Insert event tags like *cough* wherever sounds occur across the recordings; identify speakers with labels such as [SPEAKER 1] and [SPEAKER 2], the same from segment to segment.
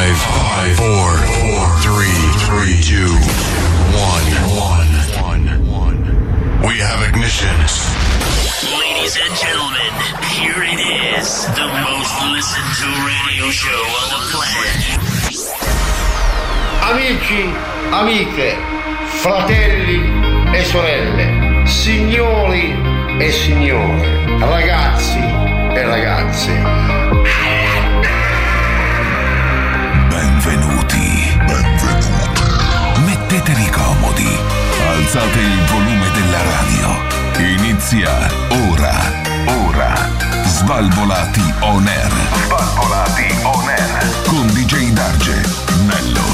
[SPEAKER 1] Five, four, four, three, three, two, one, one, one, one. We have ignition.
[SPEAKER 2] Ladies and gentlemen, here it is, the most listened to radio show on the planet.
[SPEAKER 3] Amici, amiche, fratelli e sorelle, signori e signore, ragazzi e ragazze,
[SPEAKER 4] Benvenuti. Benvenuti. Mettetevi comodi. Alzate il volume della radio. Inizia ora. Ora. Svalvolati on air. Svalvolati on air. Con DJ Darge, Nello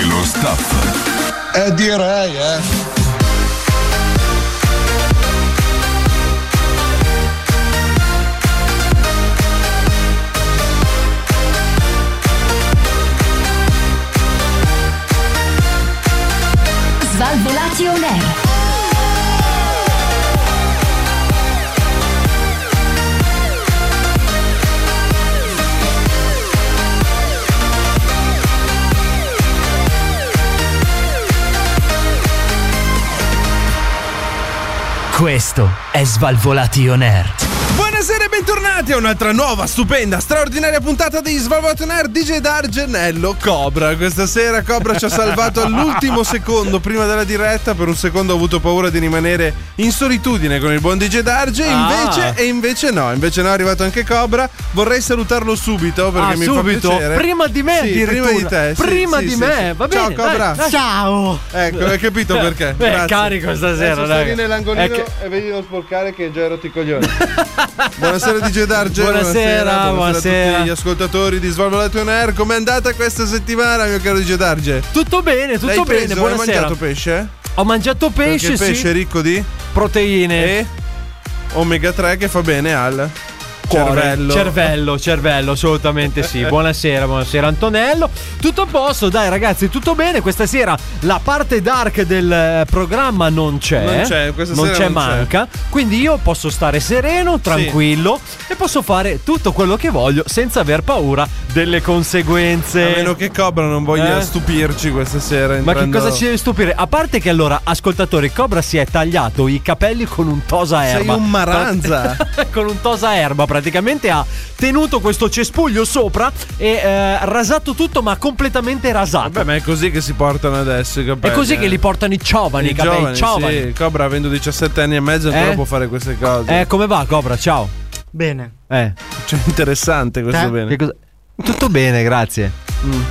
[SPEAKER 4] e lo staff.
[SPEAKER 5] Eh direi, eh.
[SPEAKER 6] Svalvolati on air.
[SPEAKER 7] Questo è Svalvolati On Air.
[SPEAKER 8] Buonasera e bentornati a un'altra nuova, stupenda, straordinaria puntata di Svalvolato on Air DJ D'Argenello Cobra. Questa sera Cobra ci ha salvato all'ultimo secondo prima della diretta. Per un secondo ho avuto paura di rimanere in solitudine con il buon DJ D'Arge. Invece,
[SPEAKER 7] Ah.
[SPEAKER 8] e invece no, invece no, è arrivato anche Cobra. Vorrei salutarlo subito perché
[SPEAKER 7] Ah,
[SPEAKER 8] mi
[SPEAKER 7] subito?
[SPEAKER 8] fa piacere.
[SPEAKER 7] Prima di me
[SPEAKER 8] Sì,
[SPEAKER 7] addirittura.
[SPEAKER 8] prima di te. sì,
[SPEAKER 7] Prima
[SPEAKER 8] sì,
[SPEAKER 7] di
[SPEAKER 8] sì,
[SPEAKER 7] me,
[SPEAKER 8] sì.
[SPEAKER 7] va bene,
[SPEAKER 8] Ciao Cobra.
[SPEAKER 7] dai, dai.
[SPEAKER 9] Ciao!
[SPEAKER 8] Ecco, hai capito perché.
[SPEAKER 7] Beh,
[SPEAKER 8] Grazie.
[SPEAKER 7] carico stasera,
[SPEAKER 8] Adesso
[SPEAKER 7] raga.
[SPEAKER 8] stai lì nell'angolino
[SPEAKER 7] È che-
[SPEAKER 8] e vedi non sporcare che già ero i coglioni. buonasera DJ Darge.
[SPEAKER 7] Buonasera,
[SPEAKER 8] a
[SPEAKER 7] buonasera.
[SPEAKER 8] tutti gli ascoltatori di Svalvolato on Air. Com'è andata questa settimana, mio caro DJ Darge?
[SPEAKER 7] Tutto bene, tutto
[SPEAKER 8] L'hai
[SPEAKER 7] bene,
[SPEAKER 8] preso? Hai
[SPEAKER 7] buonasera.
[SPEAKER 8] mangiato pesce?
[SPEAKER 7] Ho mangiato
[SPEAKER 8] Perché
[SPEAKER 7] pesce,
[SPEAKER 8] il pesce è
[SPEAKER 7] sì,
[SPEAKER 8] ricco di
[SPEAKER 7] proteine,
[SPEAKER 8] E omega 3 che fa bene al
[SPEAKER 7] cuore,
[SPEAKER 8] cervello.
[SPEAKER 7] cervello, cervello, assolutamente
[SPEAKER 8] *laughs*
[SPEAKER 7] sì. Buonasera, buonasera Antonello. Tutto a posto, dai ragazzi, tutto bene. Questa sera la parte dark del eh, programma non c'è.
[SPEAKER 8] Non c'è, questa
[SPEAKER 7] non
[SPEAKER 8] sera
[SPEAKER 7] c'è
[SPEAKER 8] non c'è.
[SPEAKER 7] manca. Quindi io posso stare sereno, tranquillo e posso fare tutto quello che voglio senza aver paura delle conseguenze.
[SPEAKER 8] A meno che Cobra non voglia
[SPEAKER 7] Eh?
[SPEAKER 8] stupirci questa sera.
[SPEAKER 7] Ma che
[SPEAKER 8] entrando-
[SPEAKER 7] cosa ci deve stupire? A parte che allora, ascoltatori, Cobra si è tagliato i capelli con un tosa
[SPEAKER 8] Sei
[SPEAKER 7] erba.
[SPEAKER 8] un maranza.
[SPEAKER 7] Pra- *laughs* con un tosa erba, praticamente ha tenuto questo cespuglio sopra e eh, rasato tutto, ma completamente rasato.
[SPEAKER 8] Vabbè, ma è così che si portano adesso i
[SPEAKER 7] è
[SPEAKER 8] capelli.
[SPEAKER 7] così che
[SPEAKER 8] eh.
[SPEAKER 7] li portano i giovani, i
[SPEAKER 8] I
[SPEAKER 7] capelli
[SPEAKER 8] giovani,
[SPEAKER 7] giovani.
[SPEAKER 8] sì. Cobra avendo 17 anni e mezzo ancora
[SPEAKER 7] Eh?
[SPEAKER 8] può fare queste cose.
[SPEAKER 7] Eh, come va, Cobra? Ciao.
[SPEAKER 9] Bene,
[SPEAKER 7] Eh,
[SPEAKER 8] Cioè, interessante questo
[SPEAKER 9] Te?
[SPEAKER 8] bene.
[SPEAKER 7] che cosa- Tutto bene, grazie.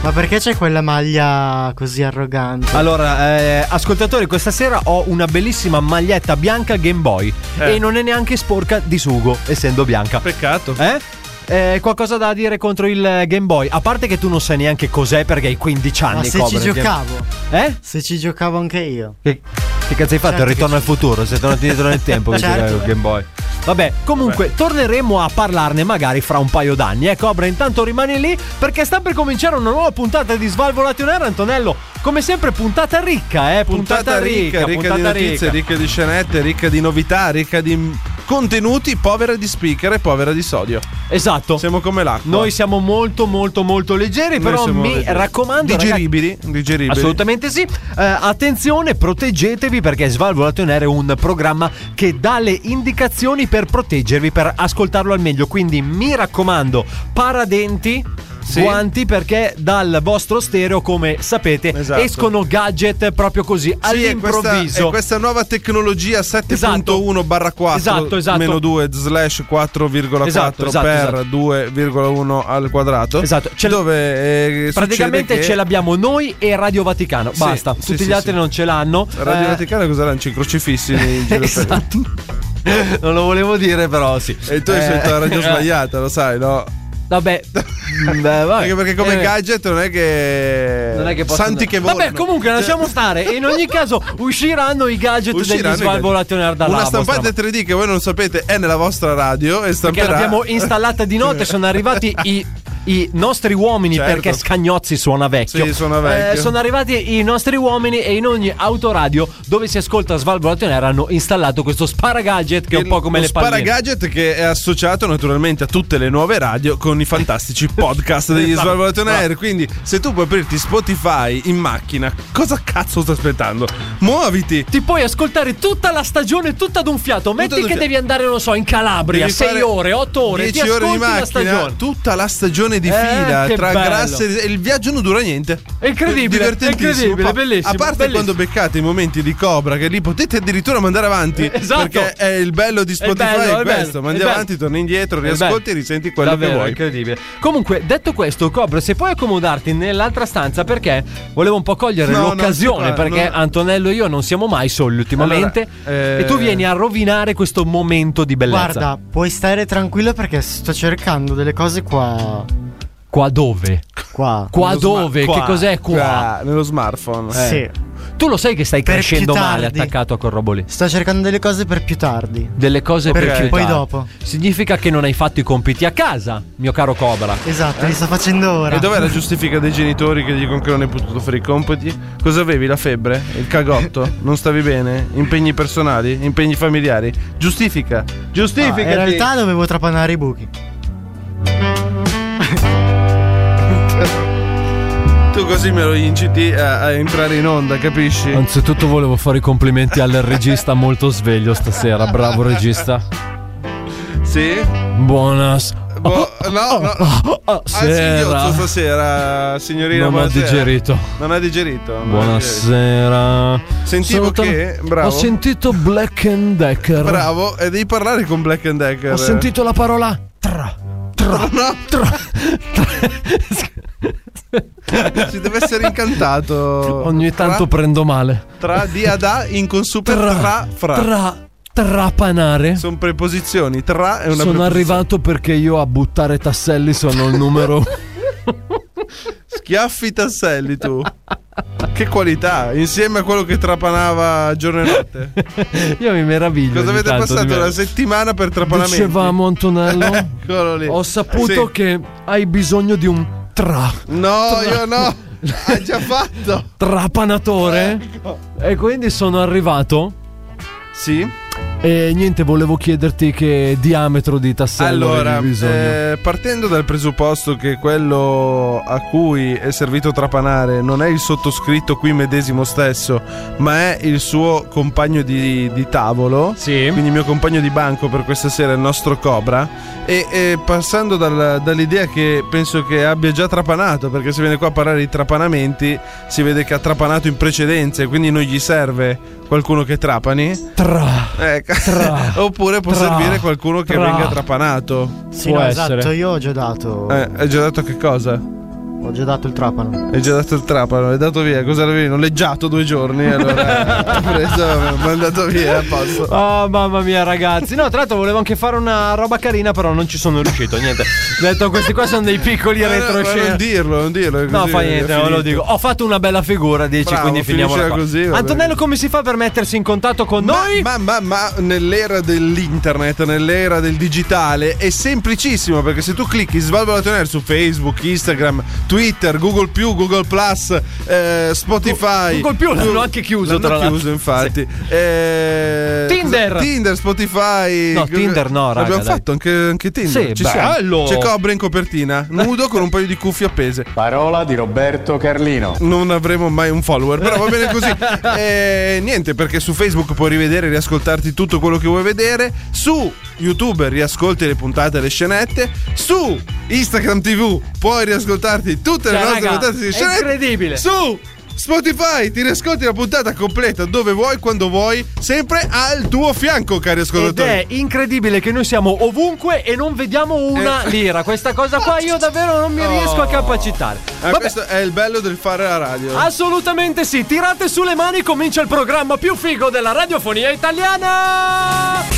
[SPEAKER 9] ma perché c'è quella maglia così arrogante?
[SPEAKER 7] Allora, eh, ascoltatori, questa sera ho una bellissima maglietta bianca Game Boy.
[SPEAKER 8] Eh.
[SPEAKER 7] E non è neanche sporca di sugo, essendo bianca.
[SPEAKER 8] Peccato.
[SPEAKER 7] Eh? Eh, qualcosa da dire contro il eh, Game Boy? A parte che tu non sai neanche cos'è perché hai 15 anni.
[SPEAKER 9] ma Ah, se
[SPEAKER 7] Cobra,
[SPEAKER 9] ci
[SPEAKER 7] il Game-
[SPEAKER 9] giocavo,
[SPEAKER 7] Eh?
[SPEAKER 9] se ci giocavo anche io.
[SPEAKER 7] Che, che cazzo hai fatto?
[SPEAKER 9] Certo
[SPEAKER 7] il ritorno al futuro, sei tornati indietro nel tempo che
[SPEAKER 9] Certo.
[SPEAKER 7] giocavi al Game Boy. Vabbè, comunque torneremo a parlarne magari fra un paio d'anni. Eh, Cobra, intanto rimani lì perché sta per cominciare una nuova puntata di Svalvolation Air, Antonello. Come sempre, puntata ricca, eh?
[SPEAKER 8] Puntata, ricca, ricca
[SPEAKER 7] puntata
[SPEAKER 8] di notizie, ricca. di scenette, ricca di novità, ricca di contenuti, povera di speaker e povera di sodio.
[SPEAKER 7] Esatto.
[SPEAKER 8] Siamo come l'acqua.
[SPEAKER 7] Noi siamo molto, molto, molto leggeri,
[SPEAKER 8] Noi
[SPEAKER 7] però
[SPEAKER 8] siamo
[SPEAKER 7] mi
[SPEAKER 8] leggeri.
[SPEAKER 7] raccomando, ragazzi,
[SPEAKER 8] digeribili, digeribili.
[SPEAKER 7] Assolutamente sì. Eh, attenzione, proteggetevi perché Svalvolazione è un programma che dà le indicazioni per proteggervi, per ascoltarlo al meglio. Quindi mi raccomando, paradenti.
[SPEAKER 8] Sì.
[SPEAKER 7] Guanti perché dal vostro stereo, come sapete,
[SPEAKER 8] Esatto.
[SPEAKER 7] escono gadget proprio così
[SPEAKER 8] Sì, è questa-
[SPEAKER 7] all'improvviso.
[SPEAKER 8] È questa, nuova tecnologia 7.1 barra 4
[SPEAKER 7] Esatto, esatto.
[SPEAKER 8] meno 2 slash 4,4
[SPEAKER 7] Esatto, esatto,
[SPEAKER 8] per
[SPEAKER 7] esatto.
[SPEAKER 8] 2,1 al quadrato.
[SPEAKER 7] Esatto, ce l-
[SPEAKER 8] dove eh,
[SPEAKER 7] Praticamente
[SPEAKER 8] succede che-
[SPEAKER 7] ce l'abbiamo noi e Radio Vaticano.
[SPEAKER 8] Sì,
[SPEAKER 7] Basta,
[SPEAKER 8] sì,
[SPEAKER 7] tutti
[SPEAKER 8] sì,
[SPEAKER 7] gli
[SPEAKER 8] sì.
[SPEAKER 7] altri non ce l'hanno.
[SPEAKER 8] Radio
[SPEAKER 7] Eh,
[SPEAKER 8] Vaticana cosa lancia i crocifissi in
[SPEAKER 7] *laughs*
[SPEAKER 8] giro per-
[SPEAKER 7] Esatto. Non lo volevo dire, però sì.
[SPEAKER 8] E tu hai
[SPEAKER 7] Eh,
[SPEAKER 8] scelto la radio sbagliata, lo sai, no?
[SPEAKER 7] Vabbè, Mm, beh, vabbè.
[SPEAKER 8] Anche perché come
[SPEAKER 7] Eh,
[SPEAKER 8] gadget non è che.
[SPEAKER 7] non è che posso-
[SPEAKER 8] Eh, Santi che volano. Cioè-
[SPEAKER 7] Vabbè, comunque lasciamo stare. In
[SPEAKER 8] *laughs*
[SPEAKER 7] ogni caso, usciranno i gadget
[SPEAKER 8] Usciranno i
[SPEAKER 7] degli Svalvolati on Air dalla
[SPEAKER 8] Una
[SPEAKER 7] vostra
[SPEAKER 8] stampante 3D che voi non sapete è nella vostra radio e
[SPEAKER 7] Perché
[SPEAKER 8] stamperà.
[SPEAKER 7] l'abbiamo installata di notte, sono arrivati i i nostri uomini
[SPEAKER 8] Certo.
[SPEAKER 7] perché Scagnozzi suona vecchio.
[SPEAKER 8] *laughs* Sì, suona vecchio.
[SPEAKER 7] Eh, sono arrivati i nostri uomini e in ogni autoradio dove si ascolta Svalvolato Nero hanno installato questo sparagadget che è un po' come
[SPEAKER 8] Lo
[SPEAKER 7] le palline.
[SPEAKER 8] Sparagadget che è associato naturalmente a tutte le nuove radio con i
[SPEAKER 7] *laughs*
[SPEAKER 8] fantastici podcast degli
[SPEAKER 7] Esatto.
[SPEAKER 8] Svalvolato on Air. Quindi se tu puoi aprirti Spotify in macchina, cosa cazzo stai aspettando? Muoviti!
[SPEAKER 7] Ti puoi ascoltare tutta la stagione tutta ad un fiato. Metti
[SPEAKER 8] ad un
[SPEAKER 7] che
[SPEAKER 8] fiato.
[SPEAKER 7] devi andare, non so, in Calabria,
[SPEAKER 8] Devi
[SPEAKER 7] 6
[SPEAKER 8] fare
[SPEAKER 7] ore, 8 ore,
[SPEAKER 8] 10 ore
[SPEAKER 7] ti ascolti
[SPEAKER 8] di
[SPEAKER 7] la
[SPEAKER 8] macchina,
[SPEAKER 7] stagione.
[SPEAKER 8] tutta la stagione di
[SPEAKER 7] Eh,
[SPEAKER 8] fila
[SPEAKER 7] che
[SPEAKER 8] tra
[SPEAKER 7] bello.
[SPEAKER 8] grasse e il viaggio non dura niente.
[SPEAKER 7] È incredibile, è
[SPEAKER 8] Divertentissimo.
[SPEAKER 7] incredibile,
[SPEAKER 8] Ma
[SPEAKER 7] bellissimo,
[SPEAKER 8] A parte
[SPEAKER 7] bellissimo.
[SPEAKER 8] quando beccate i momenti di Cobra, che lì potete addirittura mandare avanti.
[SPEAKER 7] Eh, esatto.
[SPEAKER 8] Perché è il bello di
[SPEAKER 7] È
[SPEAKER 8] Spotify.
[SPEAKER 7] bello, è
[SPEAKER 8] questo.
[SPEAKER 7] bello,
[SPEAKER 8] Mandi
[SPEAKER 7] è bello.
[SPEAKER 8] avanti, torni indietro,
[SPEAKER 7] Eh,
[SPEAKER 8] riascolti
[SPEAKER 7] beh,
[SPEAKER 8] e risenti quello
[SPEAKER 7] davvero,
[SPEAKER 8] che vuoi.
[SPEAKER 7] incredibile. Comunque, detto questo, Cobra, se puoi accomodarti nell'altra stanza perché volevo un po' cogliere
[SPEAKER 8] No, no,
[SPEAKER 7] l'occasione
[SPEAKER 8] sì, guarda,
[SPEAKER 7] perché
[SPEAKER 8] non-
[SPEAKER 7] Antonello e io non siamo mai soli ultimamente
[SPEAKER 8] Allora, eh,
[SPEAKER 7] e tu vieni a rovinare questo momento di bellezza.
[SPEAKER 9] Guarda, puoi stare tranquillo perché sto cercando delle cose qua.
[SPEAKER 7] qua dove?
[SPEAKER 9] Qua.
[SPEAKER 7] Qua
[SPEAKER 8] Nello sma-
[SPEAKER 7] dove? Che cos'è qua? Eh.
[SPEAKER 8] Nello smartphone.
[SPEAKER 9] Sì.
[SPEAKER 7] Tu lo sai che stai
[SPEAKER 9] Per
[SPEAKER 7] crescendo
[SPEAKER 9] più
[SPEAKER 7] male
[SPEAKER 9] tardi.
[SPEAKER 7] attaccato a quel robot lì.
[SPEAKER 9] Sto cercando delle cose per più tardi.
[SPEAKER 7] Delle cose
[SPEAKER 9] Perché
[SPEAKER 7] per più
[SPEAKER 9] poi
[SPEAKER 7] tardi.
[SPEAKER 9] dopo.
[SPEAKER 7] Significa che non hai fatto i compiti a casa, mio caro Cobra. Eh?
[SPEAKER 9] Esatto, li sto facendo ora.
[SPEAKER 8] E dov'è la giustifica dei genitori che dicono che non hai potuto fare i compiti? Cosa avevi? La febbre? Il
[SPEAKER 7] *laughs*
[SPEAKER 8] cagotto? Non stavi bene? Impegni personali? Impegni familiari? Giustifica!
[SPEAKER 9] Ah,
[SPEAKER 8] Giustifica!
[SPEAKER 9] in realtà dovevo trapanare i buchi.
[SPEAKER 8] tu così me lo inciti a, a entrare in onda, capisci?
[SPEAKER 7] Anzitutto volevo fare i complimenti al regista molto sveglio stasera, bravo regista.
[SPEAKER 8] Sì?
[SPEAKER 7] Buonas.
[SPEAKER 8] Boh,
[SPEAKER 7] Oh,
[SPEAKER 8] no, no.
[SPEAKER 7] Ah,
[SPEAKER 8] Ah, il singhiozzo
[SPEAKER 7] sera.
[SPEAKER 8] stasera, signorina.
[SPEAKER 7] Non ho
[SPEAKER 8] buonasera.
[SPEAKER 7] digerito.
[SPEAKER 8] Non ha digerito. non ha digerito.
[SPEAKER 7] Buonasera.
[SPEAKER 8] Sentivo
[SPEAKER 7] Sono tor-
[SPEAKER 8] che- bravo.
[SPEAKER 7] Ho sentito Black and Decker.
[SPEAKER 8] Bravo, e devi parlare con Black and Decker.
[SPEAKER 7] Ho sentito la parola tra. Tra. Tra. tra.
[SPEAKER 8] *laughs* Ci deve essere incantato.
[SPEAKER 7] Ogni tanto prendo male.
[SPEAKER 8] Tra di ad a in con super tra fra.
[SPEAKER 7] Tra. Trapanare.
[SPEAKER 8] Sono preposizioni. Tra è una
[SPEAKER 7] Sono
[SPEAKER 8] preposizione.
[SPEAKER 7] arrivato perché io a buttare tasselli sono il numero.
[SPEAKER 8] Schiaffi i tasselli tu. che qualità! Insieme a quello che trapanava giorno e notte.
[SPEAKER 7] *laughs* io mi meraviglio.
[SPEAKER 8] Cosa
[SPEAKER 7] ogni
[SPEAKER 8] avete
[SPEAKER 7] tanto di
[SPEAKER 8] passato
[SPEAKER 7] me.
[SPEAKER 8] la settimana per trapanamenti?
[SPEAKER 7] Dicevamo Antonello.
[SPEAKER 8] *laughs* Eccolo lì.
[SPEAKER 7] Ho saputo
[SPEAKER 8] Sì.
[SPEAKER 7] che hai bisogno di un tra.
[SPEAKER 8] No, io
[SPEAKER 7] *laughs*
[SPEAKER 8] no. Hai già fatto. Ecco.
[SPEAKER 7] Trapanatore. E quindi sono arrivato.
[SPEAKER 8] Sì.
[SPEAKER 7] E niente, volevo chiederti che diametro di tassello
[SPEAKER 8] Allora,
[SPEAKER 7] avevi bisogno.
[SPEAKER 8] eh, partendo dal presupposto che quello a cui è servito trapanare non è il sottoscritto qui medesimo stesso, ma è il suo compagno di, di tavolo,
[SPEAKER 7] Sì.
[SPEAKER 8] quindi il mio compagno di banco per questa sera, il nostro Cobra, e, e passando dal- dall'idea che penso che abbia già trapanato, perché se viene qua a parlare di trapanamenti si vede che ha trapanato in precedenza e quindi non gli serve qualcuno che trapani,
[SPEAKER 7] Tra.
[SPEAKER 8] Ecco.
[SPEAKER 7] Tra.
[SPEAKER 8] *laughs* oppure può
[SPEAKER 7] Tra.
[SPEAKER 8] servire qualcuno che
[SPEAKER 7] Tra.
[SPEAKER 8] venga trapanato.
[SPEAKER 9] Sì,
[SPEAKER 7] Può
[SPEAKER 9] no,
[SPEAKER 7] essere.
[SPEAKER 9] esatto, io ho già dato.
[SPEAKER 8] Eh, hai già dato che cosa?
[SPEAKER 9] Ho già dato il trapano.
[SPEAKER 8] Hai già dato il trapano, hai dato via, cosa l'avevi noleggiato due giorni?
[SPEAKER 7] *laughs*
[SPEAKER 8] Allora ho preso, ho mandato via, posso.
[SPEAKER 7] Oh mamma mia ragazzi No tra l'altro volevo anche fare una roba carina Però non ci sono riuscito Niente Detto questi qua sono dei piccoli
[SPEAKER 8] non
[SPEAKER 7] retroscena
[SPEAKER 8] dirlo, non dirlo.
[SPEAKER 7] No fa niente Non lo dico Ho fatto una bella figura dici
[SPEAKER 8] Bravo,
[SPEAKER 7] Quindi finiamola
[SPEAKER 8] finiscila
[SPEAKER 7] qua
[SPEAKER 8] così, va bene.
[SPEAKER 7] Antonello come si fa per mettersi in contatto con noi?
[SPEAKER 8] Ma, ma, ma nell'era dell'internet, nell'era del digitale è semplicissimo perché se tu clicchi Svalvolato Nerd su Facebook, Instagram, Twitter, Google, Google Plus, eh, Spotify.
[SPEAKER 7] Google più l'hanno anche chiuso,
[SPEAKER 8] L'hanno
[SPEAKER 7] tra l'altro.
[SPEAKER 8] chiuso, infatti. Eh,
[SPEAKER 7] Tinder.
[SPEAKER 8] cosa- Tinder, Spotify.
[SPEAKER 7] No,
[SPEAKER 8] Google-
[SPEAKER 7] Tinder no, raga,
[SPEAKER 8] Abbiamo
[SPEAKER 7] dai.
[SPEAKER 8] fatto anche, anche Tinder.
[SPEAKER 7] Sì,
[SPEAKER 8] Ci siamo.
[SPEAKER 7] bello.
[SPEAKER 8] C'è Cobra in copertina, nudo con un paio di cuffie appese.
[SPEAKER 10] Parola di Roberto Carlino.
[SPEAKER 8] non avremo mai un follower, però va bene
[SPEAKER 7] *laughs*
[SPEAKER 8] così. Eh, niente, perché su Facebook puoi rivedere e riascoltarti tutto quello che vuoi vedere. Su YouTube riascolti le puntate e le scenette. Su Instagram TV puoi riascoltarti tutte le
[SPEAKER 7] Cioè,
[SPEAKER 8] nostre
[SPEAKER 7] raga,
[SPEAKER 8] puntate
[SPEAKER 7] è
[SPEAKER 8] di scenette.
[SPEAKER 7] incredibile.
[SPEAKER 8] Su Oh, Spotify ti riascolti la puntata completa dove vuoi, quando vuoi, sempre al tuo fianco, cari
[SPEAKER 7] Ed
[SPEAKER 8] ascoltatori.
[SPEAKER 7] è incredibile che noi siamo ovunque e non vediamo una
[SPEAKER 8] Eh.
[SPEAKER 7] lira. Questa cosa qua io davvero non mi riesco a capacitare.
[SPEAKER 8] Eh,
[SPEAKER 7] Vabbè, Ah.
[SPEAKER 8] questo è il bello del fare la radio.
[SPEAKER 7] assolutamente sì. Tirate su le mani, comincia il programma più figo della radiofonia italiana.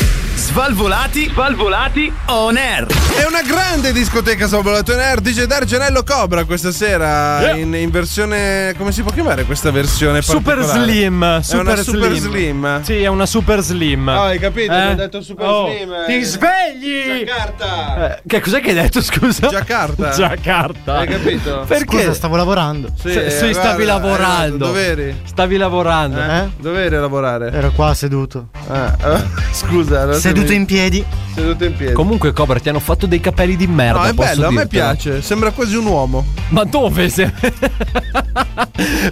[SPEAKER 11] Svalvolati, svalvolati on air.
[SPEAKER 8] È una grande discoteca Svalvolato on air. DJ Dargenello Cobra questa sera
[SPEAKER 7] Yeah.
[SPEAKER 8] in, in versione. Come si può chiamare questa versione?
[SPEAKER 7] Super
[SPEAKER 8] particolare?
[SPEAKER 7] slim,
[SPEAKER 8] È
[SPEAKER 7] super
[SPEAKER 8] una super
[SPEAKER 7] slim.
[SPEAKER 8] slim.
[SPEAKER 7] Sì, è una super slim.
[SPEAKER 8] Ah, hai capito?
[SPEAKER 7] Eh?
[SPEAKER 8] Ti ho detto super
[SPEAKER 7] Oh.
[SPEAKER 8] slim. eh.
[SPEAKER 7] Ti svegli!
[SPEAKER 8] Giacarta!
[SPEAKER 7] Eh, Che cos'è che hai detto, scusa?
[SPEAKER 8] Giacarta.
[SPEAKER 7] Giacarta.
[SPEAKER 8] Hai capito?
[SPEAKER 7] Perché?
[SPEAKER 9] Scusa, stavo lavorando.
[SPEAKER 8] Sì,
[SPEAKER 7] Se- sì,
[SPEAKER 8] guarda,
[SPEAKER 7] stavi lavorando.
[SPEAKER 8] eh, dove eri?
[SPEAKER 7] Stavi lavorando.
[SPEAKER 8] Eh? Dove eri a lavorare?
[SPEAKER 9] Ero qua seduto.
[SPEAKER 8] Ah, eh, *laughs* scusa, allora
[SPEAKER 9] Seduto
[SPEAKER 8] sei-
[SPEAKER 9] in piedi.
[SPEAKER 8] seduto in piedi.
[SPEAKER 7] Comunque, Cobra, ti hanno fatto dei capelli di merda.
[SPEAKER 8] No, è
[SPEAKER 7] posso
[SPEAKER 8] bello, a me
[SPEAKER 7] dirtelo.
[SPEAKER 8] piace, sembra quasi un uomo.
[SPEAKER 7] Ma dove?
[SPEAKER 8] *laughs*
[SPEAKER 7] Se...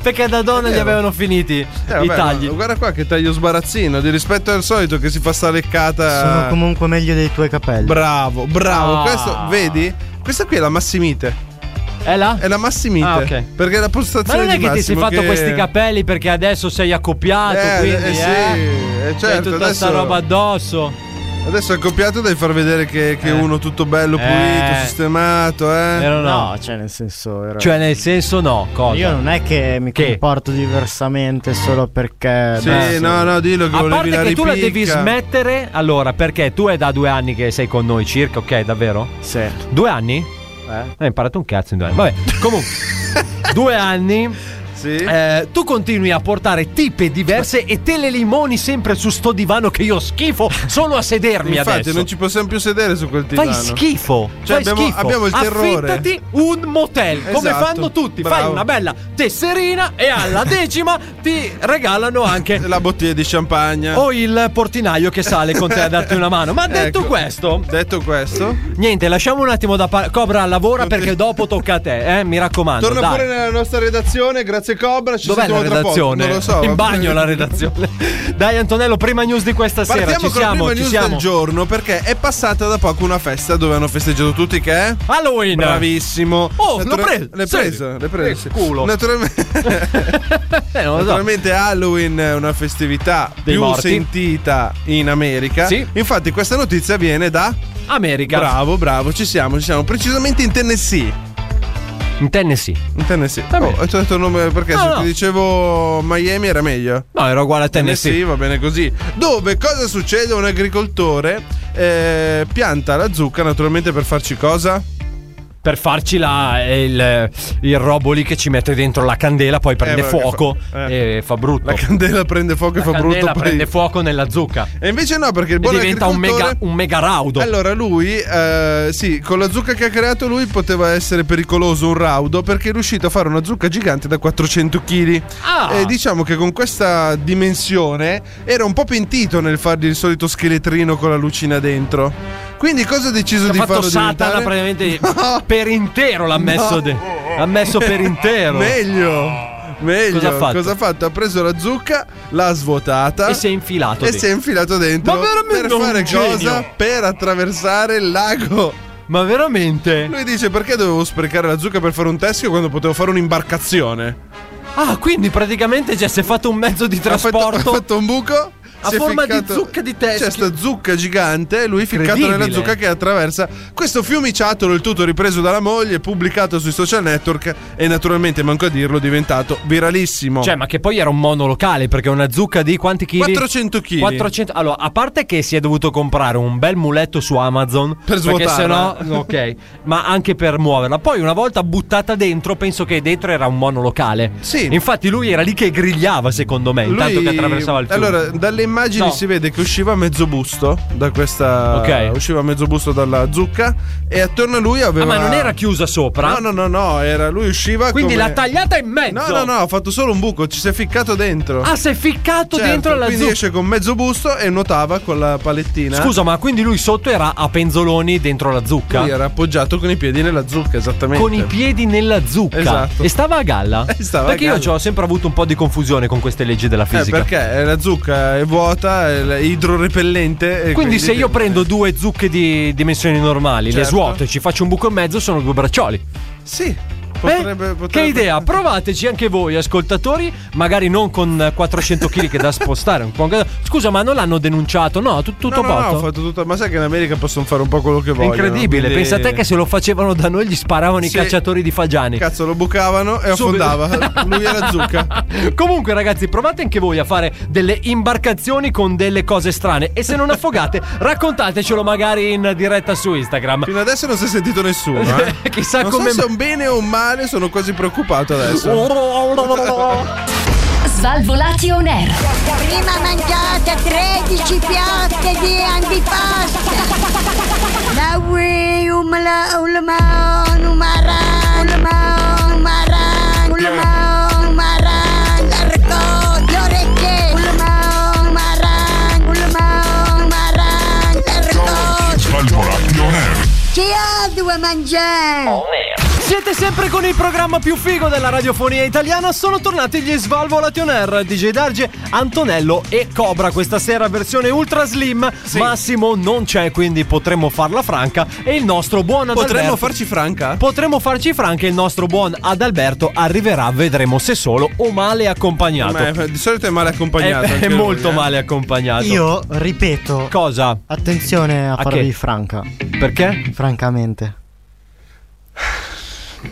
[SPEAKER 7] Perché da donna li avevano finiti
[SPEAKER 8] Eh, vabbè,
[SPEAKER 7] i tagli.
[SPEAKER 8] ma guarda qua che taglio sbarazzino, di rispetto al solito che si fa sta leccata.
[SPEAKER 9] Sono comunque meglio dei tuoi capelli.
[SPEAKER 8] Bravo, bravo.
[SPEAKER 7] Ah.
[SPEAKER 8] Questo, vedi? Questa qui è la massimite.
[SPEAKER 7] È là?
[SPEAKER 8] È la massimite.
[SPEAKER 7] Ah, ok.
[SPEAKER 8] Perché è la
[SPEAKER 7] Ma
[SPEAKER 8] postazione
[SPEAKER 7] non è
[SPEAKER 8] di
[SPEAKER 7] che ti sei
[SPEAKER 8] Massimo
[SPEAKER 7] fatto questi capelli perché adesso sei accoppiato,
[SPEAKER 8] Eh,
[SPEAKER 7] quindi
[SPEAKER 8] eh,
[SPEAKER 7] eh,
[SPEAKER 8] sì, eh, certo,
[SPEAKER 7] C'hai tutta
[SPEAKER 8] adesso-
[SPEAKER 7] sta roba addosso.
[SPEAKER 8] Adesso è copiato devi far vedere che, che uno tutto bello, pulito,
[SPEAKER 7] Eh.
[SPEAKER 8] sistemato, eh.
[SPEAKER 7] Vero o no?
[SPEAKER 9] No, cioè nel senso. ero-
[SPEAKER 7] Cioè nel senso no, cosa?
[SPEAKER 9] Io non è che mi
[SPEAKER 7] Che?
[SPEAKER 9] comporto diversamente solo perché.
[SPEAKER 8] Sì,
[SPEAKER 9] beh,
[SPEAKER 8] no, no, dillo che
[SPEAKER 7] A
[SPEAKER 8] volevi
[SPEAKER 7] parte
[SPEAKER 8] la
[SPEAKER 7] che tu la
[SPEAKER 8] ripicca.
[SPEAKER 7] devi smettere, allora, perché tu è da due anni che sei con noi circa, ok, davvero?
[SPEAKER 9] Sì.
[SPEAKER 7] Due anni?
[SPEAKER 9] Eh?
[SPEAKER 7] Hai imparato un cazzo in due anni. Vabbè,
[SPEAKER 8] *laughs*
[SPEAKER 7] comunque, due anni.
[SPEAKER 8] Sì.
[SPEAKER 7] eh, tu continui a portare tipe diverse e te le limoni sempre su sto divano che io schifo solo a sedermi
[SPEAKER 8] Infatti
[SPEAKER 7] adesso.
[SPEAKER 8] non ci possiamo più sedere su quel
[SPEAKER 7] Fai
[SPEAKER 8] divano.
[SPEAKER 7] schifo.
[SPEAKER 8] Cioè,
[SPEAKER 7] fai
[SPEAKER 8] abbiamo-
[SPEAKER 7] schifo.
[SPEAKER 8] abbiamo il terrore.
[SPEAKER 7] Affittati un motel, come
[SPEAKER 8] Esatto,
[SPEAKER 7] fanno tutti. Fai
[SPEAKER 8] bravo.
[SPEAKER 7] una bella tesserina e alla decima ti regalano anche
[SPEAKER 8] La bottiglia di champagne.
[SPEAKER 7] o il portinaio che sale con te a darti una mano. Ma detto
[SPEAKER 8] Ecco.
[SPEAKER 7] questo,
[SPEAKER 8] Detto questo,
[SPEAKER 7] niente, lasciamo un attimo da parte. Cobra lavora perché dopo tocca a te, eh, mi raccomando.
[SPEAKER 8] torna
[SPEAKER 7] dai.
[SPEAKER 8] pure nella nostra redazione. Grazie Cobra, ci
[SPEAKER 7] Dov'è la
[SPEAKER 8] sentiamo tra poco.
[SPEAKER 7] redazione?
[SPEAKER 8] Non lo so. va
[SPEAKER 7] In bagno
[SPEAKER 8] bene. *laughs*
[SPEAKER 7] la redazione. Dai Antonello, prima news di questa
[SPEAKER 8] Partiamo
[SPEAKER 7] sera, ci
[SPEAKER 8] con
[SPEAKER 7] siamo,
[SPEAKER 8] la prima
[SPEAKER 7] ci
[SPEAKER 8] news
[SPEAKER 7] siamo.
[SPEAKER 8] del giorno perché è passata da poco una festa dove hanno festeggiato tutti che è
[SPEAKER 7] Halloween.
[SPEAKER 8] Bravissimo.
[SPEAKER 7] Oh, l'ho
[SPEAKER 8] Natura-
[SPEAKER 7] preso,
[SPEAKER 8] L'hai
[SPEAKER 7] sì.
[SPEAKER 8] preso, l'hai preso.
[SPEAKER 7] Che culo.
[SPEAKER 8] Naturalmente
[SPEAKER 7] Eh, non lo so.
[SPEAKER 8] Naturalmente Halloween è una festività
[SPEAKER 7] Dei
[SPEAKER 8] più
[SPEAKER 7] morti.
[SPEAKER 8] sentita in America.
[SPEAKER 7] Sì.
[SPEAKER 8] Infatti questa notizia viene da
[SPEAKER 7] America.
[SPEAKER 8] Bravo, bravo, ci siamo, ci siamo, precisamente in Tennessee.
[SPEAKER 7] In Tennessee.
[SPEAKER 8] In Tennessee.
[SPEAKER 7] Va bene. Ah,
[SPEAKER 8] Oh, ti ho detto il nome perché
[SPEAKER 7] No,
[SPEAKER 8] se
[SPEAKER 7] no.
[SPEAKER 8] ti dicevo Miami era meglio.
[SPEAKER 7] No, era uguale a Tennessee.
[SPEAKER 8] va bene così. Dove cosa succede? Un agricoltore eh, pianta la zucca naturalmente per farci cosa?
[SPEAKER 7] Per farci la, eh, il, il robo lì che ci mette dentro la candela, poi prende
[SPEAKER 8] beh, Eh, che
[SPEAKER 7] fuoco
[SPEAKER 8] fa- eh.
[SPEAKER 7] e fa brutto.
[SPEAKER 8] La candela prende fuoco e
[SPEAKER 7] La
[SPEAKER 8] fa brutto.
[SPEAKER 7] candela
[SPEAKER 8] poi- Eh,
[SPEAKER 7] prende fuoco nella zucca.
[SPEAKER 8] E invece no, perché il
[SPEAKER 7] E
[SPEAKER 8] buon
[SPEAKER 7] diventa un mega,
[SPEAKER 8] agricoltore...
[SPEAKER 7] un mega raudo.
[SPEAKER 8] Allora lui, eh, sì, con la zucca che ha creato lui poteva essere pericoloso un raudo perché è riuscito a fare una zucca gigante da 400 kg.
[SPEAKER 7] Ah.
[SPEAKER 8] E diciamo che con questa dimensione era un po' pentito nel fargli il solito scheletrino con la lucina dentro. Quindi cosa ha deciso
[SPEAKER 7] ha
[SPEAKER 8] di
[SPEAKER 7] fatto
[SPEAKER 8] farlo
[SPEAKER 7] Satana
[SPEAKER 8] diventare? *laughs*
[SPEAKER 7] praticamente per intero l'ha messo, de- l'ha
[SPEAKER 8] *laughs*
[SPEAKER 7] messo per intero.
[SPEAKER 8] Meglio. Meglio,
[SPEAKER 7] Cosa ha fatto?
[SPEAKER 8] Ha preso la zucca, l'ha svuotata
[SPEAKER 7] E si è infilato
[SPEAKER 8] E
[SPEAKER 7] dentro.
[SPEAKER 8] si è infilato dentro.
[SPEAKER 7] Ma veramente
[SPEAKER 8] per
[SPEAKER 7] un
[SPEAKER 8] fare
[SPEAKER 7] genio.
[SPEAKER 8] cosa? Per attraversare il lago.
[SPEAKER 7] Ma veramente?
[SPEAKER 8] Lui dice perché dovevo sprecare la zucca per fare un teschio quando potevo fare un'imbarcazione?
[SPEAKER 7] Ah, quindi praticamente cioè, si è fatto un mezzo di
[SPEAKER 8] Ha fatto, ha
[SPEAKER 7] trasporto.
[SPEAKER 8] fatto un buco.
[SPEAKER 7] A
[SPEAKER 8] si è
[SPEAKER 7] forma di
[SPEAKER 8] ficcato-
[SPEAKER 7] zucca di teschio.
[SPEAKER 8] C'è sta zucca gigante, lui ficcato
[SPEAKER 7] Incredibile.
[SPEAKER 8] nella zucca che attraversa questo fiumiciattolo, il tutto ripreso dalla moglie, pubblicato sui social network e naturalmente, manco a dirlo, diventato viralissimo.
[SPEAKER 7] Cioè, ma che poi era un monolocale perché una zucca di quanti chili?
[SPEAKER 8] 400 chili.
[SPEAKER 7] 400 Allora, a parte che si è dovuto comprare un bel muletto su Amazon
[SPEAKER 8] Per
[SPEAKER 7] perché se no,
[SPEAKER 8] svuotarla.
[SPEAKER 7] ok, ma anche per muoverla. Poi una volta buttata dentro, penso che dentro era un monolocale.
[SPEAKER 8] Sì.
[SPEAKER 7] Infatti lui era lì che grigliava, secondo me, Eh, intanto
[SPEAKER 8] Lui-
[SPEAKER 7] che attraversava il fiume.
[SPEAKER 8] Allora, dalle immagini
[SPEAKER 7] No.
[SPEAKER 8] si vede che usciva mezzo busto da questa.
[SPEAKER 7] Ok.
[SPEAKER 8] Usciva mezzo busto dalla zucca e attorno a lui
[SPEAKER 7] Ah,
[SPEAKER 8] aveva.
[SPEAKER 7] ma non era chiusa sopra?
[SPEAKER 8] No, no, no, no, era lui usciva
[SPEAKER 7] Quindi
[SPEAKER 8] come-
[SPEAKER 7] l'ha tagliata in mezzo.
[SPEAKER 8] No, no, no, ha fatto solo un buco, ci si è ficcato dentro.
[SPEAKER 7] Ah, si è ficcato
[SPEAKER 8] Certo,
[SPEAKER 7] dentro la
[SPEAKER 8] Quindi
[SPEAKER 7] zucca.
[SPEAKER 8] esce con mezzo busto e nuotava con la palettina.
[SPEAKER 7] Scusa, ma quindi lui sotto era a penzoloni dentro la zucca?
[SPEAKER 8] Lui era appoggiato con i piedi nella zucca, esattamente.
[SPEAKER 7] Con i piedi nella zucca
[SPEAKER 8] Esatto.
[SPEAKER 7] e stava a galla.
[SPEAKER 8] E Eh, stava
[SPEAKER 7] perché
[SPEAKER 8] a galla.
[SPEAKER 7] io ci ho sempre avuto un po' di confusione con queste leggi della
[SPEAKER 8] Eh,
[SPEAKER 7] fisica.
[SPEAKER 8] perché la zucca è vuota, è idrorepellente. e
[SPEAKER 7] Quindi, se io prendo due zucche di dimensioni normali, le
[SPEAKER 8] eh. Certo.
[SPEAKER 7] svuoto e ci faccio un buco in mezzo, sono due braccioli.
[SPEAKER 8] Sì.
[SPEAKER 7] Potrebbe, potrebbe... Che idea, provateci anche voi, ascoltatori. Magari non con 400 kg che da spostare. un po' anche- Scusa, ma non l'hanno denunciato? No, tu- tutto
[SPEAKER 8] no, no,
[SPEAKER 7] botto.
[SPEAKER 8] no, ho fatto tutto. Ma sai che in America possono fare un po' quello che vogliono.
[SPEAKER 7] Incredibile,
[SPEAKER 8] quindi-
[SPEAKER 7] pensa a te che se lo facevano da noi gli sparavano i
[SPEAKER 8] Sì.
[SPEAKER 7] cacciatori di fagiani.
[SPEAKER 8] Cazzo, lo bucavano e
[SPEAKER 7] Subito. *laughs*
[SPEAKER 8] affondava. Lui era zucca.
[SPEAKER 7] Comunque, ragazzi, provate anche voi a fare delle imbarcazioni con delle cose strane. E se non
[SPEAKER 8] *laughs*
[SPEAKER 7] affogate, raccontatecelo magari in diretta su Instagram.
[SPEAKER 8] Fino adesso non si è sentito nessuno. Eh?
[SPEAKER 7] *laughs* Chissà
[SPEAKER 8] non
[SPEAKER 7] come
[SPEAKER 8] so se è un bene o un male, sono quasi preoccupato adesso.
[SPEAKER 6] Svalvolati on air.
[SPEAKER 12] Prima mangiate 13 piatte di antipasto. La um, ui umla ulman umaran ulman umaran ulman umaran l'arco um, le orecchie Um, ulman umaran ulman umaran l'arco
[SPEAKER 1] Svalvolati on air.
[SPEAKER 12] um, chi ha due mangiare?
[SPEAKER 7] Siete sempre con il programma più figo della radiofonia italiana. Sono tornati gli Svalvolati on air. DJ Darge, Antonello e Cobra. Questa sera versione ultra slim. Massimo non c'è, quindi potremmo farla franca. E il nostro buon Adalberto.
[SPEAKER 8] Potremmo farci franca?
[SPEAKER 7] Potremmo farci franca. Il nostro buon Adalberto arriverà. Vedremo se solo o male accompagnato.
[SPEAKER 8] Ma è- di solito è male accompagnato.
[SPEAKER 7] È- è
[SPEAKER 8] anche lui,
[SPEAKER 7] molto
[SPEAKER 8] eh.
[SPEAKER 7] male accompagnato.
[SPEAKER 9] Io ripeto.
[SPEAKER 7] Cosa?
[SPEAKER 9] Attenzione a,
[SPEAKER 7] A
[SPEAKER 9] farvi
[SPEAKER 7] che?
[SPEAKER 9] franca.
[SPEAKER 7] Perché?
[SPEAKER 9] Francamente.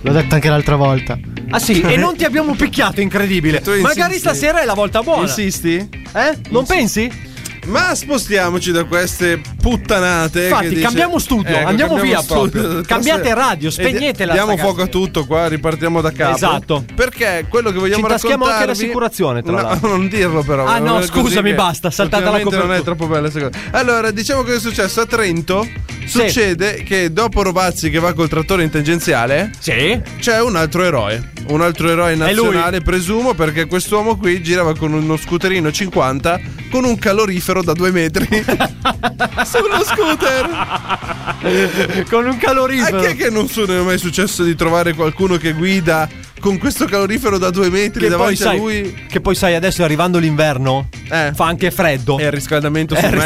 [SPEAKER 9] L'ho detto anche l'altra volta. Eh,
[SPEAKER 7] Ah sì,
[SPEAKER 9] *laughs*
[SPEAKER 7] e non ti abbiamo picchiato, incredibile.
[SPEAKER 8] Tu insisti.
[SPEAKER 7] Magari stasera è la volta buona.
[SPEAKER 8] Insisti?
[SPEAKER 7] Eh? Non pensi?
[SPEAKER 8] Ma spostiamoci da queste puttanate.
[SPEAKER 7] Infatti,
[SPEAKER 8] che dice- Eh,
[SPEAKER 7] cambiamo studio, andiamo via
[SPEAKER 8] *laughs*
[SPEAKER 7] proprio. Cambiate radio,
[SPEAKER 8] E di-
[SPEAKER 7] spegnetela
[SPEAKER 8] Diamo
[SPEAKER 7] sta
[SPEAKER 8] fuoco a tutto qua, ripartiamo da capo.
[SPEAKER 7] Esatto.
[SPEAKER 8] Perché quello che vogliamo
[SPEAKER 7] Ci intaschiamo anche
[SPEAKER 8] raccontarvi-
[SPEAKER 7] l'assicurazione, tra
[SPEAKER 8] No,
[SPEAKER 7] l'altro.
[SPEAKER 8] non dirlo però. eh,
[SPEAKER 7] Ah, no,
[SPEAKER 8] così
[SPEAKER 7] scusami,
[SPEAKER 8] che
[SPEAKER 7] basta, saltata la
[SPEAKER 8] ultimamente Non è
[SPEAKER 7] copertura.
[SPEAKER 8] troppo bella questa cosa. Allora, diciamo che è successo a Trento. Succede che dopo Rovazzi che va col trattore in tangenziale,
[SPEAKER 7] Sì.
[SPEAKER 8] c'è un altro eroe. Un altro eroe
[SPEAKER 7] lui.
[SPEAKER 8] nazionale, presumo, perché quest'uomo qui girava con uno scooterino 50 con un calorifero da due metri
[SPEAKER 7] *laughs*
[SPEAKER 8] *laughs* sullo scooter.
[SPEAKER 7] *laughs* Con un calorifero.
[SPEAKER 8] Anche che non sono mai successo di trovare qualcuno che guida con questo calorifero da due metri
[SPEAKER 7] Che poi,
[SPEAKER 8] davanti a
[SPEAKER 7] sai,
[SPEAKER 8] lui.
[SPEAKER 7] che poi sai, adesso arrivando l'inverno
[SPEAKER 8] Eh.
[SPEAKER 7] fa anche freddo.
[SPEAKER 8] E il riscaldamento
[SPEAKER 7] È
[SPEAKER 8] sul
[SPEAKER 7] il
[SPEAKER 8] mezzo.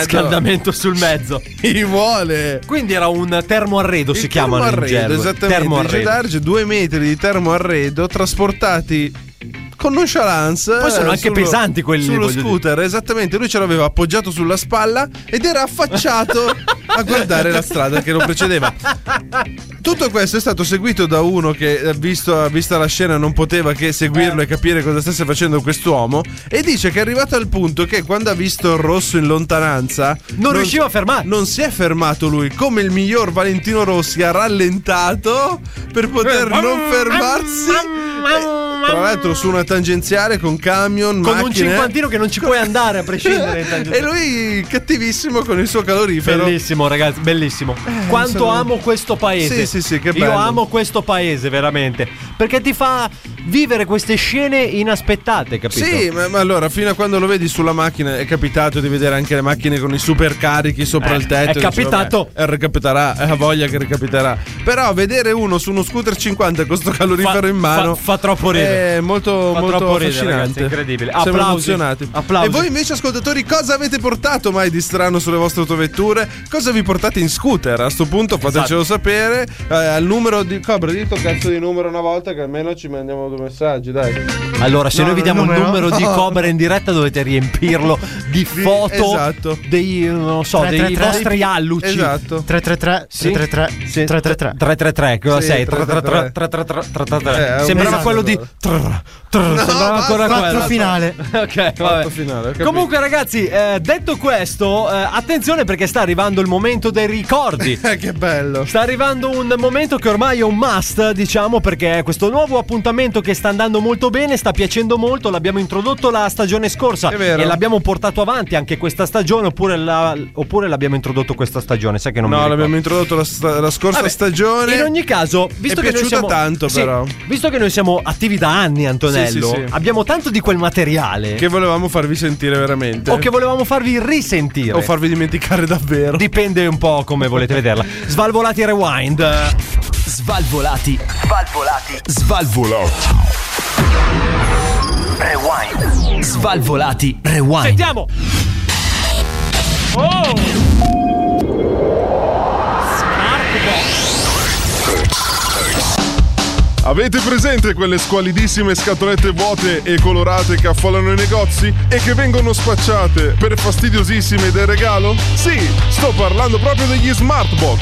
[SPEAKER 8] *laughs*
[SPEAKER 7] riscaldamento sul mezzo.
[SPEAKER 8] Chi vuole?
[SPEAKER 7] Quindi era un termoarredo, si
[SPEAKER 8] Il
[SPEAKER 7] chiamano in gergo.
[SPEAKER 8] termoarredo, esattamente.
[SPEAKER 7] Termoarredo.
[SPEAKER 8] Dice Darge, due metri di termoarredo trasportati con nonchalance.
[SPEAKER 7] Poi sono
[SPEAKER 8] eh,
[SPEAKER 7] anche pesanti quelli,
[SPEAKER 8] Sullo
[SPEAKER 7] voglio
[SPEAKER 8] scooter, esattamente. Lui ce l'aveva appoggiato sulla spalla ed era
[SPEAKER 7] *laughs*
[SPEAKER 8] affacciato a guardare la strada che lo precedeva. Tutto questo è stato seguito da uno che, eh, visto, vista la scena, non poteva che seguirlo e capire cosa stesse facendo quest'uomo. E dice che è arrivato al punto che quando ha visto il rosso in lontananza,
[SPEAKER 7] Non riusciva a fermarsi.
[SPEAKER 8] Non si è fermato lui, come il miglior Valentino Rossi ha rallentato per
[SPEAKER 7] Eh,
[SPEAKER 8] poter *laughs* non fermarsi. E, Tra l'altro, su una tangenziale con camion,
[SPEAKER 7] Con un
[SPEAKER 8] macchine. eh.
[SPEAKER 7] cinquantino che non ci puoi andare a prescindere. intanto.
[SPEAKER 8] *laughs* e lui cattivissimo con il suo calorifero.
[SPEAKER 7] Bellissimo, ragazzi, bellissimo. Quanto
[SPEAKER 8] sono-
[SPEAKER 7] amo questo paese.
[SPEAKER 8] Eh, Sì, sì, sì, che bello.
[SPEAKER 7] Io amo questo paese, veramente. Perché ti fa vivere queste scene inaspettate, capito?
[SPEAKER 8] Sì, ma, ma allora, fino a quando lo vedi sulla macchina, è capitato di vedere anche le macchine con i supercarichi sopra
[SPEAKER 7] Eh,
[SPEAKER 8] il tetto.
[SPEAKER 7] è
[SPEAKER 8] e dici,
[SPEAKER 7] capitato.
[SPEAKER 8] vabbè, eh, ricapiterà, eh, ha voglia che ricapiterà. Però vedere uno su uno scooter 50 con sto calorifero
[SPEAKER 7] Fa-
[SPEAKER 8] in mano
[SPEAKER 7] fa- fa troppo ridere.
[SPEAKER 8] È molto,
[SPEAKER 7] Fa
[SPEAKER 8] molto
[SPEAKER 7] troppo ridere,
[SPEAKER 8] affascinante.
[SPEAKER 7] ragazzi, incredibile.
[SPEAKER 8] Siamo
[SPEAKER 7] Applausi.
[SPEAKER 8] emozionati.
[SPEAKER 7] Applausi.
[SPEAKER 8] E voi invece, ascoltatori, cosa avete portato mai di strano sulle vostre autovetture? Cosa vi portate in scooter? A sto punto fatecelo
[SPEAKER 7] Esatto.
[SPEAKER 8] sapere. eh, al numero di. Cobra, dito cazzo di numero una volta che almeno ci mandiamo due messaggi, dai.
[SPEAKER 7] Allora, se
[SPEAKER 8] No,
[SPEAKER 7] noi vi diamo
[SPEAKER 8] numero?
[SPEAKER 7] il numero
[SPEAKER 8] *laughs*
[SPEAKER 7] di
[SPEAKER 8] No.
[SPEAKER 7] Cobra in diretta, dovete riempirlo di foto
[SPEAKER 8] esatto.
[SPEAKER 7] dei, non so,
[SPEAKER 9] Tre, tre,
[SPEAKER 7] dei
[SPEAKER 9] tre.
[SPEAKER 7] vostri alluci.
[SPEAKER 8] Esatto.
[SPEAKER 9] 333
[SPEAKER 7] Sì?
[SPEAKER 9] 333
[SPEAKER 7] Sì,
[SPEAKER 9] 333.
[SPEAKER 7] 333, cosa
[SPEAKER 8] Sì,
[SPEAKER 7] sei?
[SPEAKER 8] 333.
[SPEAKER 7] 333,
[SPEAKER 8] Eh, è
[SPEAKER 7] 333.
[SPEAKER 8] un
[SPEAKER 7] Sembrava
[SPEAKER 8] esatto.
[SPEAKER 7] quello di trrr, trrr, sembrava ancora
[SPEAKER 9] Quattro
[SPEAKER 8] *laughs*
[SPEAKER 7] quello.
[SPEAKER 9] finale.
[SPEAKER 7] Ok, vabbè.
[SPEAKER 8] finale, ho capito.
[SPEAKER 7] Comunque ragazzi, eh, detto questo, eh, attenzione perché sta arrivando il momento dei ricordi.
[SPEAKER 8] *laughs* Eh, che bello.
[SPEAKER 7] Sta arrivando un momento che ormai è un must, diciamo, perché è questo nuovo appuntamento che sta andando molto bene, sta piacendo molto, l'abbiamo introdotto la stagione scorsa
[SPEAKER 8] È vero.
[SPEAKER 7] e l'abbiamo portato avanti anche questa stagione oppure, la- oppure l'abbiamo introdotto questa stagione, sai che non mi
[SPEAKER 8] No,
[SPEAKER 7] ricordo.
[SPEAKER 8] l'abbiamo introdotto la, sta- la scorsa
[SPEAKER 7] Vabbè,
[SPEAKER 8] stagione.
[SPEAKER 7] In ogni caso, visto
[SPEAKER 8] È
[SPEAKER 7] che noi
[SPEAKER 8] piaciuta
[SPEAKER 7] siamo
[SPEAKER 8] tanto,
[SPEAKER 7] Sì,
[SPEAKER 8] però.
[SPEAKER 7] Visto che noi siamo attivi da anni, Antonello,
[SPEAKER 8] Sì, sì, sì.
[SPEAKER 7] abbiamo tanto di quel materiale
[SPEAKER 8] Che volevamo farvi sentire veramente.
[SPEAKER 7] o che volevamo farvi risentire.
[SPEAKER 8] o farvi dimenticare davvero.
[SPEAKER 7] Dipende un po' come volete vederla. Svalvolati rewind.
[SPEAKER 11] Svalvolati. Svalvolati. Svalvolati. Rewind. Svalvolati. Rewind.
[SPEAKER 7] Sentiamo.
[SPEAKER 8] Oh. Ah,
[SPEAKER 13] Avete presente quelle squalidissime scatolette vuote e colorate che affollano i negozi e che vengono spacciate per fastidiosissime del regalo? Sì, sto parlando proprio degli Smartbox,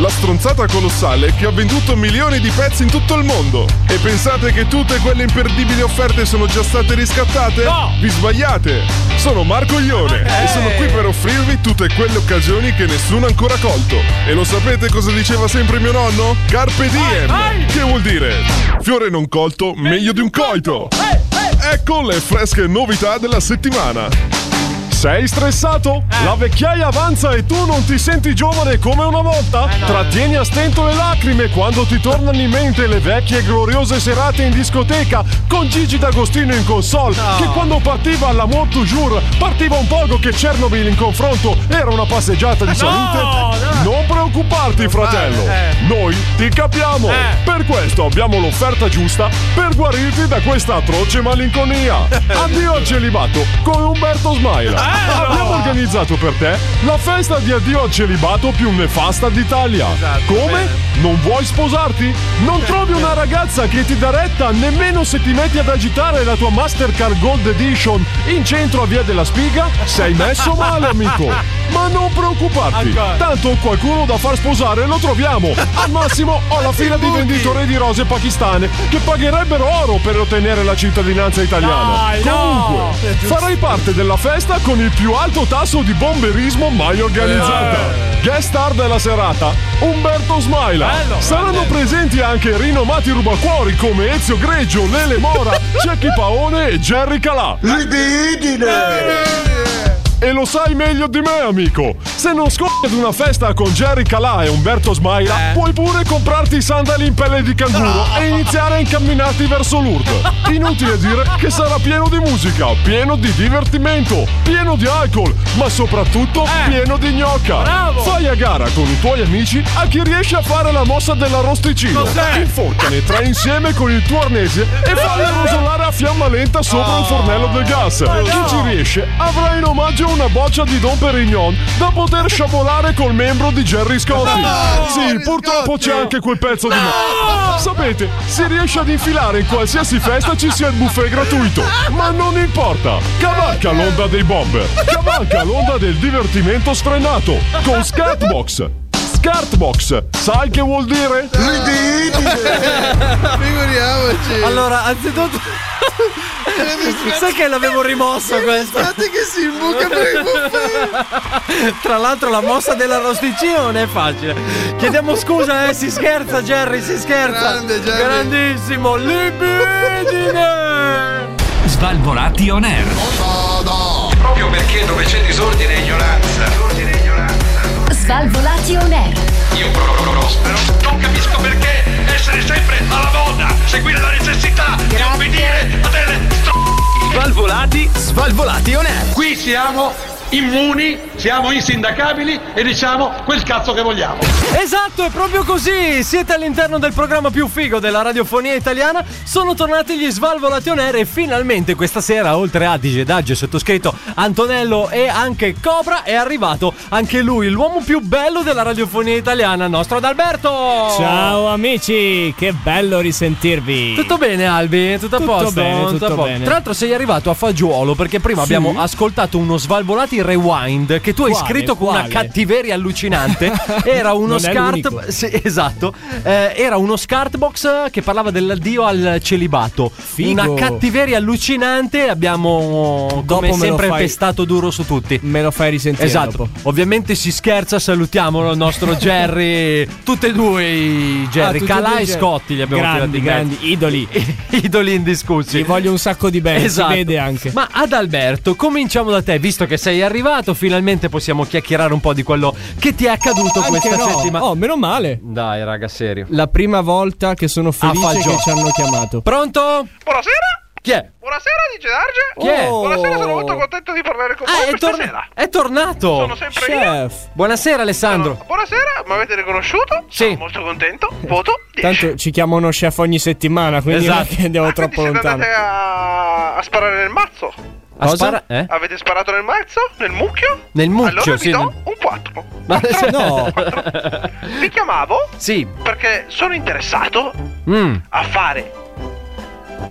[SPEAKER 13] la stronzata colossale che ha venduto milioni di pezzi in tutto il mondo. E pensate che tutte quelle imperdibili offerte sono già state riscattate? No! Vi sbagliate! Sono Marco Ione e sono qui per offrirvi tutte quelle occasioni che nessuno ha ancora colto. E lo sapete cosa diceva sempre mio nonno? Carpe diem! Che vuol dire? Fiore non colto, meglio di un coito! Ecco le fresche novità della settimana. Sei stressato? La vecchiaia avanza e tu non ti senti giovane come una volta? Trattieni a stento le lacrime quando ti tornano in mente le vecchie e gloriose serate in discoteca con Gigi D'Agostino in console, che quando partiva alla Mont Toujours partiva un poco che Chernobyl in confronto era una passeggiata di salute? Non preoccuparti, fratello. Noi ti capiamo. Per questo abbiamo l'offerta giusta per guarirti da questa atroce malinconia. Addio al celibato con Umberto Smaila. Abbiamo organizzato per te la festa di addio al celibato più nefasta d'Italia. Come? Non vuoi sposarti? Non trovi una ragazza che ti dà retta nemmeno se ti metti ad agitare la tua Mastercard Gold Edition in centro a Via della Spiga? Sei messo male, amico. Ma non preoccuparti, tanto qualcuno da far sposare lo troviamo. Al massimo ho la fila di venditori di rose pakistane che pagherebbero oro per ottenere la cittadinanza italiana.
[SPEAKER 7] Dai, no!
[SPEAKER 13] Comunque, farai parte della festa con il più alto tasso di bomberismo mai organizzata.
[SPEAKER 7] Eh.
[SPEAKER 13] Guest star della serata, Umberto Smaila. Saranno presenti anche rinomati rubacuori come Ezio Greggio, Lele Mora, Cecchi Paone e Jerry Calà.
[SPEAKER 7] Eh.
[SPEAKER 13] E lo sai meglio di me, amico. Se non scordi ad una festa con Jerry Calà e Umberto Smaila, puoi pure comprarti i sandali in pelle di canguro e iniziare a incamminarti verso l'urto. Inutile dire che sarà pieno di musica, pieno di divertimento, pieno di alcol, ma soprattutto pieno di gnocca. Fai a gara con i tuoi amici a chi riesce a fare la mossa dell'arrosticino. Inforcane tre insieme con il tuo arnese e falli rosolare a fiamma lenta sopra un fornello del gas. Chi ci riesce avrà in omaggio una boccia di Don Perignon da poter sciabolare col membro di Jerry Scotti. sì, purtroppo c'è anche quel pezzo di me. Sapete, si riesce ad infilare in qualsiasi festa ci sia il buffet gratuito, ma non importa. Cavalca l'onda dei bomber, cavalca l'onda del divertimento sfrenato con Scatbox. Scartbox, sai che vuol dire? *laughs*
[SPEAKER 14] Figuriamoci.
[SPEAKER 7] Allora, anzitutto. *laughs* Sai che l'avevo rimosso questo?
[SPEAKER 14] Guardate che si imbuca per il buffet.
[SPEAKER 7] Tra l'altro la mossa dell'arrosticino non è facile. Chiediamo scusa, eh, si scherza Jerry, si scherza.
[SPEAKER 14] Grande, Jerry.
[SPEAKER 7] Grandissimo, libidine.
[SPEAKER 15] Svalvolati on air.
[SPEAKER 16] Proprio perché dove c'è disordine e ignoranza,
[SPEAKER 12] Svalvolati on air.
[SPEAKER 16] io pro- pro- prospero. Non capisco perché essere sempre alla moda, seguire la necessità di obbedire a delle
[SPEAKER 15] Svalvolati, svalvolati on air.
[SPEAKER 16] Qui siamo immuni, siamo insindacabili e diciamo quel cazzo che vogliamo.
[SPEAKER 7] Esatto, è proprio così! Siete all'interno del programma più figo della radiofonia italiana. Sono tornati gli Svalvolati On Air e finalmente questa sera, oltre a DJ Daggio, sottoscritto Antonello e anche Cobra, è arrivato anche lui, l'uomo più bello della radiofonia italiana, il nostro Adalberto!
[SPEAKER 17] Ciao amici, che bello risentirvi.
[SPEAKER 7] Tutto bene Albi? Tutto a
[SPEAKER 17] Tutto
[SPEAKER 7] posto?
[SPEAKER 17] bene, tutto
[SPEAKER 7] a posto.
[SPEAKER 17] bene.
[SPEAKER 7] Tra l'altro sei arrivato a fagiolo perché prima
[SPEAKER 17] Sì.
[SPEAKER 7] abbiamo ascoltato uno Svalvolati Rewind che tu hai
[SPEAKER 17] Quale?
[SPEAKER 7] scritto con una
[SPEAKER 17] Quale?
[SPEAKER 7] cattiveria
[SPEAKER 17] *laughs*
[SPEAKER 7] allucinante. Era uno
[SPEAKER 17] Non è l'unico.
[SPEAKER 7] scart... Sì, esatto. Eh, era uno scartbox che parlava dell'addio al celibato.
[SPEAKER 17] Figo.
[SPEAKER 7] Una cattiveria allucinante. Abbiamo
[SPEAKER 17] Dopo
[SPEAKER 7] come
[SPEAKER 17] me lo
[SPEAKER 7] sempre
[SPEAKER 17] fai-
[SPEAKER 7] pestato duro su tutti.
[SPEAKER 17] Me lo fai risentire
[SPEAKER 7] Esatto,
[SPEAKER 17] dopo.
[SPEAKER 7] ovviamente si scherza, salutiamo il
[SPEAKER 17] *laughs*
[SPEAKER 7] nostro Jerry, tutti e due i
[SPEAKER 17] Ah,
[SPEAKER 7] Jerry,
[SPEAKER 17] tutti
[SPEAKER 7] Calà
[SPEAKER 17] due
[SPEAKER 7] e
[SPEAKER 17] Jerry.
[SPEAKER 7] Scotti li abbiamo
[SPEAKER 17] grandi,
[SPEAKER 7] tirati in mezzo.
[SPEAKER 17] grandi, idoli.
[SPEAKER 7] *laughs* idoli indiscussi.
[SPEAKER 17] Gli voglio un sacco di bene,
[SPEAKER 7] Esatto.
[SPEAKER 17] si vede anche.
[SPEAKER 7] Ma ad Alberto, cominciamo da te, visto che sei arrivato, finalmente possiamo chiacchierare un po' di quello che ti è accaduto
[SPEAKER 17] Anche
[SPEAKER 7] questa
[SPEAKER 17] no.
[SPEAKER 7] settimana.
[SPEAKER 17] Oh, meno male.
[SPEAKER 7] Dai, raga, serio.
[SPEAKER 17] La prima volta che sono felice
[SPEAKER 7] fagiolo.
[SPEAKER 17] che ci hanno chiamato.
[SPEAKER 7] Pronto?
[SPEAKER 18] Buonasera!
[SPEAKER 7] Chi è?
[SPEAKER 18] Buonasera DJ Darge!
[SPEAKER 7] Chi è?
[SPEAKER 18] Buonasera, sono molto contento di parlare con voi
[SPEAKER 7] Ah, è,
[SPEAKER 18] questa
[SPEAKER 7] tor-
[SPEAKER 18] sera.
[SPEAKER 7] è tornato.
[SPEAKER 18] Sono sempre
[SPEAKER 17] Chef.
[SPEAKER 7] Buonasera Alessandro.
[SPEAKER 18] Buonasera, mi avete riconosciuto? Sono molto contento. Voto 10.
[SPEAKER 17] Tanto ci chiamano chef ogni settimana, quindi non
[SPEAKER 7] Esatto.
[SPEAKER 17] è che andiamo
[SPEAKER 18] Ah, quindi
[SPEAKER 17] troppo
[SPEAKER 18] siete
[SPEAKER 17] lontano.
[SPEAKER 18] andate a... a sparare nel mazzo?
[SPEAKER 7] A Cosa? spara- eh?
[SPEAKER 18] Avete sparato nel mazzo? Nel mucchio?
[SPEAKER 7] Nel mucchio,
[SPEAKER 18] allora
[SPEAKER 7] sì,
[SPEAKER 18] vi do
[SPEAKER 7] nel-
[SPEAKER 18] un 4.
[SPEAKER 7] Ma- no.
[SPEAKER 18] Vi chiamavo
[SPEAKER 7] Sì.
[SPEAKER 18] perché sono interessato
[SPEAKER 7] Mm.
[SPEAKER 18] a fare.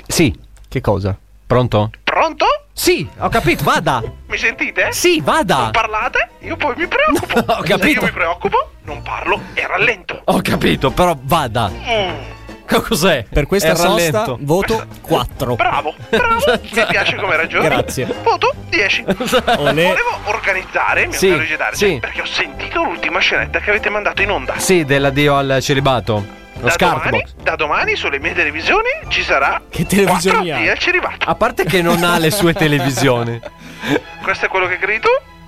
[SPEAKER 7] Sì.
[SPEAKER 17] Che cosa?
[SPEAKER 7] Pronto?
[SPEAKER 18] Pronto?
[SPEAKER 7] Sì, ho capito, vada.
[SPEAKER 18] Mi sentite?
[SPEAKER 7] Sì, vada.
[SPEAKER 18] Non parlate, io poi mi preoccupo.
[SPEAKER 7] No, ho
[SPEAKER 18] Se
[SPEAKER 7] capito.
[SPEAKER 18] io mi preoccupo, non parlo e rallento.
[SPEAKER 7] Ho capito, però vada. Mm. Co- Cos'è?
[SPEAKER 17] Per questa
[SPEAKER 7] È
[SPEAKER 17] sosta
[SPEAKER 7] rallento.
[SPEAKER 17] voto 4.
[SPEAKER 18] Bravo, bravo, mi piace come ragioni.
[SPEAKER 17] Grazie.
[SPEAKER 18] Voto 10.
[SPEAKER 17] Olè.
[SPEAKER 18] Volevo organizzare, mio
[SPEAKER 7] Sì,
[SPEAKER 18] caro Gedarge,
[SPEAKER 7] sì.
[SPEAKER 18] perché ho sentito l'ultima scenetta che avete mandato in onda.
[SPEAKER 7] Sì, dell'addio al celibato. Lo
[SPEAKER 18] da domani,
[SPEAKER 7] scartbox.
[SPEAKER 18] da domani sulle mie televisioni ci sarà
[SPEAKER 17] Che televisioni
[SPEAKER 18] quattro
[SPEAKER 17] ha?
[SPEAKER 18] addio al celibato.
[SPEAKER 7] A parte che non ha le
[SPEAKER 18] *laughs*
[SPEAKER 7] sue televisioni.
[SPEAKER 18] Questo è quello che credi tu?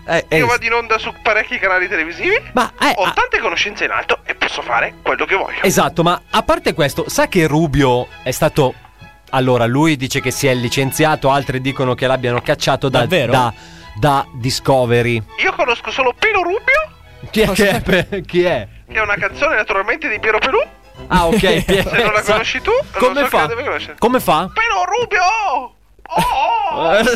[SPEAKER 7] Eh, eh,
[SPEAKER 18] Io vado in onda su parecchi canali televisivi.
[SPEAKER 7] Ma, eh,
[SPEAKER 18] ho
[SPEAKER 7] ah.
[SPEAKER 18] tante conoscenze in alto e posso fare quello che voglio.
[SPEAKER 7] Esatto, ma a parte questo, sa che Rubio è stato. Allora, lui dice che si è licenziato, altri dicono che l'abbiano cacciato da,
[SPEAKER 17] Davvero?
[SPEAKER 7] da, da Discovery.
[SPEAKER 18] Io conosco solo Pelo Rubio,
[SPEAKER 7] Chi è? Chi è? *laughs* Chi è?
[SPEAKER 18] che è una canzone naturalmente di Piero Pelù.
[SPEAKER 7] Ah, ok. Pier-
[SPEAKER 18] *laughs* Se non la conosci tu,
[SPEAKER 7] Come
[SPEAKER 18] non so
[SPEAKER 7] fa?
[SPEAKER 18] che devi conoscere.
[SPEAKER 7] Come fa?
[SPEAKER 18] Pelo Rubio! Oh, oh,
[SPEAKER 7] *laughs*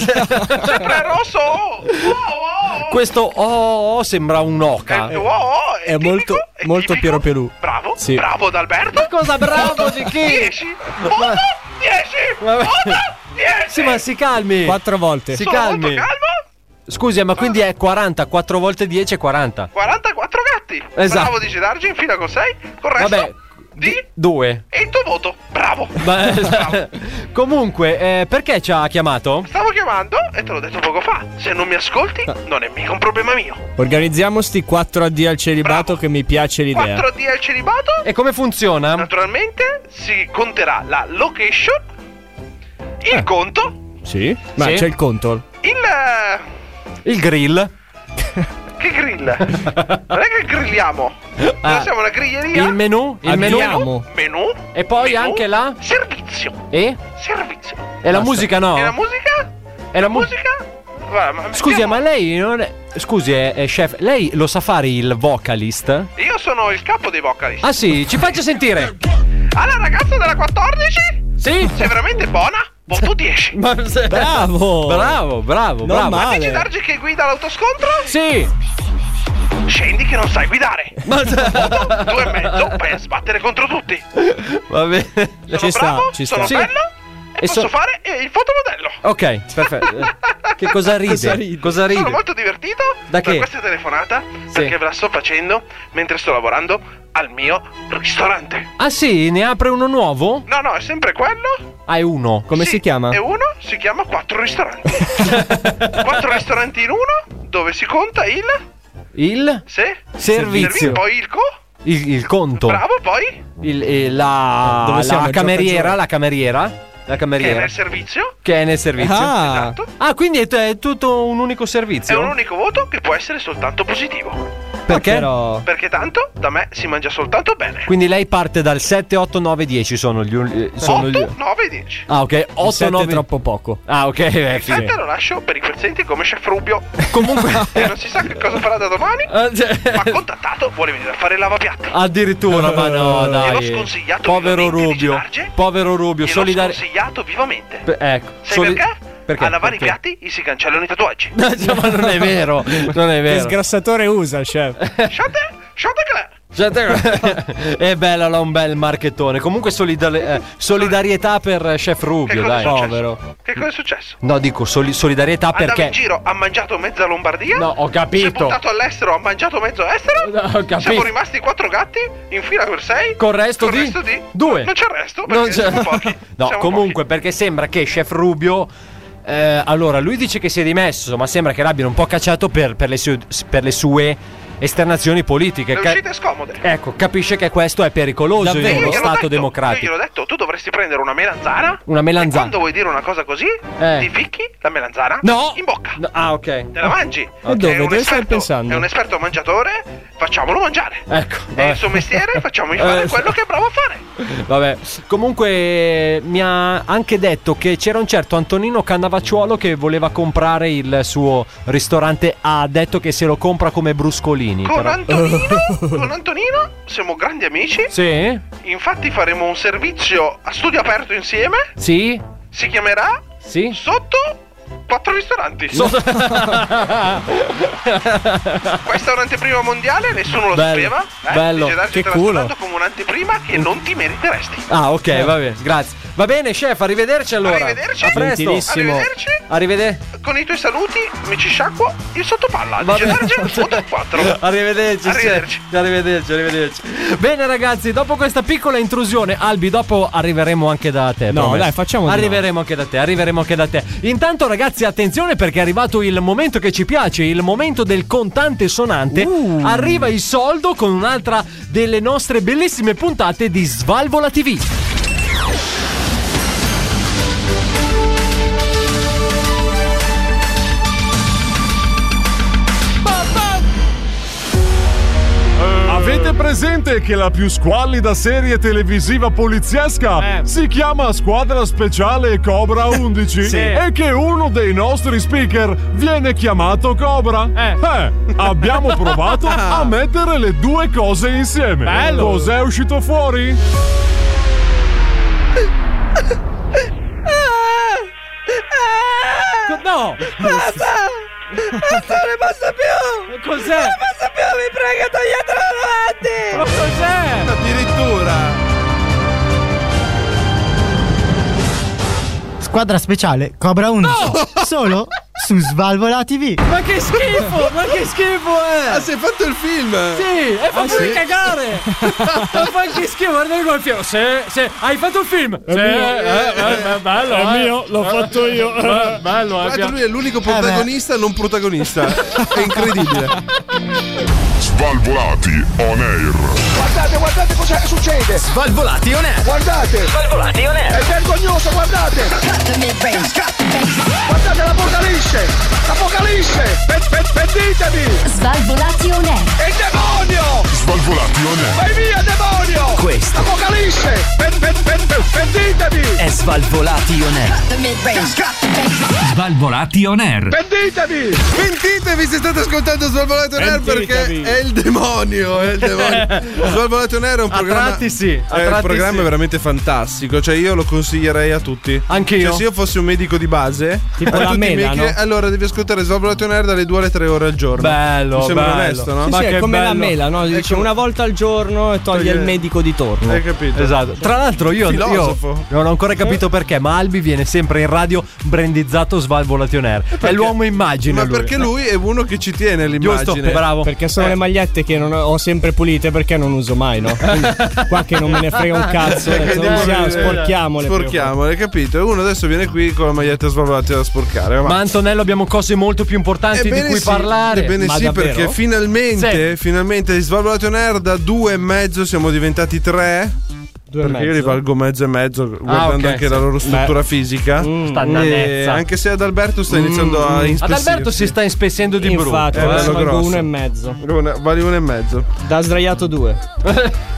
[SPEAKER 18] sempre rosso! Oh, oh,
[SPEAKER 7] Questo oh, oh sembra un'oca.
[SPEAKER 18] oh, oh, oh,
[SPEAKER 17] È molto,
[SPEAKER 18] tipico,
[SPEAKER 17] molto
[SPEAKER 18] tipico.
[SPEAKER 17] Piero Pelù.
[SPEAKER 18] Bravo,
[SPEAKER 17] Sì.
[SPEAKER 18] bravo D'Alberto. Ma
[SPEAKER 7] cosa bravo di chi?
[SPEAKER 18] 10, 10,
[SPEAKER 7] Ma-
[SPEAKER 18] 10, 10.
[SPEAKER 7] Sì, ma si calmi.
[SPEAKER 17] 4 volte.
[SPEAKER 7] Sì.
[SPEAKER 18] Sono molto
[SPEAKER 7] calmi.
[SPEAKER 18] calmo.
[SPEAKER 7] Scusi, eh, ma quindi è 40, 4 volte 10 è 40.
[SPEAKER 18] 44 gatti.
[SPEAKER 7] Esatto.
[SPEAKER 18] Bravo di Gedarge in fila con 6. Corretto.
[SPEAKER 7] Vabbè,
[SPEAKER 18] di...
[SPEAKER 7] d- due.
[SPEAKER 18] E il tuo voto. Bravo.
[SPEAKER 7] Ma-
[SPEAKER 18] Bravo.
[SPEAKER 7] Comunque, eh, perché ci ha chiamato?
[SPEAKER 18] Stavo chiamando e te l'ho detto poco fa. Se non mi ascolti,
[SPEAKER 7] Ah.
[SPEAKER 18] non è mica un problema mio.
[SPEAKER 17] Organizziamo sti 4 addio al celibato che mi piace l'idea.
[SPEAKER 18] 4 d al celibato.
[SPEAKER 7] E come funziona?
[SPEAKER 18] Naturalmente si conterà la location,
[SPEAKER 7] Ah.
[SPEAKER 18] il conto,
[SPEAKER 17] Sì. Ma
[SPEAKER 7] Sì.
[SPEAKER 17] c'è il control.
[SPEAKER 18] il. eh,
[SPEAKER 7] Il grill.
[SPEAKER 18] Che grill? non è che grilliamo.
[SPEAKER 7] Ah.
[SPEAKER 18] Noi siamo una griglieria.
[SPEAKER 7] Il menù. Il
[SPEAKER 17] Abbiamo-
[SPEAKER 7] menù.
[SPEAKER 18] Menù.
[SPEAKER 7] E poi
[SPEAKER 18] menù,
[SPEAKER 7] anche la-
[SPEAKER 18] Servizio.
[SPEAKER 7] E?
[SPEAKER 18] Servizio.
[SPEAKER 7] E la musica no?
[SPEAKER 18] E la musica?
[SPEAKER 7] E la mu-
[SPEAKER 18] musica? Guarda, ma
[SPEAKER 7] Scusi,
[SPEAKER 18] mettiamo-
[SPEAKER 7] ma lei non è... Scusi, eh, eh, chef, lei lo sa fare il vocalist?
[SPEAKER 18] Io sono il capo dei vocalist.
[SPEAKER 7] Ah sì, ci faccia sentire.
[SPEAKER 18] Alla ragazza della 14?
[SPEAKER 7] Sì?
[SPEAKER 18] Sei veramente buona? Boh, Voto 10.
[SPEAKER 7] Ma se-
[SPEAKER 17] Bravo.
[SPEAKER 7] Bravo, bravo,
[SPEAKER 17] Non
[SPEAKER 7] bravo.
[SPEAKER 17] male.
[SPEAKER 18] Dici Darge che guida l'autoscontro?
[SPEAKER 7] Sì.
[SPEAKER 18] Scendi che non
[SPEAKER 7] *laughs*
[SPEAKER 18] sai guidare. Ma due e mezzo, vai a sbattere contro tutti. Sono
[SPEAKER 7] Va bene.
[SPEAKER 17] Ci sta,
[SPEAKER 18] bravo,
[SPEAKER 17] ci sta.
[SPEAKER 18] sono
[SPEAKER 7] Sì.
[SPEAKER 18] bello e,
[SPEAKER 7] E so-
[SPEAKER 18] posso fare eh, il fotomodello.
[SPEAKER 7] Ok, perfetto. Eh, Che cosa ride?
[SPEAKER 17] Cosa ride?
[SPEAKER 7] Cosa ride?
[SPEAKER 18] Sono molto divertito
[SPEAKER 7] Da
[SPEAKER 18] per
[SPEAKER 7] che?
[SPEAKER 18] questa telefonata perché ve la sto facendo mentre sto lavorando al mio ristorante.
[SPEAKER 7] Ah sì, ne apre uno nuovo?
[SPEAKER 18] No, no, è sempre quello.
[SPEAKER 7] Ah, è uno.
[SPEAKER 17] Come
[SPEAKER 18] Sì,
[SPEAKER 17] si chiama?
[SPEAKER 18] E uno si chiama quattro
[SPEAKER 7] *laughs*
[SPEAKER 18] ristoranti. quattro ristoranti in uno dove si conta il
[SPEAKER 7] Il
[SPEAKER 18] se
[SPEAKER 7] Servizio.
[SPEAKER 18] poi il co
[SPEAKER 7] il, il conto.
[SPEAKER 18] bravo poi
[SPEAKER 7] Il- eh, la
[SPEAKER 17] Dove
[SPEAKER 7] la
[SPEAKER 17] siamo? Il
[SPEAKER 7] cameriera,
[SPEAKER 17] giocagiolo?
[SPEAKER 7] la cameriera, la
[SPEAKER 18] che è
[SPEAKER 7] cameriera
[SPEAKER 18] nel servizio
[SPEAKER 7] che è nel servizio.
[SPEAKER 17] Ah,
[SPEAKER 18] esatto
[SPEAKER 7] Ah, quindi è, t- è tutto un unico
[SPEAKER 18] è
[SPEAKER 7] servizio?
[SPEAKER 18] un unico voto che può essere soltanto positivo
[SPEAKER 7] Perché?
[SPEAKER 17] però.
[SPEAKER 18] perché tanto da me si mangia soltanto bene
[SPEAKER 7] Quindi lei parte dal 7 8 9 10 sono gli uni- eh, sono
[SPEAKER 18] 8
[SPEAKER 7] gli-
[SPEAKER 18] 9 10
[SPEAKER 7] Ah, ok, 8
[SPEAKER 17] 7
[SPEAKER 7] 9
[SPEAKER 17] è troppo poco.
[SPEAKER 7] Ah, ok, *laughs* eh,
[SPEAKER 18] il
[SPEAKER 7] fine.
[SPEAKER 18] sette lo lascio per i presenti come chef Rubio
[SPEAKER 7] *laughs* Comunque
[SPEAKER 18] e non si sa che cosa farà da domani
[SPEAKER 7] *laughs* Ah, cioè-
[SPEAKER 18] ma contattato vuole venire a fare il lavapiatti
[SPEAKER 7] Addirittura, ma no,
[SPEAKER 18] Gliel'ho
[SPEAKER 7] dai.
[SPEAKER 18] sconsigliato
[SPEAKER 7] Povero
[SPEAKER 18] vivamente di
[SPEAKER 7] Rubio.
[SPEAKER 18] Gedarge.
[SPEAKER 7] Povero Rubio,
[SPEAKER 18] gliel'ho
[SPEAKER 7] solidari-
[SPEAKER 18] sconsigliato vivamente
[SPEAKER 7] Pe- Ecco,
[SPEAKER 18] sai
[SPEAKER 7] soli-
[SPEAKER 18] perché?
[SPEAKER 7] Perché?
[SPEAKER 18] a lavare
[SPEAKER 7] Perché?
[SPEAKER 18] i piatti gli si cancellano i tatuaggi
[SPEAKER 7] *laughs* Cioè, ma non è vero, non
[SPEAKER 18] *laughs*
[SPEAKER 7] è
[SPEAKER 17] Che
[SPEAKER 7] vero.
[SPEAKER 17] sgrassatore usa il chef?
[SPEAKER 18] Sciotte, sciotte che l'è.
[SPEAKER 7] Cioè, te- *laughs* è bella, là, un bel marchettone. Comunque solidale- eh, solidarietà per eh, Chef
[SPEAKER 18] Che
[SPEAKER 7] Rubio,
[SPEAKER 18] cosa è
[SPEAKER 7] dai.
[SPEAKER 18] successo?
[SPEAKER 7] Povero.
[SPEAKER 18] Che cosa è successo?
[SPEAKER 7] No, dico soli- solidarietà
[SPEAKER 18] Andava
[SPEAKER 7] Ah, perché...
[SPEAKER 18] in giro, ha mangiato mezza Lombardia.
[SPEAKER 7] No, ho
[SPEAKER 18] Si è
[SPEAKER 7] capito.
[SPEAKER 18] buttato all'estero, ha mangiato mezzo estero.
[SPEAKER 7] No, ho capito.
[SPEAKER 18] Siamo rimasti quattro gatti in fila per sei.
[SPEAKER 7] Col resto
[SPEAKER 18] Col
[SPEAKER 7] di?
[SPEAKER 18] resto di?
[SPEAKER 7] Due.
[SPEAKER 18] Non c'è il resto.
[SPEAKER 7] Non
[SPEAKER 18] perché
[SPEAKER 7] c'è-
[SPEAKER 18] siamo pochi.
[SPEAKER 7] *laughs* No,
[SPEAKER 18] Siamo
[SPEAKER 7] comunque, perché sembra che Chef Rubio. eh, allora, lui dice che si è dimesso, ma sembra che l'abbiano un po' cacciato per, per le, sue, per le sue esternazioni politiche.
[SPEAKER 18] pochi. Le
[SPEAKER 7] Ca-
[SPEAKER 18] uscite scomode.
[SPEAKER 7] ecco, capisce che questo è pericoloso
[SPEAKER 18] Io
[SPEAKER 7] in uno
[SPEAKER 18] gliel'ho
[SPEAKER 7] Stato
[SPEAKER 18] detto, Io
[SPEAKER 7] democratico.
[SPEAKER 18] gliel'ho detto, tu dovresti prendere una melanzana.
[SPEAKER 7] Una melanzana.
[SPEAKER 18] E quando vuoi dire una cosa così,
[SPEAKER 7] Eh.
[SPEAKER 18] ti ficchi la melanzana
[SPEAKER 7] No!
[SPEAKER 18] in bocca.
[SPEAKER 7] No, ah, ok.
[SPEAKER 18] Te la mangi.
[SPEAKER 17] Ma dove?
[SPEAKER 18] È un
[SPEAKER 17] Dove stai
[SPEAKER 18] esperto-
[SPEAKER 17] pensando?
[SPEAKER 18] È un esperto mangiatore, facciamolo mangiare.
[SPEAKER 7] Ecco.
[SPEAKER 18] È
[SPEAKER 7] vabbè.
[SPEAKER 18] il suo mestiere, facciamogli fare
[SPEAKER 7] Eh,
[SPEAKER 18] quello che è bravo a fare.
[SPEAKER 7] Vabbè, comunque mi ha anche detto che c'era un certo Antonino Cannavacciuolo che voleva comprare il suo ristorante. Ha detto che se lo compra come bruscolini.
[SPEAKER 18] Con
[SPEAKER 7] però. *laughs*
[SPEAKER 18] Antonino, con Antonino siamo grandi amici.
[SPEAKER 7] Sì?
[SPEAKER 18] Infatti faremo un servizio a studio aperto insieme.
[SPEAKER 7] Sì?
[SPEAKER 18] Si chiamerà
[SPEAKER 7] Sì?
[SPEAKER 18] Sotto
[SPEAKER 19] quattro ristoranti. *laughs*
[SPEAKER 7] *laughs*
[SPEAKER 19] Questa è un'anteprima mondiale, nessuno lo
[SPEAKER 7] Bello,
[SPEAKER 19] sapeva. Eh?
[SPEAKER 7] bello,
[SPEAKER 19] DJ Darge
[SPEAKER 7] che
[SPEAKER 19] te l'ha suonato
[SPEAKER 7] culo.
[SPEAKER 19] come un'anteprima che non ti meriteresti.
[SPEAKER 7] Ah, ok, va bene, grazie. Va bene, chef, arrivederci allora.
[SPEAKER 19] Arrivederci.
[SPEAKER 7] A presto.
[SPEAKER 19] Gentilissimo. Arrivederci.
[SPEAKER 7] Arrivederci.
[SPEAKER 19] Con i tuoi saluti, mi ci sciacquo il sottopalla.
[SPEAKER 7] Va
[SPEAKER 19] DJ
[SPEAKER 7] bene.
[SPEAKER 19] Darge, sotto 4.
[SPEAKER 7] Arrivederci, arrivederci. arrivederci, arrivederci. Bene, ragazzi, dopo questa piccola intrusione, Albi, dopo arriveremo anche da te.
[SPEAKER 17] No,
[SPEAKER 7] promesso.
[SPEAKER 17] dai, facciamo di no.
[SPEAKER 7] Arriveremo anche da te, arriveremo anche da te. Intanto, ragazzi, attenzione perché è arrivato il momento che ci piace, il momento del contante sonante. Arriva il soldo con un'altra delle nostre bellissime puntate di Svalvola TV.
[SPEAKER 13] Avete presente che la più squallida serie televisiva
[SPEAKER 18] Eh.
[SPEAKER 13] poliziesca si chiama Squadra Speciale Cobra
[SPEAKER 18] *laughs*
[SPEAKER 13] 11
[SPEAKER 18] Sì.
[SPEAKER 13] e che uno dei nostri speaker viene chiamato Cobra? Eh, abbiamo
[SPEAKER 18] *laughs*
[SPEAKER 13] provato a mettere le due cose insieme.
[SPEAKER 18] Bello. Eh.
[SPEAKER 13] Cos'è uscito fuori?
[SPEAKER 18] Ah!
[SPEAKER 7] No!
[SPEAKER 18] Basta! Basta, Ah! non ne posso più!
[SPEAKER 7] Cos'è?
[SPEAKER 18] Non ne posso più, mi prego, toglietelo davanti!
[SPEAKER 7] Ma
[SPEAKER 18] cos'è? Addirittura!
[SPEAKER 9] Squadra speciale Cobra 11. Solo su Svalvola TV.
[SPEAKER 7] Ma che schifo! Ma che schifo è! Ah, si è fatto il film! Sì, e fa
[SPEAKER 18] Ah,
[SPEAKER 7] pure
[SPEAKER 18] sì?
[SPEAKER 7] cagare! ma fa anche schifo, guarda il film! Se, se, hai fatto il film! È
[SPEAKER 8] mio.
[SPEAKER 7] bello!
[SPEAKER 8] eh, È
[SPEAKER 7] eh.
[SPEAKER 8] mio, l'ho
[SPEAKER 7] Eh,
[SPEAKER 8] fatto io.
[SPEAKER 7] be- bello, eh!
[SPEAKER 8] Tra l'altro
[SPEAKER 7] abbiamo-
[SPEAKER 8] lui è l'unico protagonista non protagonista. È incredibile.
[SPEAKER 12] Svalvolati on air.
[SPEAKER 18] Guardate, guardate cosa succede! Svalvolati on air! Guardate! Svalvolati on air! È vergognoso, guardate! Guardate l'apocalisse! L'apocalisse! Pe- pe- Pentitevi!
[SPEAKER 20] Svalvolati on air.
[SPEAKER 18] È il demonio!
[SPEAKER 12] Svalvolati on air.
[SPEAKER 18] Vai via, demonio!
[SPEAKER 12] Questo.
[SPEAKER 18] Apocalisse! Pe- pe- pe- pe- Pentitevi!
[SPEAKER 21] È Svalvolati on air. Svalvolati on air.
[SPEAKER 8] Pentitevi! Pentitevi se state ascoltando Svalvolato Nero perché
[SPEAKER 21] Pentitevi.
[SPEAKER 8] è il demonio, è il
[SPEAKER 17] *laughs*
[SPEAKER 8] demonio.
[SPEAKER 18] *laughs*
[SPEAKER 8] Svalvolato Nero è un
[SPEAKER 7] A
[SPEAKER 8] programma
[SPEAKER 7] tratti sì, a
[SPEAKER 8] è un
[SPEAKER 7] tratti
[SPEAKER 8] programma
[SPEAKER 7] sì.
[SPEAKER 8] veramente fantastico, cioè io lo consiglierei a tutti.
[SPEAKER 7] Anch'io.
[SPEAKER 8] Cioè se io fossi un medico di base,
[SPEAKER 7] Tipo
[SPEAKER 8] a
[SPEAKER 7] la
[SPEAKER 8] tutti i miei-
[SPEAKER 7] mela, no?
[SPEAKER 8] allora devi ascoltare Svalvolato Nero dalle 2 alle 3 ore al giorno.
[SPEAKER 7] Bello,
[SPEAKER 8] Mi sembra
[SPEAKER 7] Eh, bello.
[SPEAKER 8] onesto, no? Ecco.
[SPEAKER 7] Sì,
[SPEAKER 17] Ma
[SPEAKER 7] sì, è
[SPEAKER 17] che come la
[SPEAKER 7] bello.
[SPEAKER 17] mela, no? Dice una volta al giorno e toglie il medico di torno.
[SPEAKER 8] Hai capito?
[SPEAKER 7] Esatto. Tra l'altro io, io
[SPEAKER 8] Filosofo.
[SPEAKER 7] non ho ancora capito perché, ma Albi viene sempre in radio brandizzato Svalvolation Air. È l'uomo immagine.
[SPEAKER 8] Ma perché lui è uno che ci tiene
[SPEAKER 7] Giusto,
[SPEAKER 8] all'immagine.
[SPEAKER 7] bravo.
[SPEAKER 17] Perché
[SPEAKER 8] Eh.
[SPEAKER 17] sono le magliette che non ho sempre pulite perché non uso
[SPEAKER 7] *laughs*
[SPEAKER 17] mai, no? Quindi qua che non me ne
[SPEAKER 8] *laughs*
[SPEAKER 17] frega un cazzo,
[SPEAKER 8] Perché
[SPEAKER 17] eh,
[SPEAKER 8] devo-
[SPEAKER 17] usiamo,
[SPEAKER 8] eh,
[SPEAKER 17] sporchiamole.
[SPEAKER 8] Sporchiamole, capito? E uno adesso viene qui con la maglietta svalvolata da sporcare.
[SPEAKER 7] Ma Antonello abbiamo cose molto più importanti di
[SPEAKER 8] Ebbene
[SPEAKER 7] cui
[SPEAKER 8] sì,
[SPEAKER 7] parlare.
[SPEAKER 8] Ebbene sì, perché finalmente, finalmente Svalvolato Nerd da due e mezzo siamo diventati tre.
[SPEAKER 17] e
[SPEAKER 8] perché io
[SPEAKER 17] mezzo.
[SPEAKER 8] li valgo mezzo e mezzo, guardando
[SPEAKER 7] Ah, ok,
[SPEAKER 8] anche
[SPEAKER 7] sì.
[SPEAKER 8] la loro struttura
[SPEAKER 7] Beh.
[SPEAKER 8] fisica.
[SPEAKER 7] Sta
[SPEAKER 8] E
[SPEAKER 7] nanezza.
[SPEAKER 8] anche se ad Alberto sta Eh, iniziando a
[SPEAKER 7] Mm. Ad
[SPEAKER 8] inspessirsi.
[SPEAKER 7] Alberto si sta inspessendo di brutto.
[SPEAKER 17] Infatti,
[SPEAKER 7] eh.
[SPEAKER 17] adesso
[SPEAKER 8] bello
[SPEAKER 17] valgo
[SPEAKER 8] grosso.
[SPEAKER 17] uno e mezzo.
[SPEAKER 8] Una- Vale uno e mezzo.
[SPEAKER 17] Da sdraiato due.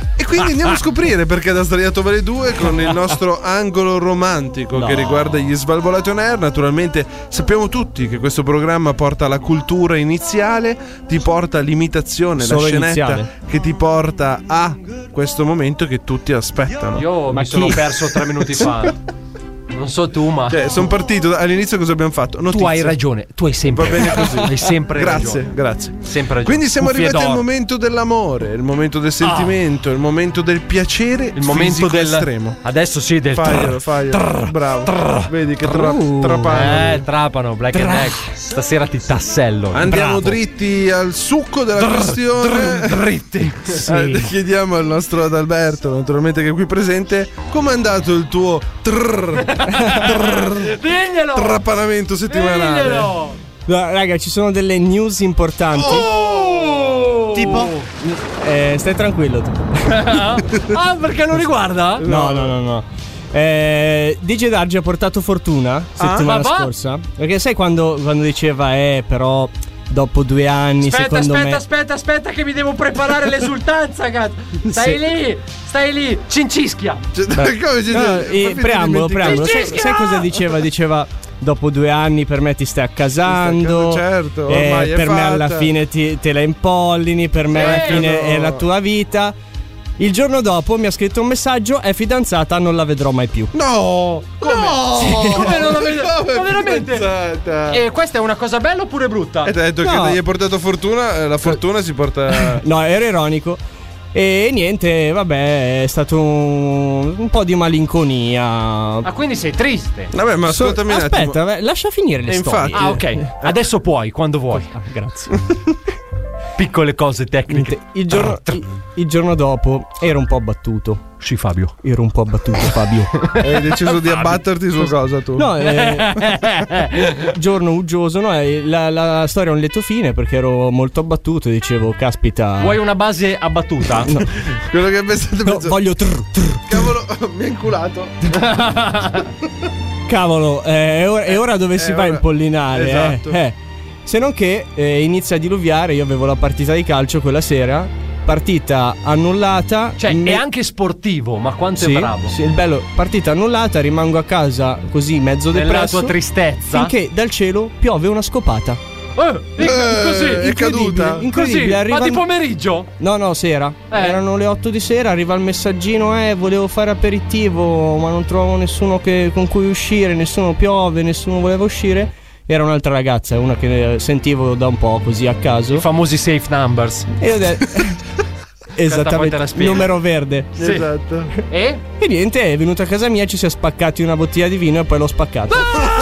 [SPEAKER 8] *laughs* E quindi andiamo a scoprire perché da Sdraiato Vale 2 con il
[SPEAKER 17] *laughs*
[SPEAKER 8] nostro angolo romantico che riguarda gli Svalvolati on Air. Naturalmente sappiamo tutti che questo programma porta alla cultura iniziale, ti porta all'imitazione, la
[SPEAKER 17] Solo
[SPEAKER 8] scenetta
[SPEAKER 17] iniziale.
[SPEAKER 8] che ti porta a questo momento che tutti aspettano.
[SPEAKER 7] Io mi sono perso tre minuti fa.
[SPEAKER 17] *laughs*
[SPEAKER 7] Non so tu, ma.
[SPEAKER 8] Cioè, sono partito da- all'inizio cosa abbiamo fatto?
[SPEAKER 7] tu
[SPEAKER 8] Notizie.
[SPEAKER 7] hai ragione, tu hai sempre
[SPEAKER 8] Va bene
[SPEAKER 7] ragione.
[SPEAKER 8] così.
[SPEAKER 7] Hai sempre
[SPEAKER 8] Grazie,
[SPEAKER 7] ragione.
[SPEAKER 8] grazie.
[SPEAKER 7] Sempre ragione.
[SPEAKER 8] Quindi siamo
[SPEAKER 7] Cuffie
[SPEAKER 8] arrivati al
[SPEAKER 7] d'oro. Ah.
[SPEAKER 8] momento dell'amore, il momento del sentimento, il momento del piacere,
[SPEAKER 7] Il momento
[SPEAKER 8] fisico
[SPEAKER 7] del.
[SPEAKER 8] estremo.
[SPEAKER 7] Adesso sì, del.
[SPEAKER 8] Faglielo, faglielo. Bravo. Vedi che tra, trapano.
[SPEAKER 7] Eh, trapano, black and black. Stasera ti tassello.
[SPEAKER 8] Andiamo
[SPEAKER 7] Bravo.
[SPEAKER 8] dritti al succo della questione. dritti. Eh, chiediamo al nostro Adalberto, naturalmente che è qui presente, com'è andato il tuo trrr,
[SPEAKER 7] Diglielo!
[SPEAKER 8] trapanamento settimanale?
[SPEAKER 17] Diglielo! No, Raga, ci sono delle news importanti.
[SPEAKER 8] Oh, *laughs*
[SPEAKER 9] Tipo?
[SPEAKER 17] Eh, stai tranquillo tu.
[SPEAKER 7] ah, perché non riguarda?
[SPEAKER 17] No, no, no, no. Eh, DJ Darge ha portato fortuna
[SPEAKER 7] Ma
[SPEAKER 17] settimana
[SPEAKER 7] va?
[SPEAKER 17] scorsa. Perché sai quando, quando diceva, eh, però dopo due anni,
[SPEAKER 7] Aspetta,
[SPEAKER 17] secondo
[SPEAKER 7] aspetta,
[SPEAKER 17] me.
[SPEAKER 7] aspetta, aspetta, che mi devo preparare l'esultanza,
[SPEAKER 8] *laughs*
[SPEAKER 7] cazzo. Stai
[SPEAKER 17] Sì.
[SPEAKER 7] lì, stai lì. Cincischia.
[SPEAKER 8] Cioè,
[SPEAKER 17] Beh,
[SPEAKER 7] *laughs*
[SPEAKER 17] no, eh, preambolo, preambolo. Sai,
[SPEAKER 7] Cincischia!
[SPEAKER 17] sai cosa diceva? Diceva. Dopo due anni per me ti stai accasando.
[SPEAKER 8] Ti stai accasando, certo,
[SPEAKER 17] eh,
[SPEAKER 8] ormai è
[SPEAKER 17] per me
[SPEAKER 8] fatta.
[SPEAKER 17] alla fine ti- te la impollini, per me alla
[SPEAKER 8] Eh,
[SPEAKER 17] fine
[SPEAKER 8] no.
[SPEAKER 17] è la tua vita. Il giorno dopo mi ha scritto un messaggio: è fidanzata, non la vedrò mai più.
[SPEAKER 8] No!
[SPEAKER 7] Come?
[SPEAKER 8] No!
[SPEAKER 7] Come non la vedo?
[SPEAKER 8] *laughs* Come
[SPEAKER 7] Ma veramente?
[SPEAKER 8] Fidanzata.
[SPEAKER 7] E questa è una cosa bella oppure brutta?
[SPEAKER 8] E ti ha detto che gli hai portato fortuna, eh, la fortuna si
[SPEAKER 7] *laughs*
[SPEAKER 8] porta.
[SPEAKER 17] No, ero ironico. E niente, vabbè, è stato un, un po' di malinconia.
[SPEAKER 7] Ah, quindi sei triste.
[SPEAKER 8] Vabbè, ma
[SPEAKER 17] So-
[SPEAKER 8] ascoltami un attimo.
[SPEAKER 17] Aspetta, vabbè, lascia finire le
[SPEAKER 8] E
[SPEAKER 17] storie. Ah,
[SPEAKER 8] infatti- Eh.
[SPEAKER 7] Ah, ok. Adesso puoi, quando vuoi.
[SPEAKER 17] grazie.
[SPEAKER 7] *laughs* Piccole cose tecniche.
[SPEAKER 17] Il giorno, il- il giorno dopo ero un po' abbattuto.
[SPEAKER 7] Sì, Fabio.
[SPEAKER 17] Ero un po' abbattuto, Fabio.
[SPEAKER 8] *laughs* Hai deciso di abbatterti su cosa tu?
[SPEAKER 7] *laughs*
[SPEAKER 17] No, eh, giorno uggioso, no, eh, la, la storia ha un lieto fine perché ero molto abbattuto, dicevo, caspita.
[SPEAKER 7] Vuoi una base abbattuta?
[SPEAKER 8] *laughs*
[SPEAKER 17] No,
[SPEAKER 8] Quello che pensate
[SPEAKER 17] no, voglio trrr, trrr.
[SPEAKER 8] Cavolo, mi ha *laughs* inculato.
[SPEAKER 17] Cavolo, eh, è, ora, è ora dove
[SPEAKER 8] Eh,
[SPEAKER 17] si
[SPEAKER 8] è
[SPEAKER 17] va a
[SPEAKER 8] ora.
[SPEAKER 17] impollinare. eh,
[SPEAKER 8] Esatto.
[SPEAKER 17] eh. Se non che eh, inizia a diluviare, io avevo la partita di calcio quella sera, partita annullata.
[SPEAKER 7] Cioè,
[SPEAKER 17] ne-
[SPEAKER 7] è anche sportivo, ma quanto
[SPEAKER 17] Sì,
[SPEAKER 7] è bravo.
[SPEAKER 17] sì, il bello, partita annullata, rimango a casa così mezzo
[SPEAKER 7] Nella
[SPEAKER 17] depresso.
[SPEAKER 7] tua tristezza.
[SPEAKER 17] Finché dal cielo piove una scopata.
[SPEAKER 7] Eh, così,
[SPEAKER 8] è caduta.
[SPEAKER 17] Incredibile,
[SPEAKER 7] così.
[SPEAKER 17] arriva
[SPEAKER 7] Ma di
[SPEAKER 17] il-
[SPEAKER 7] pomeriggio?
[SPEAKER 17] No, no, sera.
[SPEAKER 7] Eh.
[SPEAKER 17] Erano le 8 di sera, arriva il messaggino, eh, volevo fare aperitivo, ma non trovo nessuno che- con cui uscire, nessuno piove, nessuno voleva uscire. Era un'altra ragazza, una che eh, sentivo da un po' così a caso.
[SPEAKER 7] I famosi safe numbers.
[SPEAKER 17] E io
[SPEAKER 7] *laughs*
[SPEAKER 17] ho detto-
[SPEAKER 7] poi te la
[SPEAKER 17] *laughs* Esattamente,
[SPEAKER 7] spiego.
[SPEAKER 17] numero verde.
[SPEAKER 7] Sì.
[SPEAKER 8] Esatto.
[SPEAKER 7] E?
[SPEAKER 17] E niente, è venuto a casa mia, ci si è spaccati una bottiglia di vino e poi l'ho spaccato.
[SPEAKER 7] Ah!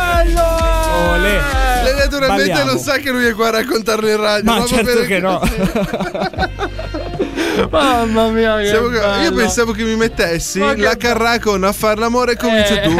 [SPEAKER 17] Olè.
[SPEAKER 8] Lei naturalmente
[SPEAKER 17] Balliamo.
[SPEAKER 8] non sa che lui è qua a raccontarlo in radio.
[SPEAKER 17] Ma
[SPEAKER 8] no?
[SPEAKER 17] certo
[SPEAKER 8] Per- *laughs*
[SPEAKER 17] che no.
[SPEAKER 7] Mamma mia, che
[SPEAKER 8] Siamo- Io
[SPEAKER 7] bello.
[SPEAKER 8] pensavo che mi mettessi
[SPEAKER 7] Ma che-
[SPEAKER 8] la carracon a far l'amore e cominci
[SPEAKER 7] Eh. *laughs*
[SPEAKER 8] tu.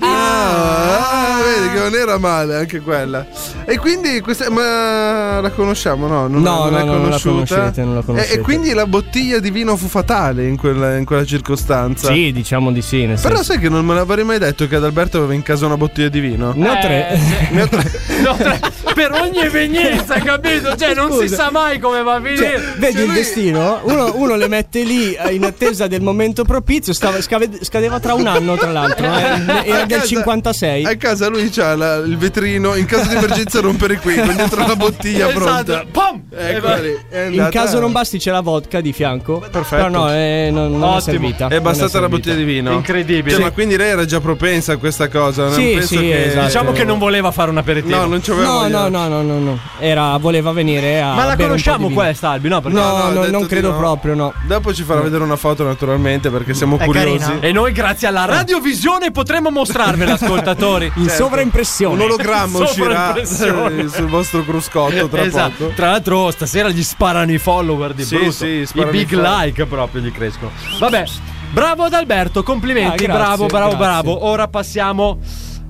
[SPEAKER 8] Ah, ah, vedi che non era male anche quella. E quindi questa. Ma la conosciamo, no? Non, non
[SPEAKER 17] No, no,
[SPEAKER 8] è
[SPEAKER 17] no, non la
[SPEAKER 8] conosciuta. Eh,
[SPEAKER 17] conoscete, non la
[SPEAKER 8] E- E,
[SPEAKER 17] conoscete.
[SPEAKER 8] quindi la bottiglia di vino fu fatale in quella, in quella circostanza.
[SPEAKER 17] Sì, diciamo di sì. Nel
[SPEAKER 8] Però
[SPEAKER 17] senso-
[SPEAKER 8] sai che non me l'avrei mai detto che Adalberto aveva in casa una bottiglia di vino? Eh.
[SPEAKER 17] Ne ho tre. *laughs*
[SPEAKER 8] Ne ho tre.
[SPEAKER 7] No, tra- *laughs* per ogni evenienza, capito? Cioè, non si sa mai come va a finire.
[SPEAKER 17] Eh, Cioè, vedi il destino? Uno, uno le mette lì eh, in attesa del momento propizio. stava- scave- scadeva tra un anno, tra l'altro.
[SPEAKER 8] *laughs*
[SPEAKER 17] eh,
[SPEAKER 8] A
[SPEAKER 17] Era del
[SPEAKER 8] casa-
[SPEAKER 17] 56.
[SPEAKER 8] A casa lui c'ha la- il vetrino, in caso di emergenza rompere qui, con dentro la
[SPEAKER 17] *laughs*
[SPEAKER 8] bottiglia pronta.
[SPEAKER 7] Esatto. Pom! E
[SPEAKER 8] Ecco
[SPEAKER 7] va-
[SPEAKER 8] lì, è
[SPEAKER 17] In
[SPEAKER 8] andata.
[SPEAKER 17] caso non basti, c'è la vodka di fianco.
[SPEAKER 8] Perfetto.
[SPEAKER 17] Però no, eh, non, non è
[SPEAKER 7] Ottimo.
[SPEAKER 17] servita.
[SPEAKER 8] È
[SPEAKER 17] Non
[SPEAKER 8] bastata la
[SPEAKER 17] servita.
[SPEAKER 8] bottiglia di vino.
[SPEAKER 7] Incredibile.
[SPEAKER 8] Cioè, ma quindi lei era già propensa a questa cosa? Non
[SPEAKER 17] Sì,
[SPEAKER 8] penso
[SPEAKER 17] sì,
[SPEAKER 8] che...
[SPEAKER 17] esatto.
[SPEAKER 7] Diciamo che non voleva fare un aperitivo.
[SPEAKER 8] No, non ci aveva
[SPEAKER 17] No,
[SPEAKER 8] voglia.
[SPEAKER 17] no, no, no, no, no. Era, voleva venire a.
[SPEAKER 7] ma la
[SPEAKER 17] bere Ah, un po' di
[SPEAKER 7] conosciamo
[SPEAKER 17] vino.
[SPEAKER 7] questa, Albi? No, perché.
[SPEAKER 17] No,
[SPEAKER 8] No, no,
[SPEAKER 17] no,
[SPEAKER 8] ha detto
[SPEAKER 17] non
[SPEAKER 8] di
[SPEAKER 17] credo
[SPEAKER 8] no.
[SPEAKER 17] proprio, no.
[SPEAKER 8] Dopo ci farà vedere una foto naturalmente perché siamo
[SPEAKER 9] È
[SPEAKER 8] curiosi.
[SPEAKER 9] carina.
[SPEAKER 7] E noi, grazie alla radiovisione, potremo
[SPEAKER 17] *laughs*
[SPEAKER 7] mostrarvela, ascoltatori. Certo.
[SPEAKER 17] Certo. In sovraimpressione.
[SPEAKER 8] Un ologramma uscirà
[SPEAKER 7] Sovraimpressione.
[SPEAKER 8] eh, sul vostro cruscotto tra
[SPEAKER 7] Esatto.
[SPEAKER 8] poco.
[SPEAKER 7] Tra l'altro, stasera gli sparano i follower di
[SPEAKER 8] Sì,
[SPEAKER 7] brutto.
[SPEAKER 8] sì,
[SPEAKER 7] I
[SPEAKER 8] sparano
[SPEAKER 7] big
[SPEAKER 8] i follower.
[SPEAKER 7] like proprio gli crescono. Vabbè, bravo ad Alberto, complimenti.
[SPEAKER 17] Ah, grazie,
[SPEAKER 7] bravo, bravo,
[SPEAKER 17] grazie.
[SPEAKER 7] bravo. Ora passiamo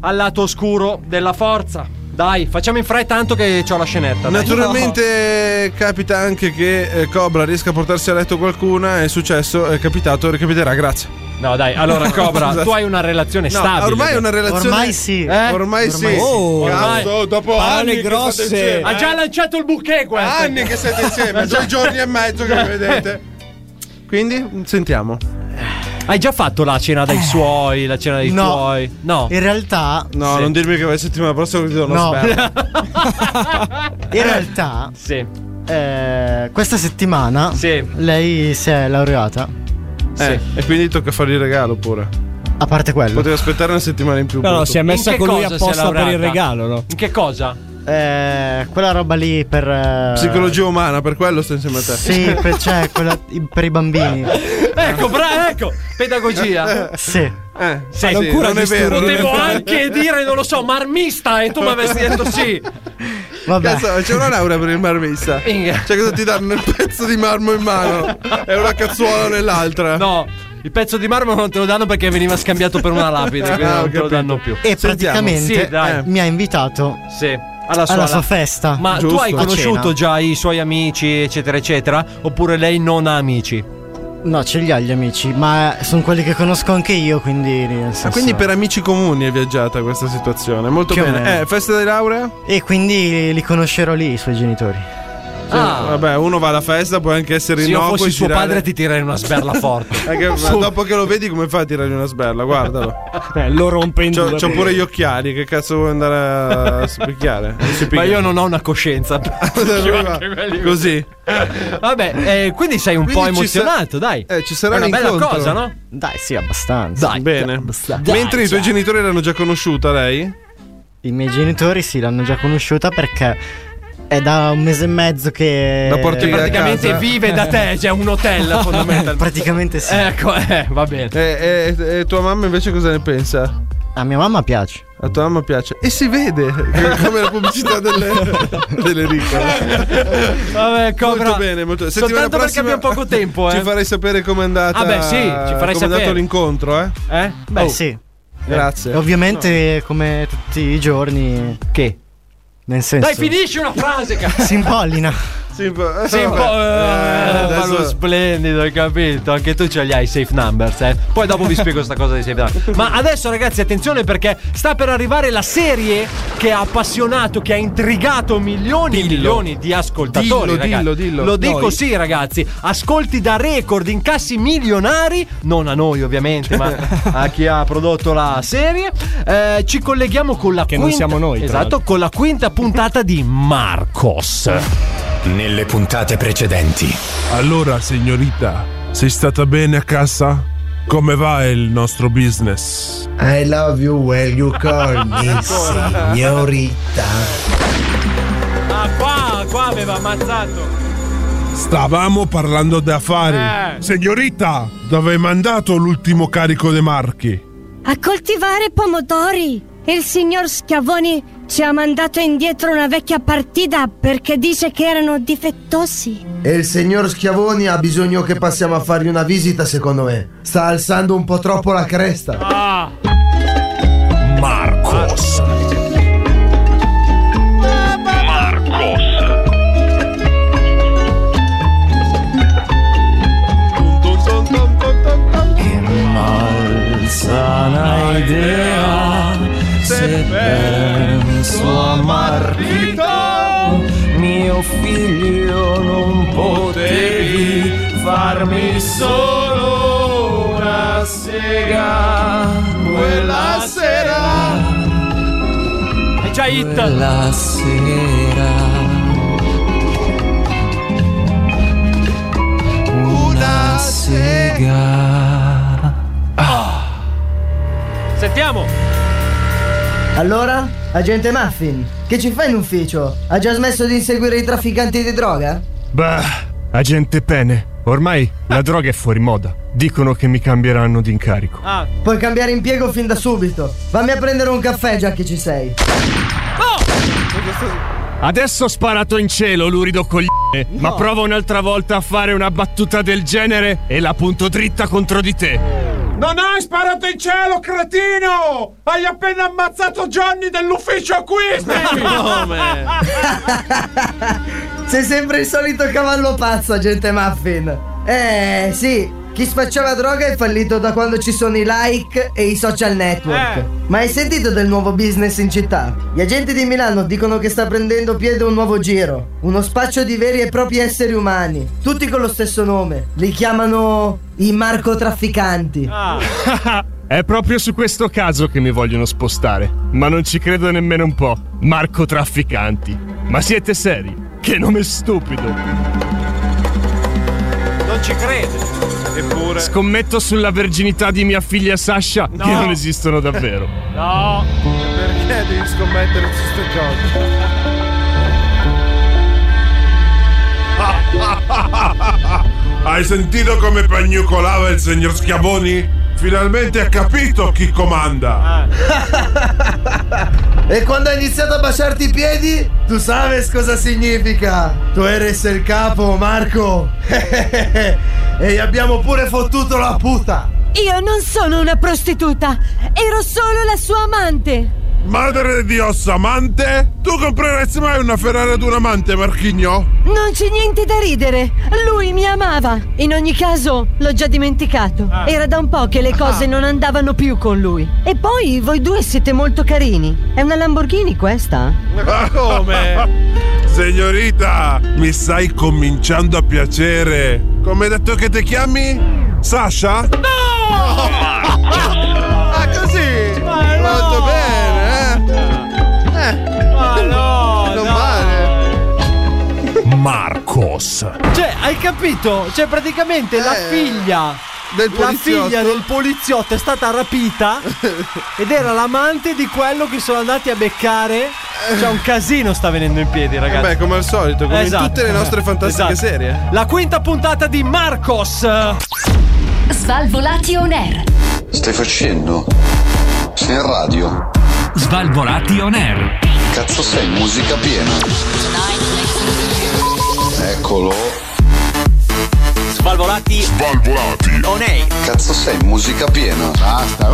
[SPEAKER 7] al lato oscuro della forza. Dai, facciamo in fretta, tanto che ho la scenetta. dai.
[SPEAKER 8] Naturalmente capita anche che eh, Cobra riesca a portarsi a letto qualcuna, è successo, è capitato, ricapiterà, grazie.
[SPEAKER 7] No, dai,
[SPEAKER 8] *laughs*
[SPEAKER 7] Eh, allora, Cobra,
[SPEAKER 8] Scusa.
[SPEAKER 7] tu hai una relazione
[SPEAKER 8] No,
[SPEAKER 7] stabile.
[SPEAKER 8] ormai è una relazione
[SPEAKER 9] Ormai sì.
[SPEAKER 8] Eh? Ormai, sì.
[SPEAKER 17] Oh,
[SPEAKER 7] ormai.
[SPEAKER 8] Cazzo, dopo
[SPEAKER 17] Parole
[SPEAKER 8] anni che
[SPEAKER 17] grosse.
[SPEAKER 8] state insieme.
[SPEAKER 7] Ha già lanciato il bouquet, questo.
[SPEAKER 8] anni che siete
[SPEAKER 7] *laughs*
[SPEAKER 8] insieme, due giorni e mezzo che vi vedete. Quindi sentiamo.
[SPEAKER 7] Hai già fatto la cena dai suoi, la cena dei
[SPEAKER 9] Eh. No.
[SPEAKER 7] tuoi? No.
[SPEAKER 9] In realtà,
[SPEAKER 8] No, non dirmi che vai settimana prossima così non
[SPEAKER 9] No.
[SPEAKER 8] sperma.
[SPEAKER 9] *laughs* in realtà,
[SPEAKER 7] Sì.
[SPEAKER 9] eh, questa settimana
[SPEAKER 7] Sì.
[SPEAKER 9] lei si è laureata.
[SPEAKER 8] Eh, E quindi tocca fargli il regalo pure.
[SPEAKER 9] A parte quello,
[SPEAKER 8] Potevi aspettare una settimana Eh. in più.
[SPEAKER 17] No, no,
[SPEAKER 8] brutto.
[SPEAKER 17] si è messa
[SPEAKER 7] In che
[SPEAKER 17] con lui
[SPEAKER 7] cosa si è
[SPEAKER 17] apposta per il
[SPEAKER 7] laureata?
[SPEAKER 17] regalo, no?
[SPEAKER 7] In che cosa?
[SPEAKER 9] eh, quella roba lì per. eh,
[SPEAKER 8] Psicologia umana, per quello sto insieme a te.
[SPEAKER 9] Sì,
[SPEAKER 8] *laughs*
[SPEAKER 9] per, cioè, quella i- per i bambini.
[SPEAKER 7] Ecco, bra- ecco, pedagogia.
[SPEAKER 9] Sì.
[SPEAKER 8] Eh,
[SPEAKER 7] Sei
[SPEAKER 8] sì,
[SPEAKER 17] ancora
[SPEAKER 8] non è
[SPEAKER 17] disturbo.
[SPEAKER 8] vero. non è
[SPEAKER 7] Potevo
[SPEAKER 8] vero.
[SPEAKER 7] anche dire, non lo so, marmista e tu mi avessi detto sì.
[SPEAKER 9] Vabbè.
[SPEAKER 8] Cazzo, c'è una laurea per il marmista. Cioè, cosa ti danno un pezzo di marmo in mano e una cazzuola nell'altra?
[SPEAKER 7] No, il pezzo di marmo non te lo danno perché veniva scambiato per una lapide, quindi
[SPEAKER 8] Ah, ho
[SPEAKER 7] non te lo
[SPEAKER 8] capito.
[SPEAKER 7] danno più.
[SPEAKER 9] E
[SPEAKER 8] Sentiamo.
[SPEAKER 9] praticamente
[SPEAKER 7] Sì, dai.
[SPEAKER 9] eh, mi ha invitato
[SPEAKER 7] Sì, alla sua,
[SPEAKER 9] alla sua festa.
[SPEAKER 7] Ma tu
[SPEAKER 8] Giusto.
[SPEAKER 7] hai
[SPEAKER 8] A
[SPEAKER 7] conosciuto
[SPEAKER 9] cena.
[SPEAKER 7] già i suoi amici, eccetera, eccetera? Oppure lei non ha amici?
[SPEAKER 9] No, ce li ha gli amici, ma sono quelli che conosco anche io, quindi. nel
[SPEAKER 8] Ah,
[SPEAKER 9] senso-
[SPEAKER 8] quindi per amici comuni è viaggiata questa situazione. Molto
[SPEAKER 9] Più o
[SPEAKER 8] bene.
[SPEAKER 9] meno.
[SPEAKER 8] Eh, festa di laurea?
[SPEAKER 9] E quindi li conoscerò lì i suoi genitori.
[SPEAKER 7] Ah.
[SPEAKER 8] Vabbè, uno va alla festa, può anche essere
[SPEAKER 7] Se io
[SPEAKER 8] innocuo.
[SPEAKER 7] fossi
[SPEAKER 8] e
[SPEAKER 7] suo
[SPEAKER 8] girare-
[SPEAKER 7] padre ti tirerei una sberla forte.
[SPEAKER 8] *laughs* Anche- ma dopo che lo vedi, come fa a tirargli una sberla? Guardalo.
[SPEAKER 22] Eh,
[SPEAKER 17] lo rompe in
[SPEAKER 8] c'ho,
[SPEAKER 7] due.
[SPEAKER 8] c'ho pure gli occhiali. Che cazzo vuoi
[SPEAKER 7] *laughs*
[SPEAKER 8] andare a spicchiare? Non si
[SPEAKER 7] Ma
[SPEAKER 8] picchia.
[SPEAKER 7] io non ho
[SPEAKER 8] *laughs*
[SPEAKER 7] una coscienza.
[SPEAKER 8] Così.
[SPEAKER 7] Vabbè, eh, quindi sei un
[SPEAKER 8] Quindi
[SPEAKER 7] po'
[SPEAKER 8] ci sa-
[SPEAKER 7] emozionato, dai.
[SPEAKER 8] Eh, ci sarà
[SPEAKER 7] È una bella
[SPEAKER 8] l'incontro.
[SPEAKER 7] cosa, no?
[SPEAKER 9] Dai, sì, abbastanza.
[SPEAKER 8] Dai, Bene.
[SPEAKER 9] abbastanza.
[SPEAKER 8] Mentre i tuoi genitori l'hanno già conosciuta, lei?
[SPEAKER 9] I miei genitori sì, l'hanno già conosciuta perché è da un mese e mezzo che.
[SPEAKER 8] La porti
[SPEAKER 9] che
[SPEAKER 8] via a Praticamente casa. vive da te,
[SPEAKER 7] cioè un
[SPEAKER 9] *laughs*
[SPEAKER 7] hotel
[SPEAKER 8] fondamentalmente.
[SPEAKER 9] Praticamente sì.
[SPEAKER 7] Ecco, eh, va bene.
[SPEAKER 8] E, e- e tua mamma invece cosa ne pensa?
[SPEAKER 9] A mia mamma piace.
[SPEAKER 8] A tua mamma piace. E si vede *laughs* come la pubblicità delle,
[SPEAKER 7] *laughs*
[SPEAKER 8] delle ricche.
[SPEAKER 7] Vabbè, Cobra.
[SPEAKER 8] Molto bene, molto bene. Settimana
[SPEAKER 7] Soltanto perché
[SPEAKER 8] prossima
[SPEAKER 7] abbiamo poco tempo,
[SPEAKER 8] *laughs*
[SPEAKER 7] eh.
[SPEAKER 8] Ci farei sapere com'è andata.
[SPEAKER 7] Ah, beh, sì, ci farai
[SPEAKER 8] com'è
[SPEAKER 7] sapere.
[SPEAKER 8] andato l'incontro, eh?
[SPEAKER 7] Eh?
[SPEAKER 9] Beh,
[SPEAKER 8] Oh.
[SPEAKER 9] sì.
[SPEAKER 8] *laughs* Grazie.
[SPEAKER 9] E ovviamente, come tutti i giorni.
[SPEAKER 7] Che?
[SPEAKER 9] Nel senso.
[SPEAKER 7] Dai, finisci una frase, cazzo.
[SPEAKER 9] Si impollina.
[SPEAKER 8] Sì, un po'.
[SPEAKER 7] Sì, un po'.
[SPEAKER 8] Eh,
[SPEAKER 7] eh,
[SPEAKER 8] adesso-
[SPEAKER 7] Fallo splendido, hai capito? Anche tu ce li hai i safe numbers, eh. Poi dopo vi spiego sta cosa dei safe *laughs* numbers. eh, Ma adesso, ragazzi, attenzione Eh, perché sta per arrivare la serie che ha appassionato, che ha intrigato milioni e milioni di ascoltatori.
[SPEAKER 8] Dillo,
[SPEAKER 7] ragazzi.
[SPEAKER 8] dillo, dillo.
[SPEAKER 7] Lo dico
[SPEAKER 8] Noi.
[SPEAKER 7] sì, ragazzi. Ascolti da record, incassi milionari. Non a noi, ovviamente, *laughs* ma a chi ha prodotto la serie. Eh, ci colleghiamo con la
[SPEAKER 17] Che non
[SPEAKER 7] quinta.
[SPEAKER 17] siamo noi, tra
[SPEAKER 7] Esatto,
[SPEAKER 17] l'altro.
[SPEAKER 7] con la quinta puntata di Marcos.
[SPEAKER 23] Nelle puntate precedenti.
[SPEAKER 24] Allora, signorita, sei stata bene a casa? Come va il nostro business?
[SPEAKER 25] I love you well you call me, signorita.
[SPEAKER 7] Ah, qua, qua aveva ammazzato.
[SPEAKER 24] Stavamo parlando di affari.
[SPEAKER 26] Eh.
[SPEAKER 24] Signorita, dove hai mandato l'ultimo carico dei marchi?
[SPEAKER 26] A coltivare pomodori! Il signor Schiavoni ci ha mandato indietro una vecchia partita perché dice che erano difettosi.
[SPEAKER 25] E il signor Schiavoni ha bisogno che passiamo a fargli una visita, secondo me. Sta alzando un po' troppo la cresta.
[SPEAKER 23] Marcos.
[SPEAKER 27] Marcos.
[SPEAKER 28] Malsana idea se penso a Martito mio figlio non potevi farmi solo una sega quella sera
[SPEAKER 7] è già hit
[SPEAKER 28] quella sera una sega
[SPEAKER 7] Ah. Sentiamo.
[SPEAKER 29] Allora, agente Muffin, che ci fai in ufficio? Ha già smesso di inseguire i trafficanti di droga?
[SPEAKER 22] Beh, agente Pene, ormai la droga è fuori moda. Dicono che mi cambieranno di incarico.
[SPEAKER 29] Puoi cambiare impiego fin da subito. Vammi a prendere un caffè già che ci sei.
[SPEAKER 22] Adesso ho sparato in cielo, lurido coglione. Ma prova un'altra volta a fare una battuta del genere e la punto dritta contro di te.
[SPEAKER 30] Non hai sparato in cielo, cretino! Hai appena ammazzato Johnny dell'ufficio acquisti!
[SPEAKER 29] Sei sempre il solito cavallo pazzo, agente Muffin. Eh, sì. Chi spacciava droga è fallito da quando ci sono i like e i social network.
[SPEAKER 31] Eh.
[SPEAKER 29] Ma hai sentito del nuovo business in città? Gli agenti di Milano dicono che sta prendendo piede un nuovo giro. Uno spaccio di veri e propri esseri umani. Tutti con lo stesso nome. Li chiamano i marcotrafficanti.
[SPEAKER 22] Ah. *laughs* È proprio su questo caso che mi vogliono spostare. Ma non ci credo nemmeno un po'. Marco Trafficanti. Ma siete seri? Che nome stupido.
[SPEAKER 7] Non ci credo.
[SPEAKER 30] Eppure.
[SPEAKER 22] Scommetto sulla verginità di mia figlia Sasha
[SPEAKER 8] No.
[SPEAKER 22] che non esistono davvero.
[SPEAKER 8] No. Perché devi scommettere su queste
[SPEAKER 24] Hai sentito come pagnucolava il signor Schiavoni? Finalmente ha capito chi comanda.
[SPEAKER 25] E quando ha iniziato a baciarti i piedi, tu sabes cosa significa? Tu eres il capo, Marco. *laughs* e gli abbiamo pure fottuto la puta.
[SPEAKER 26] Io non sono una prostituta, ero solo la sua amante.
[SPEAKER 24] Madre di Dios, amante? Tu compreresti mai una Ferrari ad un amante, Marchigno?
[SPEAKER 26] Non c'è niente da ridere, lui mi amava. In ogni caso, l'ho già dimenticato. Era da un po' che le cose non andavano più con lui. E poi
[SPEAKER 24] *laughs*
[SPEAKER 26] voi due siete molto carini. È una Lamborghini questa?
[SPEAKER 8] Ma come?
[SPEAKER 24] Signorita, mi stai cominciando a piacere. Come hai detto che ti chiami? Sasha?
[SPEAKER 32] No!
[SPEAKER 24] Ah, così!
[SPEAKER 32] Ma no!
[SPEAKER 24] Molto
[SPEAKER 32] bene, eh! eh. Ma no! Non male!
[SPEAKER 24] Marcos.
[SPEAKER 7] Cioè, hai capito? Cioè, praticamente la figlia.
[SPEAKER 8] Eh, del
[SPEAKER 7] la
[SPEAKER 8] poliziotto.
[SPEAKER 7] figlia del poliziotto è
[SPEAKER 8] *laughs*
[SPEAKER 7] stata rapita ed era l'amante di quello che sono andati a beccare. Cioè, un casino sta venendo in piedi, ragazzi.
[SPEAKER 8] Eh Beh, come al solito, come
[SPEAKER 7] Esatto.
[SPEAKER 8] in tutte le nostre fantastiche
[SPEAKER 7] Esatto.
[SPEAKER 8] serie.
[SPEAKER 7] La quinta puntata di Marcos.
[SPEAKER 26] Svalvolati on air.
[SPEAKER 25] Stai facendo? Sei in radio?
[SPEAKER 33] Svalvolati on air.
[SPEAKER 25] Cazzo sei in musica piena? Eccolo.
[SPEAKER 18] Svalvolati. Svalvolati. On air.
[SPEAKER 25] Cazzo sei in musica piena? Basta.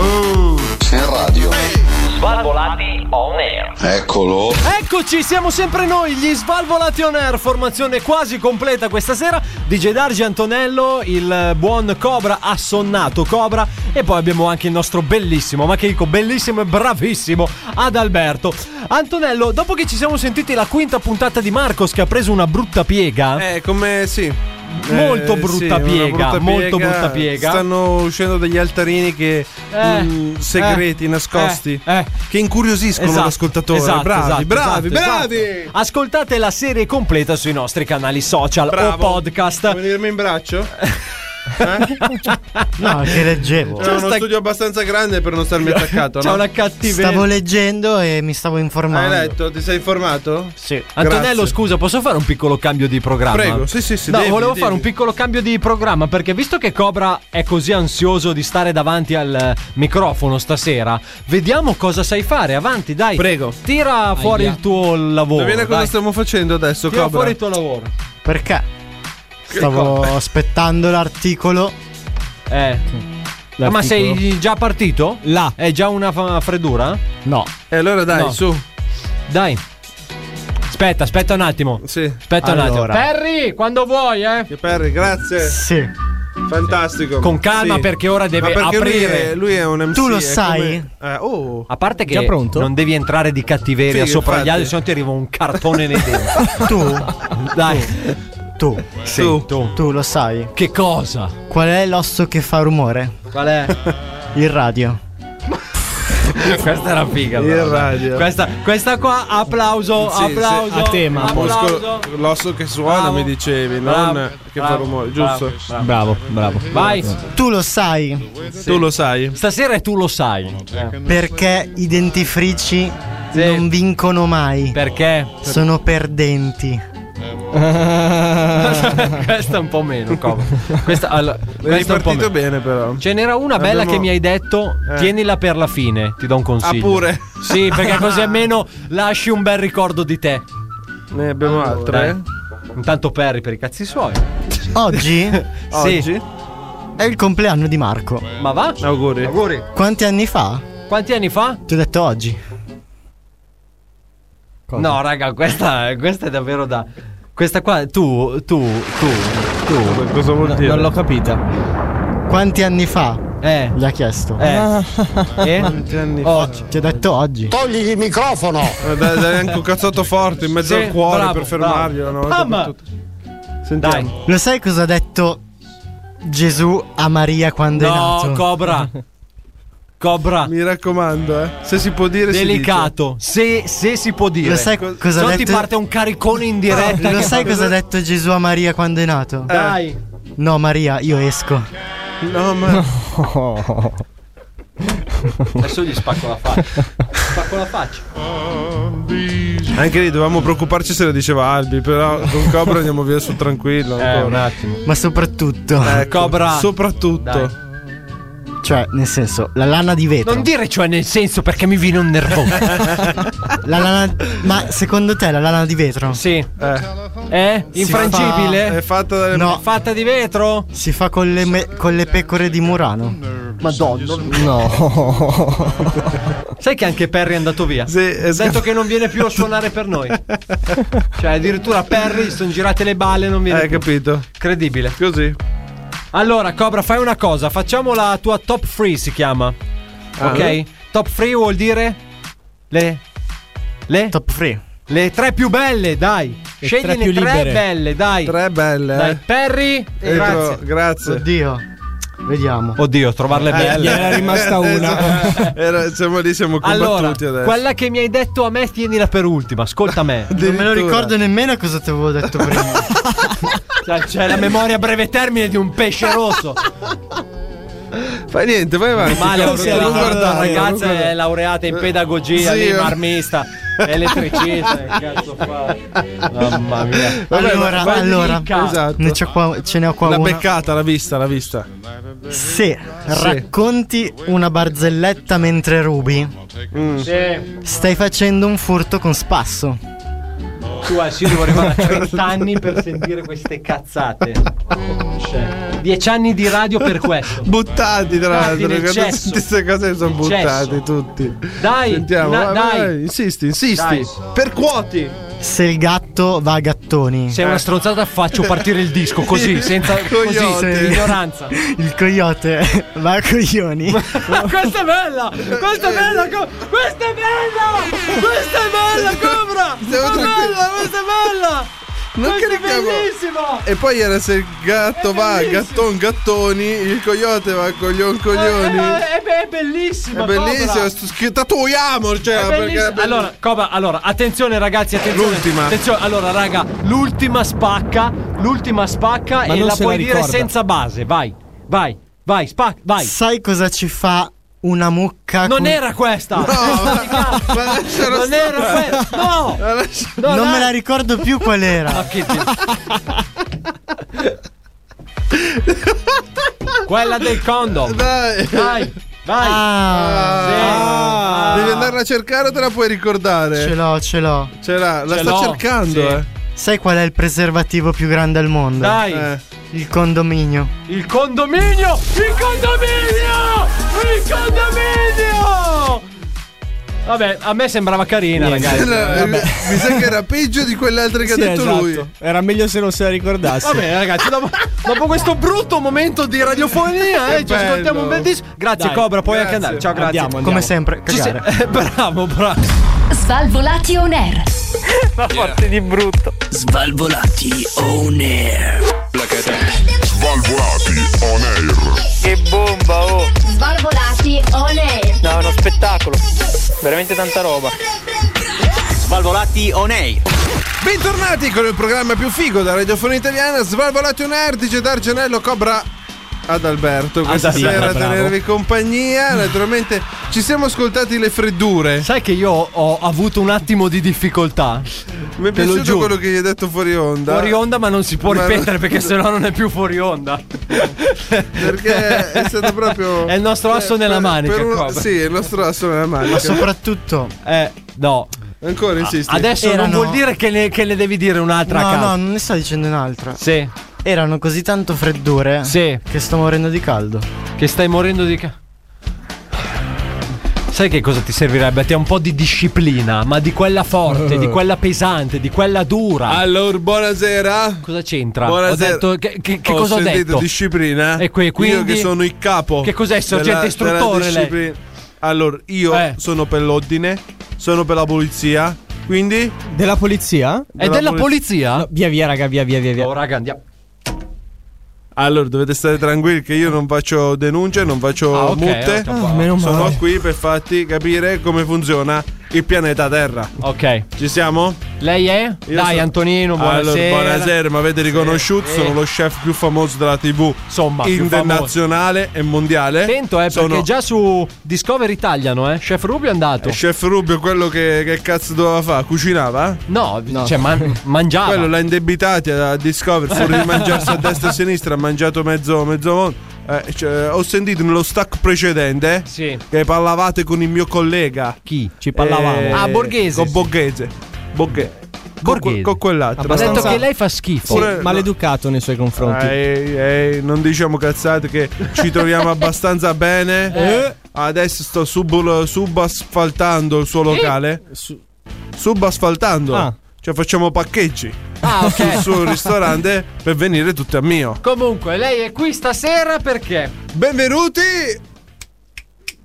[SPEAKER 25] Sei in radio?
[SPEAKER 18] Svalvolati on air.
[SPEAKER 25] Eccolo.
[SPEAKER 7] Eccoci, siamo sempre noi, gli Svalvolati on Air, formazione quasi completa questa sera. DJ Dargi Antonello, il buon Cobra, assonnato Cobra. E poi abbiamo anche il nostro bellissimo, ma che dico bellissimo e bravissimo, Adalberto. Antonello, dopo che ci siamo sentiti la quinta puntata di Marcos che ha preso una brutta piega.
[SPEAKER 8] Eh, come sì.
[SPEAKER 7] Molto
[SPEAKER 8] Eh,
[SPEAKER 7] brutta
[SPEAKER 8] sì, una
[SPEAKER 7] piega,
[SPEAKER 8] brutta
[SPEAKER 7] molto
[SPEAKER 8] piega.
[SPEAKER 7] brutta piega.
[SPEAKER 8] Stanno uscendo degli altarini che
[SPEAKER 7] Eh,
[SPEAKER 8] mh, segreti,
[SPEAKER 7] eh,
[SPEAKER 8] nascosti,
[SPEAKER 7] eh, eh.
[SPEAKER 8] che incuriosiscono
[SPEAKER 7] Esatto,
[SPEAKER 8] l'ascoltatore.
[SPEAKER 7] esatto,
[SPEAKER 8] bravi,
[SPEAKER 7] esatto,
[SPEAKER 8] bravi,
[SPEAKER 7] esatto,
[SPEAKER 8] bravi.
[SPEAKER 7] esatto. Ascoltate la serie completa sui nostri canali social o
[SPEAKER 8] Bravo.
[SPEAKER 7] podcast.
[SPEAKER 8] Vuoi venirmi in braccio?
[SPEAKER 9] No, che leggevo.
[SPEAKER 8] C'è uno studio abbastanza grande per non starmi attaccato. no?
[SPEAKER 9] Stavo leggendo e mi stavo
[SPEAKER 8] Hai
[SPEAKER 9] informando.
[SPEAKER 8] letto? Ti sei informato?
[SPEAKER 9] Sì.
[SPEAKER 7] Antonello, scusa, posso fare un piccolo cambio di programma?
[SPEAKER 8] Prego, sì, sì, sì,
[SPEAKER 7] No,
[SPEAKER 8] devi,
[SPEAKER 7] volevo
[SPEAKER 8] devi.
[SPEAKER 7] fare un piccolo cambio di programma perché visto che Cobra è così ansioso di stare davanti al eh, microfono stasera, vediamo cosa sai fare. Avanti, dai. Prego. Tira fuori
[SPEAKER 8] Aia.
[SPEAKER 7] il tuo lavoro.
[SPEAKER 8] Bene, cosa
[SPEAKER 7] dai.
[SPEAKER 8] stiamo facendo adesso,
[SPEAKER 7] Tira
[SPEAKER 8] Cobra?
[SPEAKER 7] fuori il tuo lavoro.
[SPEAKER 9] Perché? Stavo aspettando l'articolo.
[SPEAKER 7] Eh. Ah, ma sei già partito? Là, è già una fa- freddura?
[SPEAKER 9] No.
[SPEAKER 8] E Eh, allora dai, su.
[SPEAKER 7] Dai. Aspetta, aspetta un attimo.
[SPEAKER 8] Sì.
[SPEAKER 7] Aspetta un attimo.
[SPEAKER 8] Allora.
[SPEAKER 7] Perry, quando vuoi, eh.
[SPEAKER 8] Perry, grazie.
[SPEAKER 9] Sì.
[SPEAKER 8] Fantastico.
[SPEAKER 7] Con calma,
[SPEAKER 8] Sì.
[SPEAKER 7] perché ora deve
[SPEAKER 8] Ma perché
[SPEAKER 7] aprire.
[SPEAKER 8] Lui è, lui è un MC.
[SPEAKER 7] Tu lo
[SPEAKER 8] è
[SPEAKER 7] sai?
[SPEAKER 8] come- eh, oh.
[SPEAKER 7] A parte
[SPEAKER 8] Già
[SPEAKER 7] che
[SPEAKER 8] pronto?
[SPEAKER 7] non devi entrare di cattiveria
[SPEAKER 8] Sì,
[SPEAKER 7] sopra
[SPEAKER 8] infatti.
[SPEAKER 7] gli altri, se no ti arriva un cartone
[SPEAKER 8] *laughs*
[SPEAKER 7] nei denti.
[SPEAKER 9] tu?
[SPEAKER 7] Dai. *laughs*
[SPEAKER 9] Tu.
[SPEAKER 7] Sì, tu.
[SPEAKER 9] Tu lo sai.
[SPEAKER 7] Che cosa?
[SPEAKER 9] Qual è l'osso che fa rumore?
[SPEAKER 7] Qual è?
[SPEAKER 9] Il radio.
[SPEAKER 7] Questa era figa.
[SPEAKER 9] Il
[SPEAKER 7] però.
[SPEAKER 9] radio.
[SPEAKER 7] Questa, questa qua, applauso,
[SPEAKER 8] Sì, sì,
[SPEAKER 7] Oh, applauso. applauso.
[SPEAKER 8] Mosco- L'osso che suona, mi dicevi, non
[SPEAKER 7] Bravo,
[SPEAKER 8] che
[SPEAKER 7] bravo,
[SPEAKER 8] fa rumore, giusto?
[SPEAKER 7] bravo, bravo, bravo. Vai.
[SPEAKER 9] Tu lo sai.
[SPEAKER 8] Tu lo sai.
[SPEAKER 7] Stasera tu lo sai.
[SPEAKER 9] Perché i dentifrici non vincono mai.
[SPEAKER 7] Perché?
[SPEAKER 9] Sono
[SPEAKER 7] *laughs*
[SPEAKER 9] perdenti.
[SPEAKER 7] questa è un po' meno. Cobra. Questa, allora,
[SPEAKER 8] L'hai
[SPEAKER 7] questa è un po'
[SPEAKER 8] partito
[SPEAKER 7] meno.
[SPEAKER 8] bene, però.
[SPEAKER 7] Ce n'era una bella
[SPEAKER 8] Abbiamo-
[SPEAKER 7] che mi hai detto,
[SPEAKER 8] Eh.
[SPEAKER 7] tienila per la fine, ti do un consiglio.
[SPEAKER 8] Ah, pure?
[SPEAKER 7] Sì, perché
[SPEAKER 8] *laughs*
[SPEAKER 7] così almeno lasci un bel ricordo di te.
[SPEAKER 8] Ne abbiamo altre?
[SPEAKER 7] Dai. Intanto Perry per i cazzi suoi.
[SPEAKER 9] Oggi?
[SPEAKER 7] Sì.
[SPEAKER 9] È il compleanno di Marco.
[SPEAKER 7] Ma va?
[SPEAKER 8] Auguri.
[SPEAKER 7] Auguri.
[SPEAKER 9] Quanti anni fa?
[SPEAKER 7] Quanti anni fa?
[SPEAKER 9] Ti ho detto oggi.
[SPEAKER 7] No, raga, questa, questa è davvero da. Questa qua, tu, tu, tu, tu.
[SPEAKER 8] Cosa vuol
[SPEAKER 7] dire? Non l'ho capita.
[SPEAKER 9] Quanti anni fa?
[SPEAKER 7] Eh.
[SPEAKER 9] Gli ha chiesto.
[SPEAKER 7] Eh. Eh?
[SPEAKER 8] Ah. Quanti anni fa?
[SPEAKER 9] Oggi. Ti ho detto oggi.
[SPEAKER 8] Togli il microfono! Eh, Dai, dai anche un cazzotto forte in mezzo
[SPEAKER 9] Sì,
[SPEAKER 8] al cuore
[SPEAKER 9] bravo,
[SPEAKER 8] per fermarglielo. no?
[SPEAKER 9] bravo.
[SPEAKER 8] Una volta
[SPEAKER 9] Mamma!
[SPEAKER 8] per tutte. Sentiamo.
[SPEAKER 9] Lo sai cosa ha detto Gesù a Maria quando è nato?
[SPEAKER 7] No, *laughs* Cobra. Cobra.
[SPEAKER 8] Mi raccomando, eh. Se si può dire,
[SPEAKER 7] Delicato. Se, se si può dire.
[SPEAKER 9] Lo sai
[SPEAKER 7] Se
[SPEAKER 9] cosa ha
[SPEAKER 7] no ti
[SPEAKER 9] detto? Ah,
[SPEAKER 7] parte un caricone in diretta.
[SPEAKER 9] Lo
[SPEAKER 7] che
[SPEAKER 9] sai
[SPEAKER 7] fa-
[SPEAKER 9] cosa ha detto Gesù a Maria quando è nato?
[SPEAKER 7] Dai.
[SPEAKER 9] No, Maria, io esco.
[SPEAKER 8] si dice. No, ma.
[SPEAKER 7] Adesso gli spacco la faccia. Spacco la faccia.
[SPEAKER 8] Anche lì dovevamo preoccuparci se lo diceva Albi, però con Cobra andiamo via sul tranquillo. ancora.
[SPEAKER 7] Eh, un attimo.
[SPEAKER 9] *laughs* Ma soprattutto,
[SPEAKER 8] Ecco,
[SPEAKER 7] Eh, Cobra.
[SPEAKER 8] Soprattutto.
[SPEAKER 9] cioè, nel senso, la lana di vetro.
[SPEAKER 7] Non dire cioè nel senso perché mi viene un nervoso.
[SPEAKER 9] *laughs* La lana. Ma secondo te la lana di vetro?
[SPEAKER 7] Sì. Eh?
[SPEAKER 9] Si
[SPEAKER 7] Infrangibile?
[SPEAKER 9] fa-
[SPEAKER 8] È fatta dalle
[SPEAKER 9] No.
[SPEAKER 7] Fatta di vetro?
[SPEAKER 9] Si fa con le, me- con le pecore di Murano. Madonna.
[SPEAKER 7] No. Sai che anche Perry è andato via?
[SPEAKER 8] Sì, esatto.
[SPEAKER 7] Ha detto che non viene più a suonare per
[SPEAKER 8] *laughs*
[SPEAKER 7] noi. Cioè, addirittura Perry sono girate le balle, non viene
[SPEAKER 8] Hai
[SPEAKER 7] più.
[SPEAKER 8] capito?
[SPEAKER 7] Credibile.
[SPEAKER 8] Così.
[SPEAKER 7] Allora, Cobra, fai una cosa. Facciamo la tua top 3, si chiama.
[SPEAKER 8] Ah.
[SPEAKER 7] Ok? Top 3 vuol dire le. Le.
[SPEAKER 9] Top 3.
[SPEAKER 7] Le tre più belle, dai. Scegliene tre, tre belle, dai.
[SPEAKER 8] Tre belle.
[SPEAKER 7] Dai, Perry.
[SPEAKER 8] Eh, grazie. grazie.
[SPEAKER 9] Oddio. *laughs* Vediamo.
[SPEAKER 7] Oddio, trovarle belle.
[SPEAKER 18] Eh, era
[SPEAKER 7] *laughs*
[SPEAKER 18] rimasta
[SPEAKER 8] *laughs*
[SPEAKER 18] una.
[SPEAKER 8] Era, siamo lì, siamo combattuti
[SPEAKER 7] allora,
[SPEAKER 8] adesso.
[SPEAKER 7] Quella che mi hai detto a me, tienila per ultima. Ascolta me.
[SPEAKER 9] non me lo ricordo nemmeno cosa ti avevo detto prima.
[SPEAKER 7] *laughs* cioè, c'è la memoria a breve termine di un
[SPEAKER 8] *laughs*
[SPEAKER 7] pesce rosso.
[SPEAKER 8] Fa niente, vai avanti.
[SPEAKER 7] Male,
[SPEAKER 8] non
[SPEAKER 7] la, guardare, la ragazza eh. è laureata in pedagogia,
[SPEAKER 8] Sì,
[SPEAKER 7] lì,
[SPEAKER 8] eh.
[SPEAKER 7] marmista, elettricista.
[SPEAKER 8] *laughs*
[SPEAKER 7] che cazzo fa? Mamma mia.
[SPEAKER 8] Vabbè,
[SPEAKER 9] allora,
[SPEAKER 8] vai-
[SPEAKER 9] allora.
[SPEAKER 8] Esatto.
[SPEAKER 9] Ne c'ho qua- ce ne ho qua
[SPEAKER 8] L'ha
[SPEAKER 9] una.
[SPEAKER 8] beccata, l'ha vista, l'ha vista.
[SPEAKER 9] Se racconti una barzelletta mentre rubi,
[SPEAKER 8] Mm.
[SPEAKER 7] Sì.
[SPEAKER 9] stai facendo un furto con spasso.
[SPEAKER 7] Tu eh, sì, devo arrivare a 30 anni per sentire queste cazzate.
[SPEAKER 8] Mm.
[SPEAKER 7] Cioè, 10 anni di radio per questo.
[SPEAKER 8] Buttati, tra
[SPEAKER 7] Buttati
[SPEAKER 8] l'altro.
[SPEAKER 7] nel
[SPEAKER 8] che
[SPEAKER 7] cesso.
[SPEAKER 8] Tutte queste cose sono
[SPEAKER 7] Nel cesso.
[SPEAKER 8] buttate tutti.
[SPEAKER 7] Dai,
[SPEAKER 8] Sentiamo,
[SPEAKER 7] na-
[SPEAKER 8] vai,
[SPEAKER 7] dai.
[SPEAKER 8] vai, insisti, insisti.
[SPEAKER 7] Dai.
[SPEAKER 8] Percuoti.
[SPEAKER 9] Se il gatto va a gattoni.
[SPEAKER 7] Se è una stronzata faccio partire il disco
[SPEAKER 9] *laughs*
[SPEAKER 7] così, senza così,
[SPEAKER 9] Coyote.
[SPEAKER 7] senza ignoranza.
[SPEAKER 9] Il coyote va a coglioni.
[SPEAKER 7] questa è bella! Questa è bella! co- Questa è bella! Questa è bella, Cobra!
[SPEAKER 8] Stiamo
[SPEAKER 7] È
[SPEAKER 8] tranquilli.
[SPEAKER 7] bella, questa è bella!
[SPEAKER 8] Non
[SPEAKER 7] Questa è
[SPEAKER 8] clicchiamo.
[SPEAKER 7] bellissima!
[SPEAKER 8] E poi era se il gatto
[SPEAKER 7] È
[SPEAKER 8] va,
[SPEAKER 7] bellissimo. Eh,
[SPEAKER 8] gatton, gattoni, il coyote va, coglion, coglioni.
[SPEAKER 7] È, è- è bellissima!
[SPEAKER 8] È
[SPEAKER 7] Cobra.
[SPEAKER 8] bellissimo, sto scritto- tatuiamo, cioè,
[SPEAKER 7] È
[SPEAKER 8] perché
[SPEAKER 7] bellissimo.
[SPEAKER 8] è bellissimo.
[SPEAKER 7] Allora, Cobra, allora, attenzione ragazzi, attenzione.
[SPEAKER 8] L'ultima.
[SPEAKER 7] Attenzione, allora, raga, l'ultima spacca, l'ultima spacca
[SPEAKER 18] Ma
[SPEAKER 7] e
[SPEAKER 18] non
[SPEAKER 7] la
[SPEAKER 18] se
[SPEAKER 7] puoi
[SPEAKER 18] la
[SPEAKER 7] dire
[SPEAKER 18] ricorda.
[SPEAKER 7] senza base. Vai, vai, vai, spacca, vai.
[SPEAKER 9] Sai cosa ci fa una mucca?
[SPEAKER 7] Non
[SPEAKER 9] con-
[SPEAKER 7] era questa.
[SPEAKER 8] ma lascialo
[SPEAKER 7] non
[SPEAKER 8] stare.
[SPEAKER 7] era questa. No.
[SPEAKER 8] Ma lascialo-
[SPEAKER 7] no,
[SPEAKER 9] non
[SPEAKER 7] dai.
[SPEAKER 9] me la ricordo più qual era.
[SPEAKER 7] Ma che Quella del condom.
[SPEAKER 8] Eh, Dai.
[SPEAKER 7] Vai, vai. Ah.
[SPEAKER 9] Ah,
[SPEAKER 7] Sì.
[SPEAKER 8] Devi andarla a cercare o te la puoi ricordare?
[SPEAKER 9] ce l'ho, ce l'ho.
[SPEAKER 8] Ce l'ha, la
[SPEAKER 7] Ce
[SPEAKER 8] sta
[SPEAKER 7] l'ho,
[SPEAKER 8] cercando,
[SPEAKER 7] sì.
[SPEAKER 8] eh.
[SPEAKER 9] Sai qual è il preservativo più grande al mondo?
[SPEAKER 7] Dai.
[SPEAKER 8] Eh.
[SPEAKER 9] Il condominio.
[SPEAKER 7] Il condominio! Il condominio! Il condominio! Vabbè, a me sembrava carina, ragazzi.
[SPEAKER 8] Era- mi sa che era peggio di quelle altre che ha detto lui.
[SPEAKER 18] Era meglio se non se la ricordasse.
[SPEAKER 7] Vabbè, ragazzi, dopo, dopo questo brutto momento di radiofonia, eh, ci
[SPEAKER 8] bello.
[SPEAKER 7] ascoltiamo un bel disco. Grazie,
[SPEAKER 18] Dai,
[SPEAKER 7] Cobra, puoi anche
[SPEAKER 8] grazie.
[SPEAKER 7] andare. Ciao, grazie.
[SPEAKER 18] Andiamo,
[SPEAKER 9] Come sempre,
[SPEAKER 7] Ci
[SPEAKER 9] cagare.
[SPEAKER 7] sei- *laughs* bravo,
[SPEAKER 17] *laughs*
[SPEAKER 7] bravo.
[SPEAKER 12] Svalvolati on air.
[SPEAKER 26] Svalvolati on air.
[SPEAKER 13] Svalvolati on air.
[SPEAKER 17] Che bomba, oh!
[SPEAKER 12] Svalvolati on air.
[SPEAKER 17] No, è uno spettacolo. Veramente tanta roba. Svalvolati on air.
[SPEAKER 8] Bentornati con il programma più figo della radiofonia italiana, Svalvolati un artice d'Argenello Cobra ad Alberto questa
[SPEAKER 7] Alberto,
[SPEAKER 8] sera a
[SPEAKER 7] bravo.
[SPEAKER 8] tenervi compagnia. Naturalmente ci siamo ascoltati le freddure.
[SPEAKER 7] Sai che io ho avuto un attimo di difficoltà.
[SPEAKER 8] Mi è
[SPEAKER 7] Te lo
[SPEAKER 8] piaciuto
[SPEAKER 7] giuro.
[SPEAKER 8] quello che gli hai detto fuori onda.
[SPEAKER 7] Fuori onda, ma non si può
[SPEAKER 8] Ma-
[SPEAKER 7] ripetere perché sennò non è più fuori onda.
[SPEAKER 8] Perché
[SPEAKER 7] *laughs*
[SPEAKER 8] è stato proprio.
[SPEAKER 7] È il nostro
[SPEAKER 8] cioè,
[SPEAKER 7] asso nella
[SPEAKER 8] Eh, esatto. per-
[SPEAKER 7] manica,
[SPEAKER 8] per uno-
[SPEAKER 7] Cobra.
[SPEAKER 8] Sì, è il nostro asso nella manica.
[SPEAKER 9] Soprattutto.
[SPEAKER 7] Eh, no.
[SPEAKER 8] Ancora insisti.
[SPEAKER 7] Ah, Adesso non
[SPEAKER 9] Erano-
[SPEAKER 7] vuol dire che ne, che ne devi dire un'altra a
[SPEAKER 9] No,
[SPEAKER 7] caso.
[SPEAKER 9] no, non ne sto dicendo un'altra.
[SPEAKER 7] Sì,
[SPEAKER 9] Erano così tanto freddure
[SPEAKER 7] Sì.
[SPEAKER 9] che sto morendo di caldo.
[SPEAKER 7] che stai morendo di. ca- Sai che cosa ti servirebbe? A te un po' di disciplina, ma di quella
[SPEAKER 8] *laughs*
[SPEAKER 7] forte, di quella pesante, di quella dura.
[SPEAKER 8] Allora, buonasera.
[SPEAKER 7] Cosa c'entra?
[SPEAKER 8] Buonasera.
[SPEAKER 7] Ho detto, che che- che
[SPEAKER 8] Ho
[SPEAKER 7] cosa ho
[SPEAKER 8] sentito
[SPEAKER 7] detto?
[SPEAKER 8] disciplina.
[SPEAKER 7] E que- quindi-
[SPEAKER 8] Io che sono il capo.
[SPEAKER 7] Che cos'è, sergente
[SPEAKER 8] della-
[SPEAKER 7] istruttore,
[SPEAKER 8] della disciplina. Allora, io
[SPEAKER 7] Eh.
[SPEAKER 8] sono per l'ordine, sono per la polizia. Quindi,
[SPEAKER 18] Della polizia?
[SPEAKER 7] È della polizia?
[SPEAKER 18] No, via via, raga, via via via. via.
[SPEAKER 7] Oh, raga, andiamo.
[SPEAKER 8] allora dovete stare tranquilli che io non faccio denunce, non faccio
[SPEAKER 7] Ah, ok,
[SPEAKER 8] mutte.
[SPEAKER 7] ho capito.
[SPEAKER 18] Ah, meno male.
[SPEAKER 8] sono qui per farti capire come funziona il pianeta Terra.
[SPEAKER 7] Ok.
[SPEAKER 8] Ci siamo?
[SPEAKER 7] Lei è?
[SPEAKER 8] Io
[SPEAKER 7] Dai,
[SPEAKER 8] so-
[SPEAKER 7] Antonino, buonasera.
[SPEAKER 8] Allora, buonasera, mi avete riconosciuto?
[SPEAKER 7] sì.
[SPEAKER 8] Sono lo chef più famoso della TV
[SPEAKER 7] Insomma, più
[SPEAKER 8] internazionale e mondiale.
[SPEAKER 7] Attento, eh,
[SPEAKER 8] Sono
[SPEAKER 7] perché già su Discover Italiano, eh. Chef Rubio è andato.
[SPEAKER 8] il chef Rubio, quello che, che cazzo doveva fare? Cucinava?
[SPEAKER 7] No, cioè man- mangiava.
[SPEAKER 8] Quello l'ha indebitati a Discover, fuori di mangiarsi a destra e a sinistra, ha mangiato mezzo, mezzo mondo. Eh, cioè, ho sentito nello stack precedente
[SPEAKER 7] Sì.
[SPEAKER 8] che parlavate con il mio collega.
[SPEAKER 7] Chi?
[SPEAKER 18] Ci parlavamo.
[SPEAKER 8] Eh,
[SPEAKER 7] Ah, Borghese,
[SPEAKER 8] Con
[SPEAKER 7] sì.
[SPEAKER 8] Borghese. Borghese. Con,
[SPEAKER 7] Borghese.
[SPEAKER 8] con quell'altro.
[SPEAKER 7] Ha detto
[SPEAKER 18] abbastanza-
[SPEAKER 7] che lei fa schifo.
[SPEAKER 8] Pure-
[SPEAKER 18] Maleducato nei suoi confronti.
[SPEAKER 8] Ehi, ehi, non diciamo cazzate che ci
[SPEAKER 7] *laughs*
[SPEAKER 8] troviamo abbastanza bene.
[SPEAKER 7] Eh.
[SPEAKER 8] Adesso sto sub- subasfaltando il suo
[SPEAKER 7] Eh?
[SPEAKER 8] locale. Subasfaltando.
[SPEAKER 18] Ah.
[SPEAKER 8] Cioè facciamo paccheggi
[SPEAKER 7] Ah,
[SPEAKER 8] sul
[SPEAKER 7] ok.
[SPEAKER 8] suo ristorante per venire tutti a mio.
[SPEAKER 7] Comunque, lei è qui stasera perché?
[SPEAKER 8] Benvenuti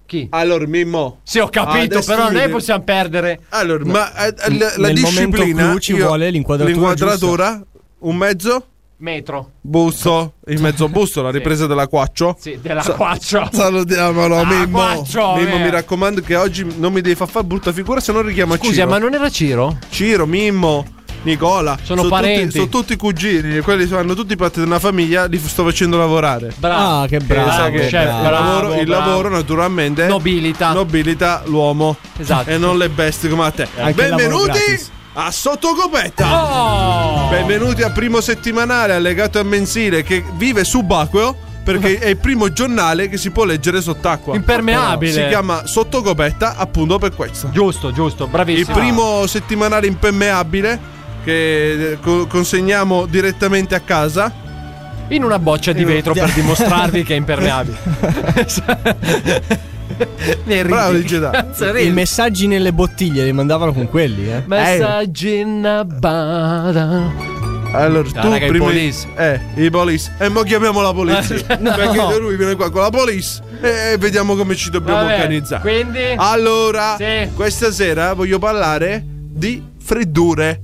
[SPEAKER 7] Chi?
[SPEAKER 8] Allora, Mimmo.
[SPEAKER 7] Sì, ho capito,
[SPEAKER 8] Ah, Adesso
[SPEAKER 7] però noi
[SPEAKER 8] vede-
[SPEAKER 7] possiamo perdere.
[SPEAKER 8] Allora, ma eh, eh, la, la
[SPEAKER 17] Nel momento
[SPEAKER 8] disciplina
[SPEAKER 17] clou ci
[SPEAKER 8] io-
[SPEAKER 17] vuole l'inquadratura
[SPEAKER 8] l'inquadratura, un mezzo
[SPEAKER 7] Metro.
[SPEAKER 8] busto, il mezzo busto, la ripresa della quaccio.
[SPEAKER 7] Sì, della quaccio.
[SPEAKER 8] Salutiamolo,
[SPEAKER 7] Ah,
[SPEAKER 8] Mimmo.
[SPEAKER 7] quaccio,
[SPEAKER 8] Mimmo,
[SPEAKER 7] eh.
[SPEAKER 8] mi raccomando che oggi non mi devi far fare brutta figura, se no richiamo
[SPEAKER 7] Scusa,
[SPEAKER 8] Ciro.
[SPEAKER 7] ma non era Ciro?
[SPEAKER 8] Ciro, Mimmo, Nicola.
[SPEAKER 7] Sono
[SPEAKER 8] tutti-
[SPEAKER 7] parenti.
[SPEAKER 8] sono tutti cugini, quelli hanno tutti parte di una famiglia, li sto facendo lavorare.
[SPEAKER 7] Bravo.
[SPEAKER 17] Ah, che
[SPEAKER 8] Che sa
[SPEAKER 17] bravo.
[SPEAKER 8] che
[SPEAKER 7] chef,
[SPEAKER 8] il,
[SPEAKER 7] bravo,
[SPEAKER 8] lavoro, il
[SPEAKER 7] bravo.
[SPEAKER 8] lavoro, naturalmente
[SPEAKER 7] Nobilita.
[SPEAKER 8] nobilita l'uomo
[SPEAKER 7] Esatto.
[SPEAKER 8] e non le bestie come a te.
[SPEAKER 17] Anche il lavoro
[SPEAKER 8] Benvenuti
[SPEAKER 17] gratis.
[SPEAKER 8] a Sottocopetta.
[SPEAKER 7] Oh!
[SPEAKER 8] Benvenuti al primo settimanale allegato a mensile che vive subacqueo.
[SPEAKER 7] Ah.
[SPEAKER 8] Perché è il primo giornale che si può leggere sott'acqua.
[SPEAKER 7] Impermeabile.
[SPEAKER 8] Si chiama Sottocopetta appunto per questo.
[SPEAKER 7] Giusto, giusto,
[SPEAKER 8] Il
[SPEAKER 7] bravissimo.
[SPEAKER 8] primo settimanale impermeabile che eh, co- consegniamo direttamente a casa. Eh,
[SPEAKER 7] In una boccia di vetro
[SPEAKER 8] *laughs*
[SPEAKER 7] per dimostrarvi che è impermeabile.
[SPEAKER 9] *laughs*
[SPEAKER 7] ne Eh, ridi.
[SPEAKER 8] Bravo il Jedi.
[SPEAKER 7] Cazzo,
[SPEAKER 17] I
[SPEAKER 7] ridi.
[SPEAKER 17] messaggi nelle bottiglie li mandavano con quelli, eh.
[SPEAKER 7] Messaggi in bada.
[SPEAKER 8] Allora,
[SPEAKER 7] Ah,
[SPEAKER 8] tu
[SPEAKER 7] raga, i
[SPEAKER 8] prima.
[SPEAKER 7] police.
[SPEAKER 8] Eh, i police. E mo chiamiamo la
[SPEAKER 7] *laughs*
[SPEAKER 8] polizia. Perché lui viene qua con la police e vediamo come ci dobbiamo
[SPEAKER 7] Vabbè,
[SPEAKER 8] organizzare.
[SPEAKER 7] quindi?
[SPEAKER 8] Allora,
[SPEAKER 7] Sì.
[SPEAKER 8] questa sera voglio parlare di freddure.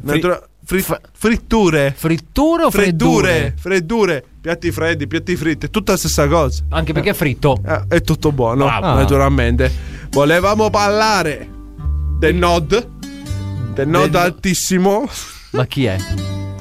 [SPEAKER 8] Natura- fri- fritture.
[SPEAKER 7] Fritture o
[SPEAKER 8] Freddure.
[SPEAKER 7] freddure?
[SPEAKER 8] Freddure. Piatti freddi, piatti fritti, tutta la stessa cosa.
[SPEAKER 7] Anche perché è fritto. Ah,
[SPEAKER 8] Eh, è tutto buono,
[SPEAKER 7] Bravo. Ah.
[SPEAKER 8] naturalmente. Volevamo parlare del nod. Del nod altissimo.
[SPEAKER 7] Ma chi è?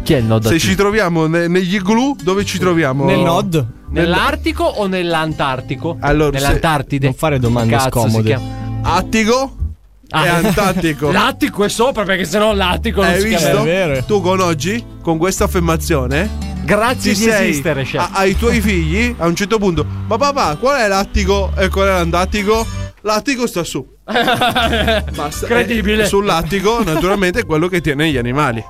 [SPEAKER 7] Chi è il nodo?
[SPEAKER 8] Se
[SPEAKER 7] attivo?
[SPEAKER 8] ci troviamo ne- negli igloo, dove ci troviamo?
[SPEAKER 17] Nel nod?
[SPEAKER 7] Nell'Artico o nell'Antartico?
[SPEAKER 8] Allora, se-
[SPEAKER 7] Nell'Antartide.
[SPEAKER 17] Non fare domande
[SPEAKER 7] Cazzo si
[SPEAKER 17] scomode.
[SPEAKER 7] chiama?
[SPEAKER 8] Attico e
[SPEAKER 7] Ah.
[SPEAKER 8] Antattico.
[SPEAKER 7] *laughs* L'attico è sopra perché sennò l'attico non
[SPEAKER 8] Eh, Hai
[SPEAKER 7] si chiama.
[SPEAKER 8] visto?
[SPEAKER 17] vero.
[SPEAKER 8] Tu con oggi, con questa affermazione,
[SPEAKER 7] Grazie
[SPEAKER 8] ti
[SPEAKER 7] di
[SPEAKER 8] sei
[SPEAKER 7] esistere, chef.
[SPEAKER 8] a- ai tuoi figli a un certo punto. Ma papà, qual è l'attico e qual è l'antattico? L'attico sta su. *laughs* Basta.
[SPEAKER 7] Incredibile.
[SPEAKER 8] E Sull'attico, naturalmente, è quello che tiene gli animali.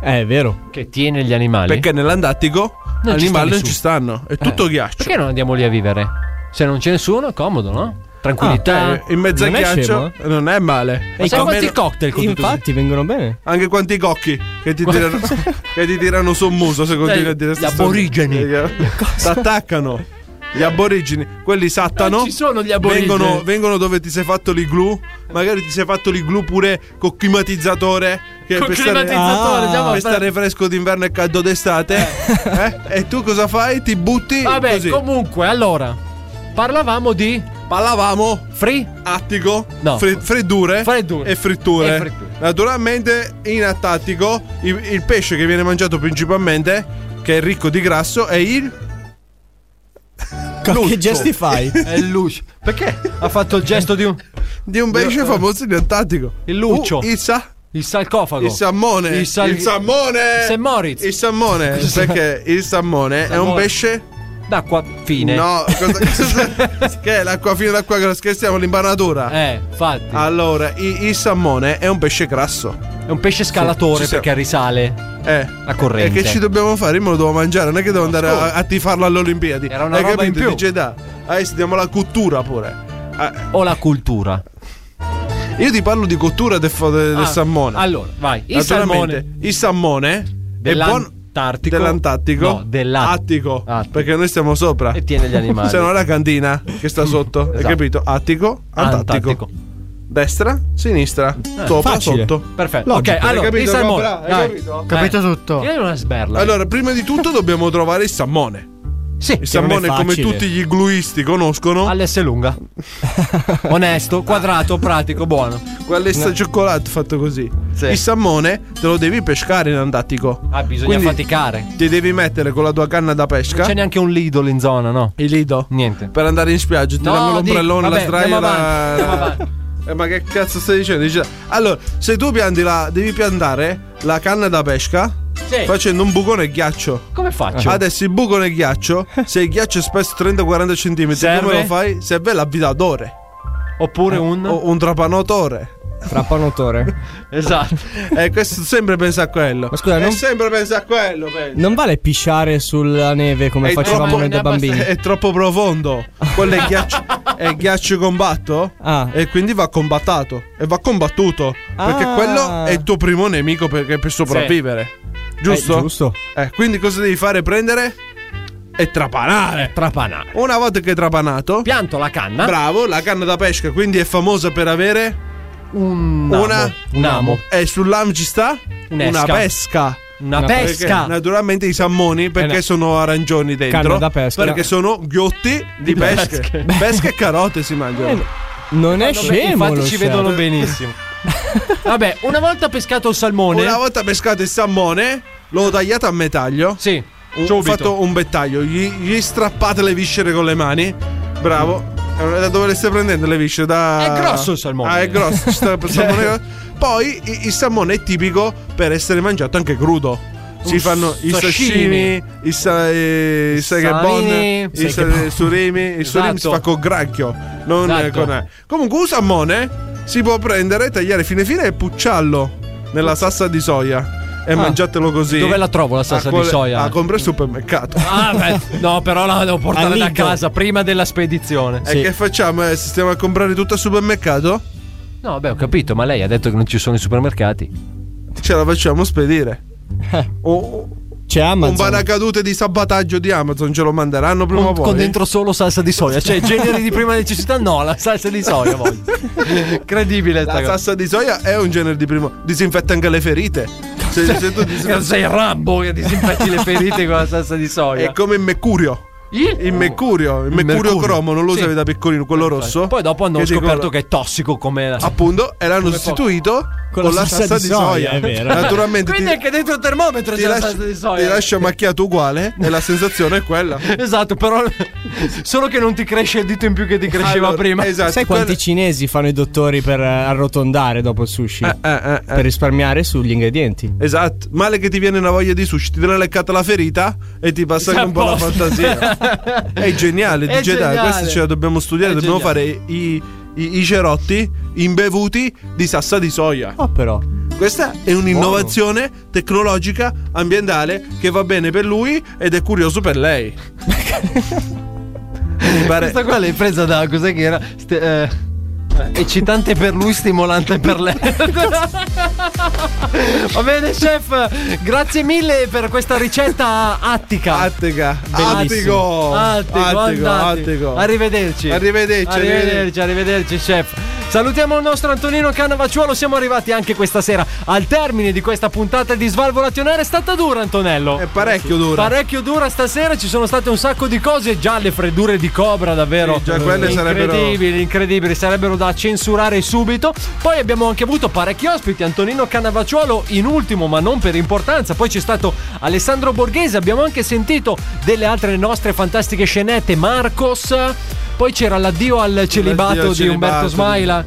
[SPEAKER 17] Eh, è vero.
[SPEAKER 7] Che tiene gli animali.
[SPEAKER 8] Perché nell'antattico gli
[SPEAKER 7] Non ci sta
[SPEAKER 8] animali non
[SPEAKER 7] nessuno.
[SPEAKER 8] ci stanno. Eh. È tutto ghiaccio.
[SPEAKER 7] Perché non andiamo lì a vivere? Se non c'è nessuno è comodo, no? Tranquillità.
[SPEAKER 8] Eh, in mezzo al
[SPEAKER 17] Non è
[SPEAKER 8] ghiaccio
[SPEAKER 17] scemo,
[SPEAKER 8] non è male.
[SPEAKER 7] Ma sai quanti cocktail con tutto
[SPEAKER 17] Infatti, vengono bene.
[SPEAKER 8] Anche quanti cocchi che ti tirano, *laughs* che ti tirano sul muso se continui a dire
[SPEAKER 7] Cioè, Gli aborigeni.
[SPEAKER 8] Ti attaccano. Gli aborigeni, quelli sattano.
[SPEAKER 7] Non ci sono gli aborigeni.
[SPEAKER 8] Vengono, vengono dove ti sei fatto l'igloo. Magari ti sei fatto l'igloo pure col climatizzatore. Che
[SPEAKER 7] Col
[SPEAKER 8] per stare-
[SPEAKER 7] climatizzatore,
[SPEAKER 8] Ah,
[SPEAKER 7] già va
[SPEAKER 8] per stare fresco d'inverno e caldo d'estate. eh? E tu cosa fai? Ti butti.
[SPEAKER 7] Vabbè,
[SPEAKER 8] così.
[SPEAKER 7] comunque, allora. Parlavamo di
[SPEAKER 8] Parlavamo
[SPEAKER 7] free.
[SPEAKER 8] attico,
[SPEAKER 7] No.
[SPEAKER 8] fre- freddure,
[SPEAKER 7] Freddure.
[SPEAKER 8] e fritture.
[SPEAKER 7] E fritture.
[SPEAKER 8] Naturalmente in attattico il, il pesce che viene mangiato principalmente, che è ricco di grasso, è il...
[SPEAKER 17] Che
[SPEAKER 8] *laughs*
[SPEAKER 17] gesti fai?
[SPEAKER 7] È Lucio. Perché ha fatto il gesto di un.
[SPEAKER 8] Di un pesce famoso in attattico.
[SPEAKER 7] Il luccio.
[SPEAKER 8] Uh, il, sa-
[SPEAKER 7] Il sarcofago.
[SPEAKER 8] il salmone.
[SPEAKER 7] Il, sal-
[SPEAKER 8] salmone.
[SPEAKER 7] Il St. Moritz.
[SPEAKER 8] Il salmone. Perché il salmone è un
[SPEAKER 7] Salmone.
[SPEAKER 8] pesce...
[SPEAKER 7] D'acqua fine.
[SPEAKER 8] No, cosa,
[SPEAKER 7] *laughs*
[SPEAKER 8] cosa- che è l'acqua fine, l'acqua grossa, che stiamo l'imbanatura.
[SPEAKER 7] Eh, infatti.
[SPEAKER 8] Ah, Allora, i- il salmone è un pesce grasso.
[SPEAKER 7] È un pesce scalatore
[SPEAKER 8] Sì, sì, sì.
[SPEAKER 7] perché risale.
[SPEAKER 8] Eh,
[SPEAKER 7] La corrente.
[SPEAKER 8] E che ci dobbiamo fare? Io me lo devo mangiare, non è che devo andare a, a tifarlo alle Olimpiadi.
[SPEAKER 7] Era una
[SPEAKER 8] Hai
[SPEAKER 7] roba in
[SPEAKER 8] capito?
[SPEAKER 7] più.
[SPEAKER 8] Dice da. Adesso diamo la cottura pure. Ah,
[SPEAKER 7] O la cultura.
[SPEAKER 8] io ti parlo di cottura del, fo- del
[SPEAKER 7] Ah,
[SPEAKER 8] salmone.
[SPEAKER 7] Allora, vai. Il
[SPEAKER 8] Naturalmente,
[SPEAKER 7] salmone.
[SPEAKER 8] Il salmone è buono.
[SPEAKER 7] Dell'Antartico.
[SPEAKER 8] Dell'Antartico?
[SPEAKER 7] No, Ah. della-
[SPEAKER 8] Attico.
[SPEAKER 7] Attico.
[SPEAKER 8] Perché noi stiamo sopra.
[SPEAKER 7] E tiene gli animali.
[SPEAKER 8] Se no la cantina che sta sotto. Hai
[SPEAKER 7] Esatto.
[SPEAKER 8] capito? Attico, Antartico.
[SPEAKER 7] Antartico. Eh,
[SPEAKER 8] Destra, sinistra, sopra,
[SPEAKER 17] facile.
[SPEAKER 8] sotto.
[SPEAKER 7] Perfetto.
[SPEAKER 17] Logico.
[SPEAKER 7] Ok, allora,
[SPEAKER 8] capito,
[SPEAKER 7] il salmone.
[SPEAKER 8] Cobra? Hai
[SPEAKER 7] Dai.
[SPEAKER 8] capito?
[SPEAKER 9] Capito
[SPEAKER 7] Eh.
[SPEAKER 9] tutto.
[SPEAKER 7] Tieni una sberla.
[SPEAKER 8] Allora, prima di tutto dobbiamo trovare il salmone.
[SPEAKER 7] sì,
[SPEAKER 8] Il
[SPEAKER 17] non è
[SPEAKER 8] salmone, come
[SPEAKER 17] facile.
[SPEAKER 8] tutti gli gluisti conoscono,
[SPEAKER 7] all'S lunga.
[SPEAKER 8] *laughs*
[SPEAKER 7] Onesto, quadrato, pratico, buono.
[SPEAKER 8] quell'esta cioccolato fatto così. Il salmone te lo devi pescare in Antattico.
[SPEAKER 7] Ah, bisogna
[SPEAKER 8] Quindi
[SPEAKER 7] faticare. Non
[SPEAKER 8] Ti devi mettere con la tua canna da pesca.
[SPEAKER 7] c'è neanche un Lidl in zona, no?
[SPEAKER 8] il lido.
[SPEAKER 7] Niente.
[SPEAKER 8] Per andare in spiaggia, ti
[SPEAKER 7] No,
[SPEAKER 8] danno
[SPEAKER 7] di-
[SPEAKER 8] l'ombrellone, la
[SPEAKER 7] vabbè,
[SPEAKER 8] sdraio.
[SPEAKER 7] andiamo
[SPEAKER 8] la-
[SPEAKER 7] avanti,
[SPEAKER 8] *laughs*
[SPEAKER 7] andiamo avanti.
[SPEAKER 8] Eh, ma che cazzo stai dicendo? Dice- Allora, se tu pianti la. devi piantare la canna da pesca
[SPEAKER 7] Sì.
[SPEAKER 8] facendo un buco nel ghiaccio.
[SPEAKER 7] Come faccio?
[SPEAKER 8] Adesso il buco nel
[SPEAKER 7] *laughs*
[SPEAKER 8] ghiaccio, se il ghiaccio è spesso 30-40 cm,
[SPEAKER 7] Serve?
[SPEAKER 8] come lo fai? Serve l'avvitatore.
[SPEAKER 7] Oppure un.
[SPEAKER 8] o un trapanotore.
[SPEAKER 17] Trapanotore.
[SPEAKER 7] Esatto.
[SPEAKER 8] Eh, questo sempre pensa a quello.
[SPEAKER 17] Ma scusa,
[SPEAKER 8] Eh,
[SPEAKER 17] non-
[SPEAKER 8] sempre pensa a quello, pensa.
[SPEAKER 17] Non vale pisciare sulla neve come
[SPEAKER 8] È eh,
[SPEAKER 17] facevamo
[SPEAKER 8] troppo-
[SPEAKER 17] noi da bambini.
[SPEAKER 8] È troppo profondo. Quello è ghiaccio, è ghiaccio combatto.
[SPEAKER 17] Ah.
[SPEAKER 8] E quindi va combattato. E va combattuto. Perché
[SPEAKER 17] Ah.
[SPEAKER 8] quello è il tuo primo nemico perché per sopravvivere.
[SPEAKER 17] Eh,
[SPEAKER 8] Giusto?
[SPEAKER 17] giusto.
[SPEAKER 8] Eh, quindi cosa devi fare? Prendere e trapanare.
[SPEAKER 7] Trapanare.
[SPEAKER 8] Una volta che è trapanato,
[SPEAKER 7] pianto la canna.
[SPEAKER 8] Bravo, la canna da pesca, quindi è famosa per avere
[SPEAKER 7] un
[SPEAKER 8] una
[SPEAKER 7] amo. un amo.
[SPEAKER 8] E sull'amo ci sta
[SPEAKER 7] Un'esca.
[SPEAKER 8] una pesca.
[SPEAKER 7] Una
[SPEAKER 8] Perché
[SPEAKER 7] pesca.
[SPEAKER 8] Naturalmente i salmoni perché
[SPEAKER 7] Eh, no.
[SPEAKER 8] sono arancioni dentro.
[SPEAKER 17] Canna da pesca.
[SPEAKER 8] Perché sono ghiotti di
[SPEAKER 17] *laughs* Di
[SPEAKER 8] pesche.
[SPEAKER 17] pesche. *laughs* Eh,
[SPEAKER 8] Pesche e carote si mangiano.
[SPEAKER 17] Non
[SPEAKER 7] Vabbè,
[SPEAKER 17] è scemo.
[SPEAKER 7] Infatti
[SPEAKER 17] lo
[SPEAKER 7] ci
[SPEAKER 17] chef.
[SPEAKER 7] vedono
[SPEAKER 17] *laughs*
[SPEAKER 7] benissimo. Vabbè, una volta pescato il salmone.
[SPEAKER 8] Una volta pescato il salmone, l'ho tagliato a metaglio.
[SPEAKER 7] Sì.
[SPEAKER 8] Ho
[SPEAKER 7] subito.
[SPEAKER 8] fatto un bettaglio. Gli, gli strappate le viscere con le mani. Bravo. Eh, Da dove le stai prendendo le viscere? Da...
[SPEAKER 7] È grosso il salmone.
[SPEAKER 8] Ah, è grosso. Sta-
[SPEAKER 7] *laughs*
[SPEAKER 8] il salmone è grosso. Poi i- il salmone è tipico per essere mangiato anche crudo. Si
[SPEAKER 7] Un
[SPEAKER 8] fanno i
[SPEAKER 7] sashimi.
[SPEAKER 8] sashimi, i, sa- eh, i segabon,
[SPEAKER 7] salmini,
[SPEAKER 8] i sa-
[SPEAKER 7] segabon.
[SPEAKER 8] surimi. Il surimi si
[SPEAKER 7] Esatto.
[SPEAKER 8] fa con granchio, non eh,
[SPEAKER 7] Esatto.
[SPEAKER 8] con. eh. Comunque, un salmone si può prendere, tagliare fine fine e pucciarlo nella salsa di soia e
[SPEAKER 7] Ah.
[SPEAKER 8] mangiatelo così.
[SPEAKER 7] Dove la trovo la salsa
[SPEAKER 8] Ah, qual-
[SPEAKER 7] di soia?
[SPEAKER 8] Ah, compri al supermercato.
[SPEAKER 7] Ah, beh, no, però la devo portare
[SPEAKER 8] Al
[SPEAKER 7] da
[SPEAKER 8] Lidl.
[SPEAKER 7] casa prima della spedizione.
[SPEAKER 8] E che facciamo? Eh, se stiamo a comprare tutto al supermercato?
[SPEAKER 7] No, beh, ho capito, ma lei ha detto che non ci sono i supermercati.
[SPEAKER 8] Ce la facciamo spedire.
[SPEAKER 7] Eh.
[SPEAKER 8] O-
[SPEAKER 17] C'è
[SPEAKER 8] un
[SPEAKER 17] Amazon.
[SPEAKER 8] paracadute di sabotaggio di Amazon ce lo manderanno prima o
[SPEAKER 7] Con,
[SPEAKER 8] poi.
[SPEAKER 7] con dentro solo salsa di soia, cioè generi di *laughs* prima necessità? No, la salsa di soia voglio. Incredibile sta
[SPEAKER 8] La
[SPEAKER 7] cosa.
[SPEAKER 8] salsa di soia è un genere di primo. Disinfetta anche le ferite. Se, se tu disinfetti-
[SPEAKER 7] Cioè, Sei Rambo che disinfetti le ferite con la salsa di soia.
[SPEAKER 8] È come il mercurio. Il mercurio, il mercurio,
[SPEAKER 7] mercurio.
[SPEAKER 8] cromo, non lo
[SPEAKER 7] Sì.
[SPEAKER 8] usavi da piccolino, quello rosso.
[SPEAKER 7] Poi dopo hanno
[SPEAKER 8] Che dicono-
[SPEAKER 7] scoperto che è tossico come la
[SPEAKER 8] Appunto, e l'hanno
[SPEAKER 7] Come
[SPEAKER 8] sostituito
[SPEAKER 7] Con
[SPEAKER 8] con,
[SPEAKER 7] la
[SPEAKER 8] la salsa, di soia.
[SPEAKER 17] è
[SPEAKER 8] *laughs*
[SPEAKER 17] vero.
[SPEAKER 8] Naturalmente
[SPEAKER 7] Quindi
[SPEAKER 8] ti,
[SPEAKER 7] anche dentro il termometro
[SPEAKER 8] ti
[SPEAKER 7] c'è la
[SPEAKER 8] lascia-
[SPEAKER 7] salsa di soia.
[SPEAKER 8] ti lascia macchiato uguale e la sensazione è quella.
[SPEAKER 7] *laughs* Esatto, però solo che non ti cresce il dito in più che ti cresceva
[SPEAKER 8] Allora,
[SPEAKER 7] prima.
[SPEAKER 8] Esatto.
[SPEAKER 17] Sai quanti cinesi fanno i dottori per eh, arrotondare dopo il sushi? Per risparmiare sugli ingredienti.
[SPEAKER 8] Esatto, male che ti viene una voglia di sushi, ti viene leccata la ferita e ti passa anche un po' la
[SPEAKER 7] *laughs*
[SPEAKER 8] fantasia. è geniale,
[SPEAKER 7] Esatto. È
[SPEAKER 8] di Jedi,
[SPEAKER 7] geniale.
[SPEAKER 8] questo ce la dobbiamo studiare,
[SPEAKER 7] È
[SPEAKER 8] dobbiamo
[SPEAKER 7] geniale.
[SPEAKER 8] fare i, i, i cerotti imbevuti di sassa di soia.
[SPEAKER 17] Ah, però.
[SPEAKER 8] Questa è un'innovazione tecnologica, ambientale, che va bene per lui ed è curioso per
[SPEAKER 7] *laughs*
[SPEAKER 8] lei. Mi pare-
[SPEAKER 7] Questa qua l'hai presa da cos'è che era? Ste- eh, eccitante per lui, stimolante
[SPEAKER 8] *laughs*
[SPEAKER 7] per lei. Va bene, chef, grazie mille per questa ricetta attica.
[SPEAKER 8] Attica, attico,
[SPEAKER 7] Bellissimo. Attico,
[SPEAKER 8] attico,
[SPEAKER 7] andate.
[SPEAKER 8] attico.
[SPEAKER 7] Arrivederci.
[SPEAKER 8] Arrivederci,
[SPEAKER 7] arrivederci,
[SPEAKER 8] arrivederci.
[SPEAKER 7] arrivederci, chef. Salutiamo il nostro Antonino Cannavacciuolo, siamo arrivati anche questa sera al termine di questa puntata di Svalvolationare. È stata dura, Antonello.
[SPEAKER 8] È parecchio dura.
[SPEAKER 7] Parecchio dura stasera, ci sono state un sacco di cose, già le freddure di Cobra davvero
[SPEAKER 8] Sì, già quelle
[SPEAKER 7] incredibili,
[SPEAKER 8] sarebbero-
[SPEAKER 7] incredibili, sarebbero da censurare subito. Poi abbiamo anche avuto parecchi ospiti, Antonino Cannavacciuolo in ultimo, ma non per importanza, poi c'è stato Alessandro Borghese, abbiamo anche sentito delle altre nostre fantastiche scenette, Marcos poi c'era l'addio al celibato
[SPEAKER 8] al
[SPEAKER 7] di
[SPEAKER 8] celibato.
[SPEAKER 7] Umberto Smaila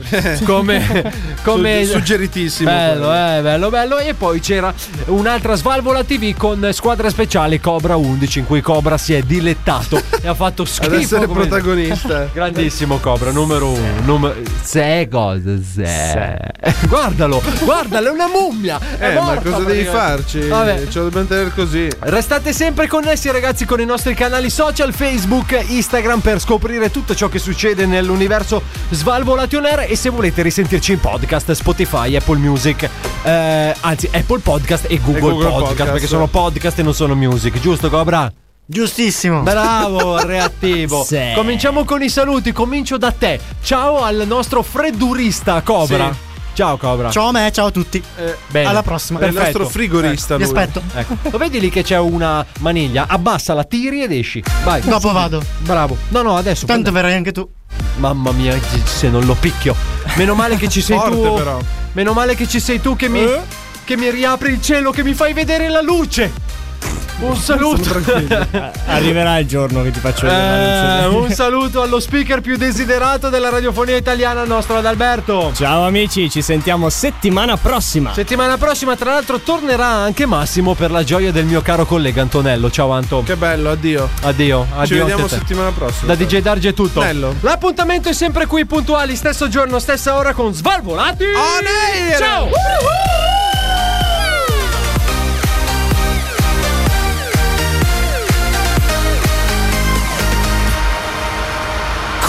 [SPEAKER 8] *laughs*
[SPEAKER 7] come, come-
[SPEAKER 8] Su- suggeritissimo
[SPEAKER 7] bello
[SPEAKER 8] quello.
[SPEAKER 7] eh, bello bello e poi c'era un'altra Svalvola TV con squadra speciale Cobra 11 in cui Cobra si è dilettato
[SPEAKER 8] *laughs*
[SPEAKER 7] e ha fatto schifo
[SPEAKER 8] Ad essere
[SPEAKER 7] come-
[SPEAKER 8] protagonista.
[SPEAKER 7] grandissimo Cobra numero 1 numero... se cosa se guardalo guardalo è una mummia *laughs* è
[SPEAKER 8] Eh, ma
[SPEAKER 7] morta
[SPEAKER 8] cosa devi
[SPEAKER 7] praticamente.
[SPEAKER 8] farci?
[SPEAKER 7] Vabbè.
[SPEAKER 8] Ce lo dobbiamo tenere così.
[SPEAKER 7] Restate sempre connessi ragazzi con i nostri canali social Facebook, Instagram per scoprire tutto ciò che succede nell'universo Svalvolation Air e se volete risentirci in podcast Spotify, Apple Music, eh, anzi Apple Podcast e Google,
[SPEAKER 8] Google
[SPEAKER 7] podcast,
[SPEAKER 8] Podcast.
[SPEAKER 7] perché sono podcast e non sono music, giusto Cobra?
[SPEAKER 9] Giustissimo.
[SPEAKER 7] *laughs*
[SPEAKER 9] *laughs*
[SPEAKER 7] Bravo, reattivo.
[SPEAKER 9] Sì.
[SPEAKER 7] Cominciamo con i saluti, comincio da te. Ciao al nostro freddurista Cobra.
[SPEAKER 9] Sì.
[SPEAKER 7] Ciao Cobra. Eh,
[SPEAKER 9] Ciao a me, ciao a tutti.
[SPEAKER 7] Bene.
[SPEAKER 9] Alla prossima.
[SPEAKER 8] È il
[SPEAKER 7] Perfetto.
[SPEAKER 8] nostro frigorista.
[SPEAKER 9] Vi
[SPEAKER 8] lui.
[SPEAKER 9] aspetto.
[SPEAKER 7] Ecco. Lo vedi lì che c'è una maniglia? Abbassala, tiri ed esci. Vai.
[SPEAKER 9] Dopo vado.
[SPEAKER 7] Bravo. No, no, adesso.
[SPEAKER 9] Tanto verrai anche tu.
[SPEAKER 7] Mamma mia, se non lo picchio. Meno male che ci sei tu.
[SPEAKER 8] Forte, però. Eh?
[SPEAKER 7] Meno male che ci sei tu che mi. Che mi riapri il cielo, che mi fai vedere la luce. Un saluto. *laughs*
[SPEAKER 17] Arriverà il giorno che ti faccio vedere.
[SPEAKER 7] Eh,
[SPEAKER 17] la luce.
[SPEAKER 7] un saluto allo speaker più desiderato della radiofonia italiana, il nostro Adalberto.
[SPEAKER 17] Ciao amici, ci sentiamo settimana prossima.
[SPEAKER 7] Settimana prossima, tra l'altro, tornerà anche Massimo per la gioia del mio caro collega Antonello. Ciao Anto.
[SPEAKER 8] Che bello, addio.
[SPEAKER 7] Addio, addio.
[SPEAKER 8] Ci vediamo
[SPEAKER 7] anche a te.
[SPEAKER 8] settimana prossima.
[SPEAKER 7] Da DJ Darge è tutto.
[SPEAKER 8] Bello.
[SPEAKER 7] L'appuntamento è sempre qui, puntuali, stesso giorno, stessa ora con Svalvolati.
[SPEAKER 8] On air!
[SPEAKER 7] Ciao!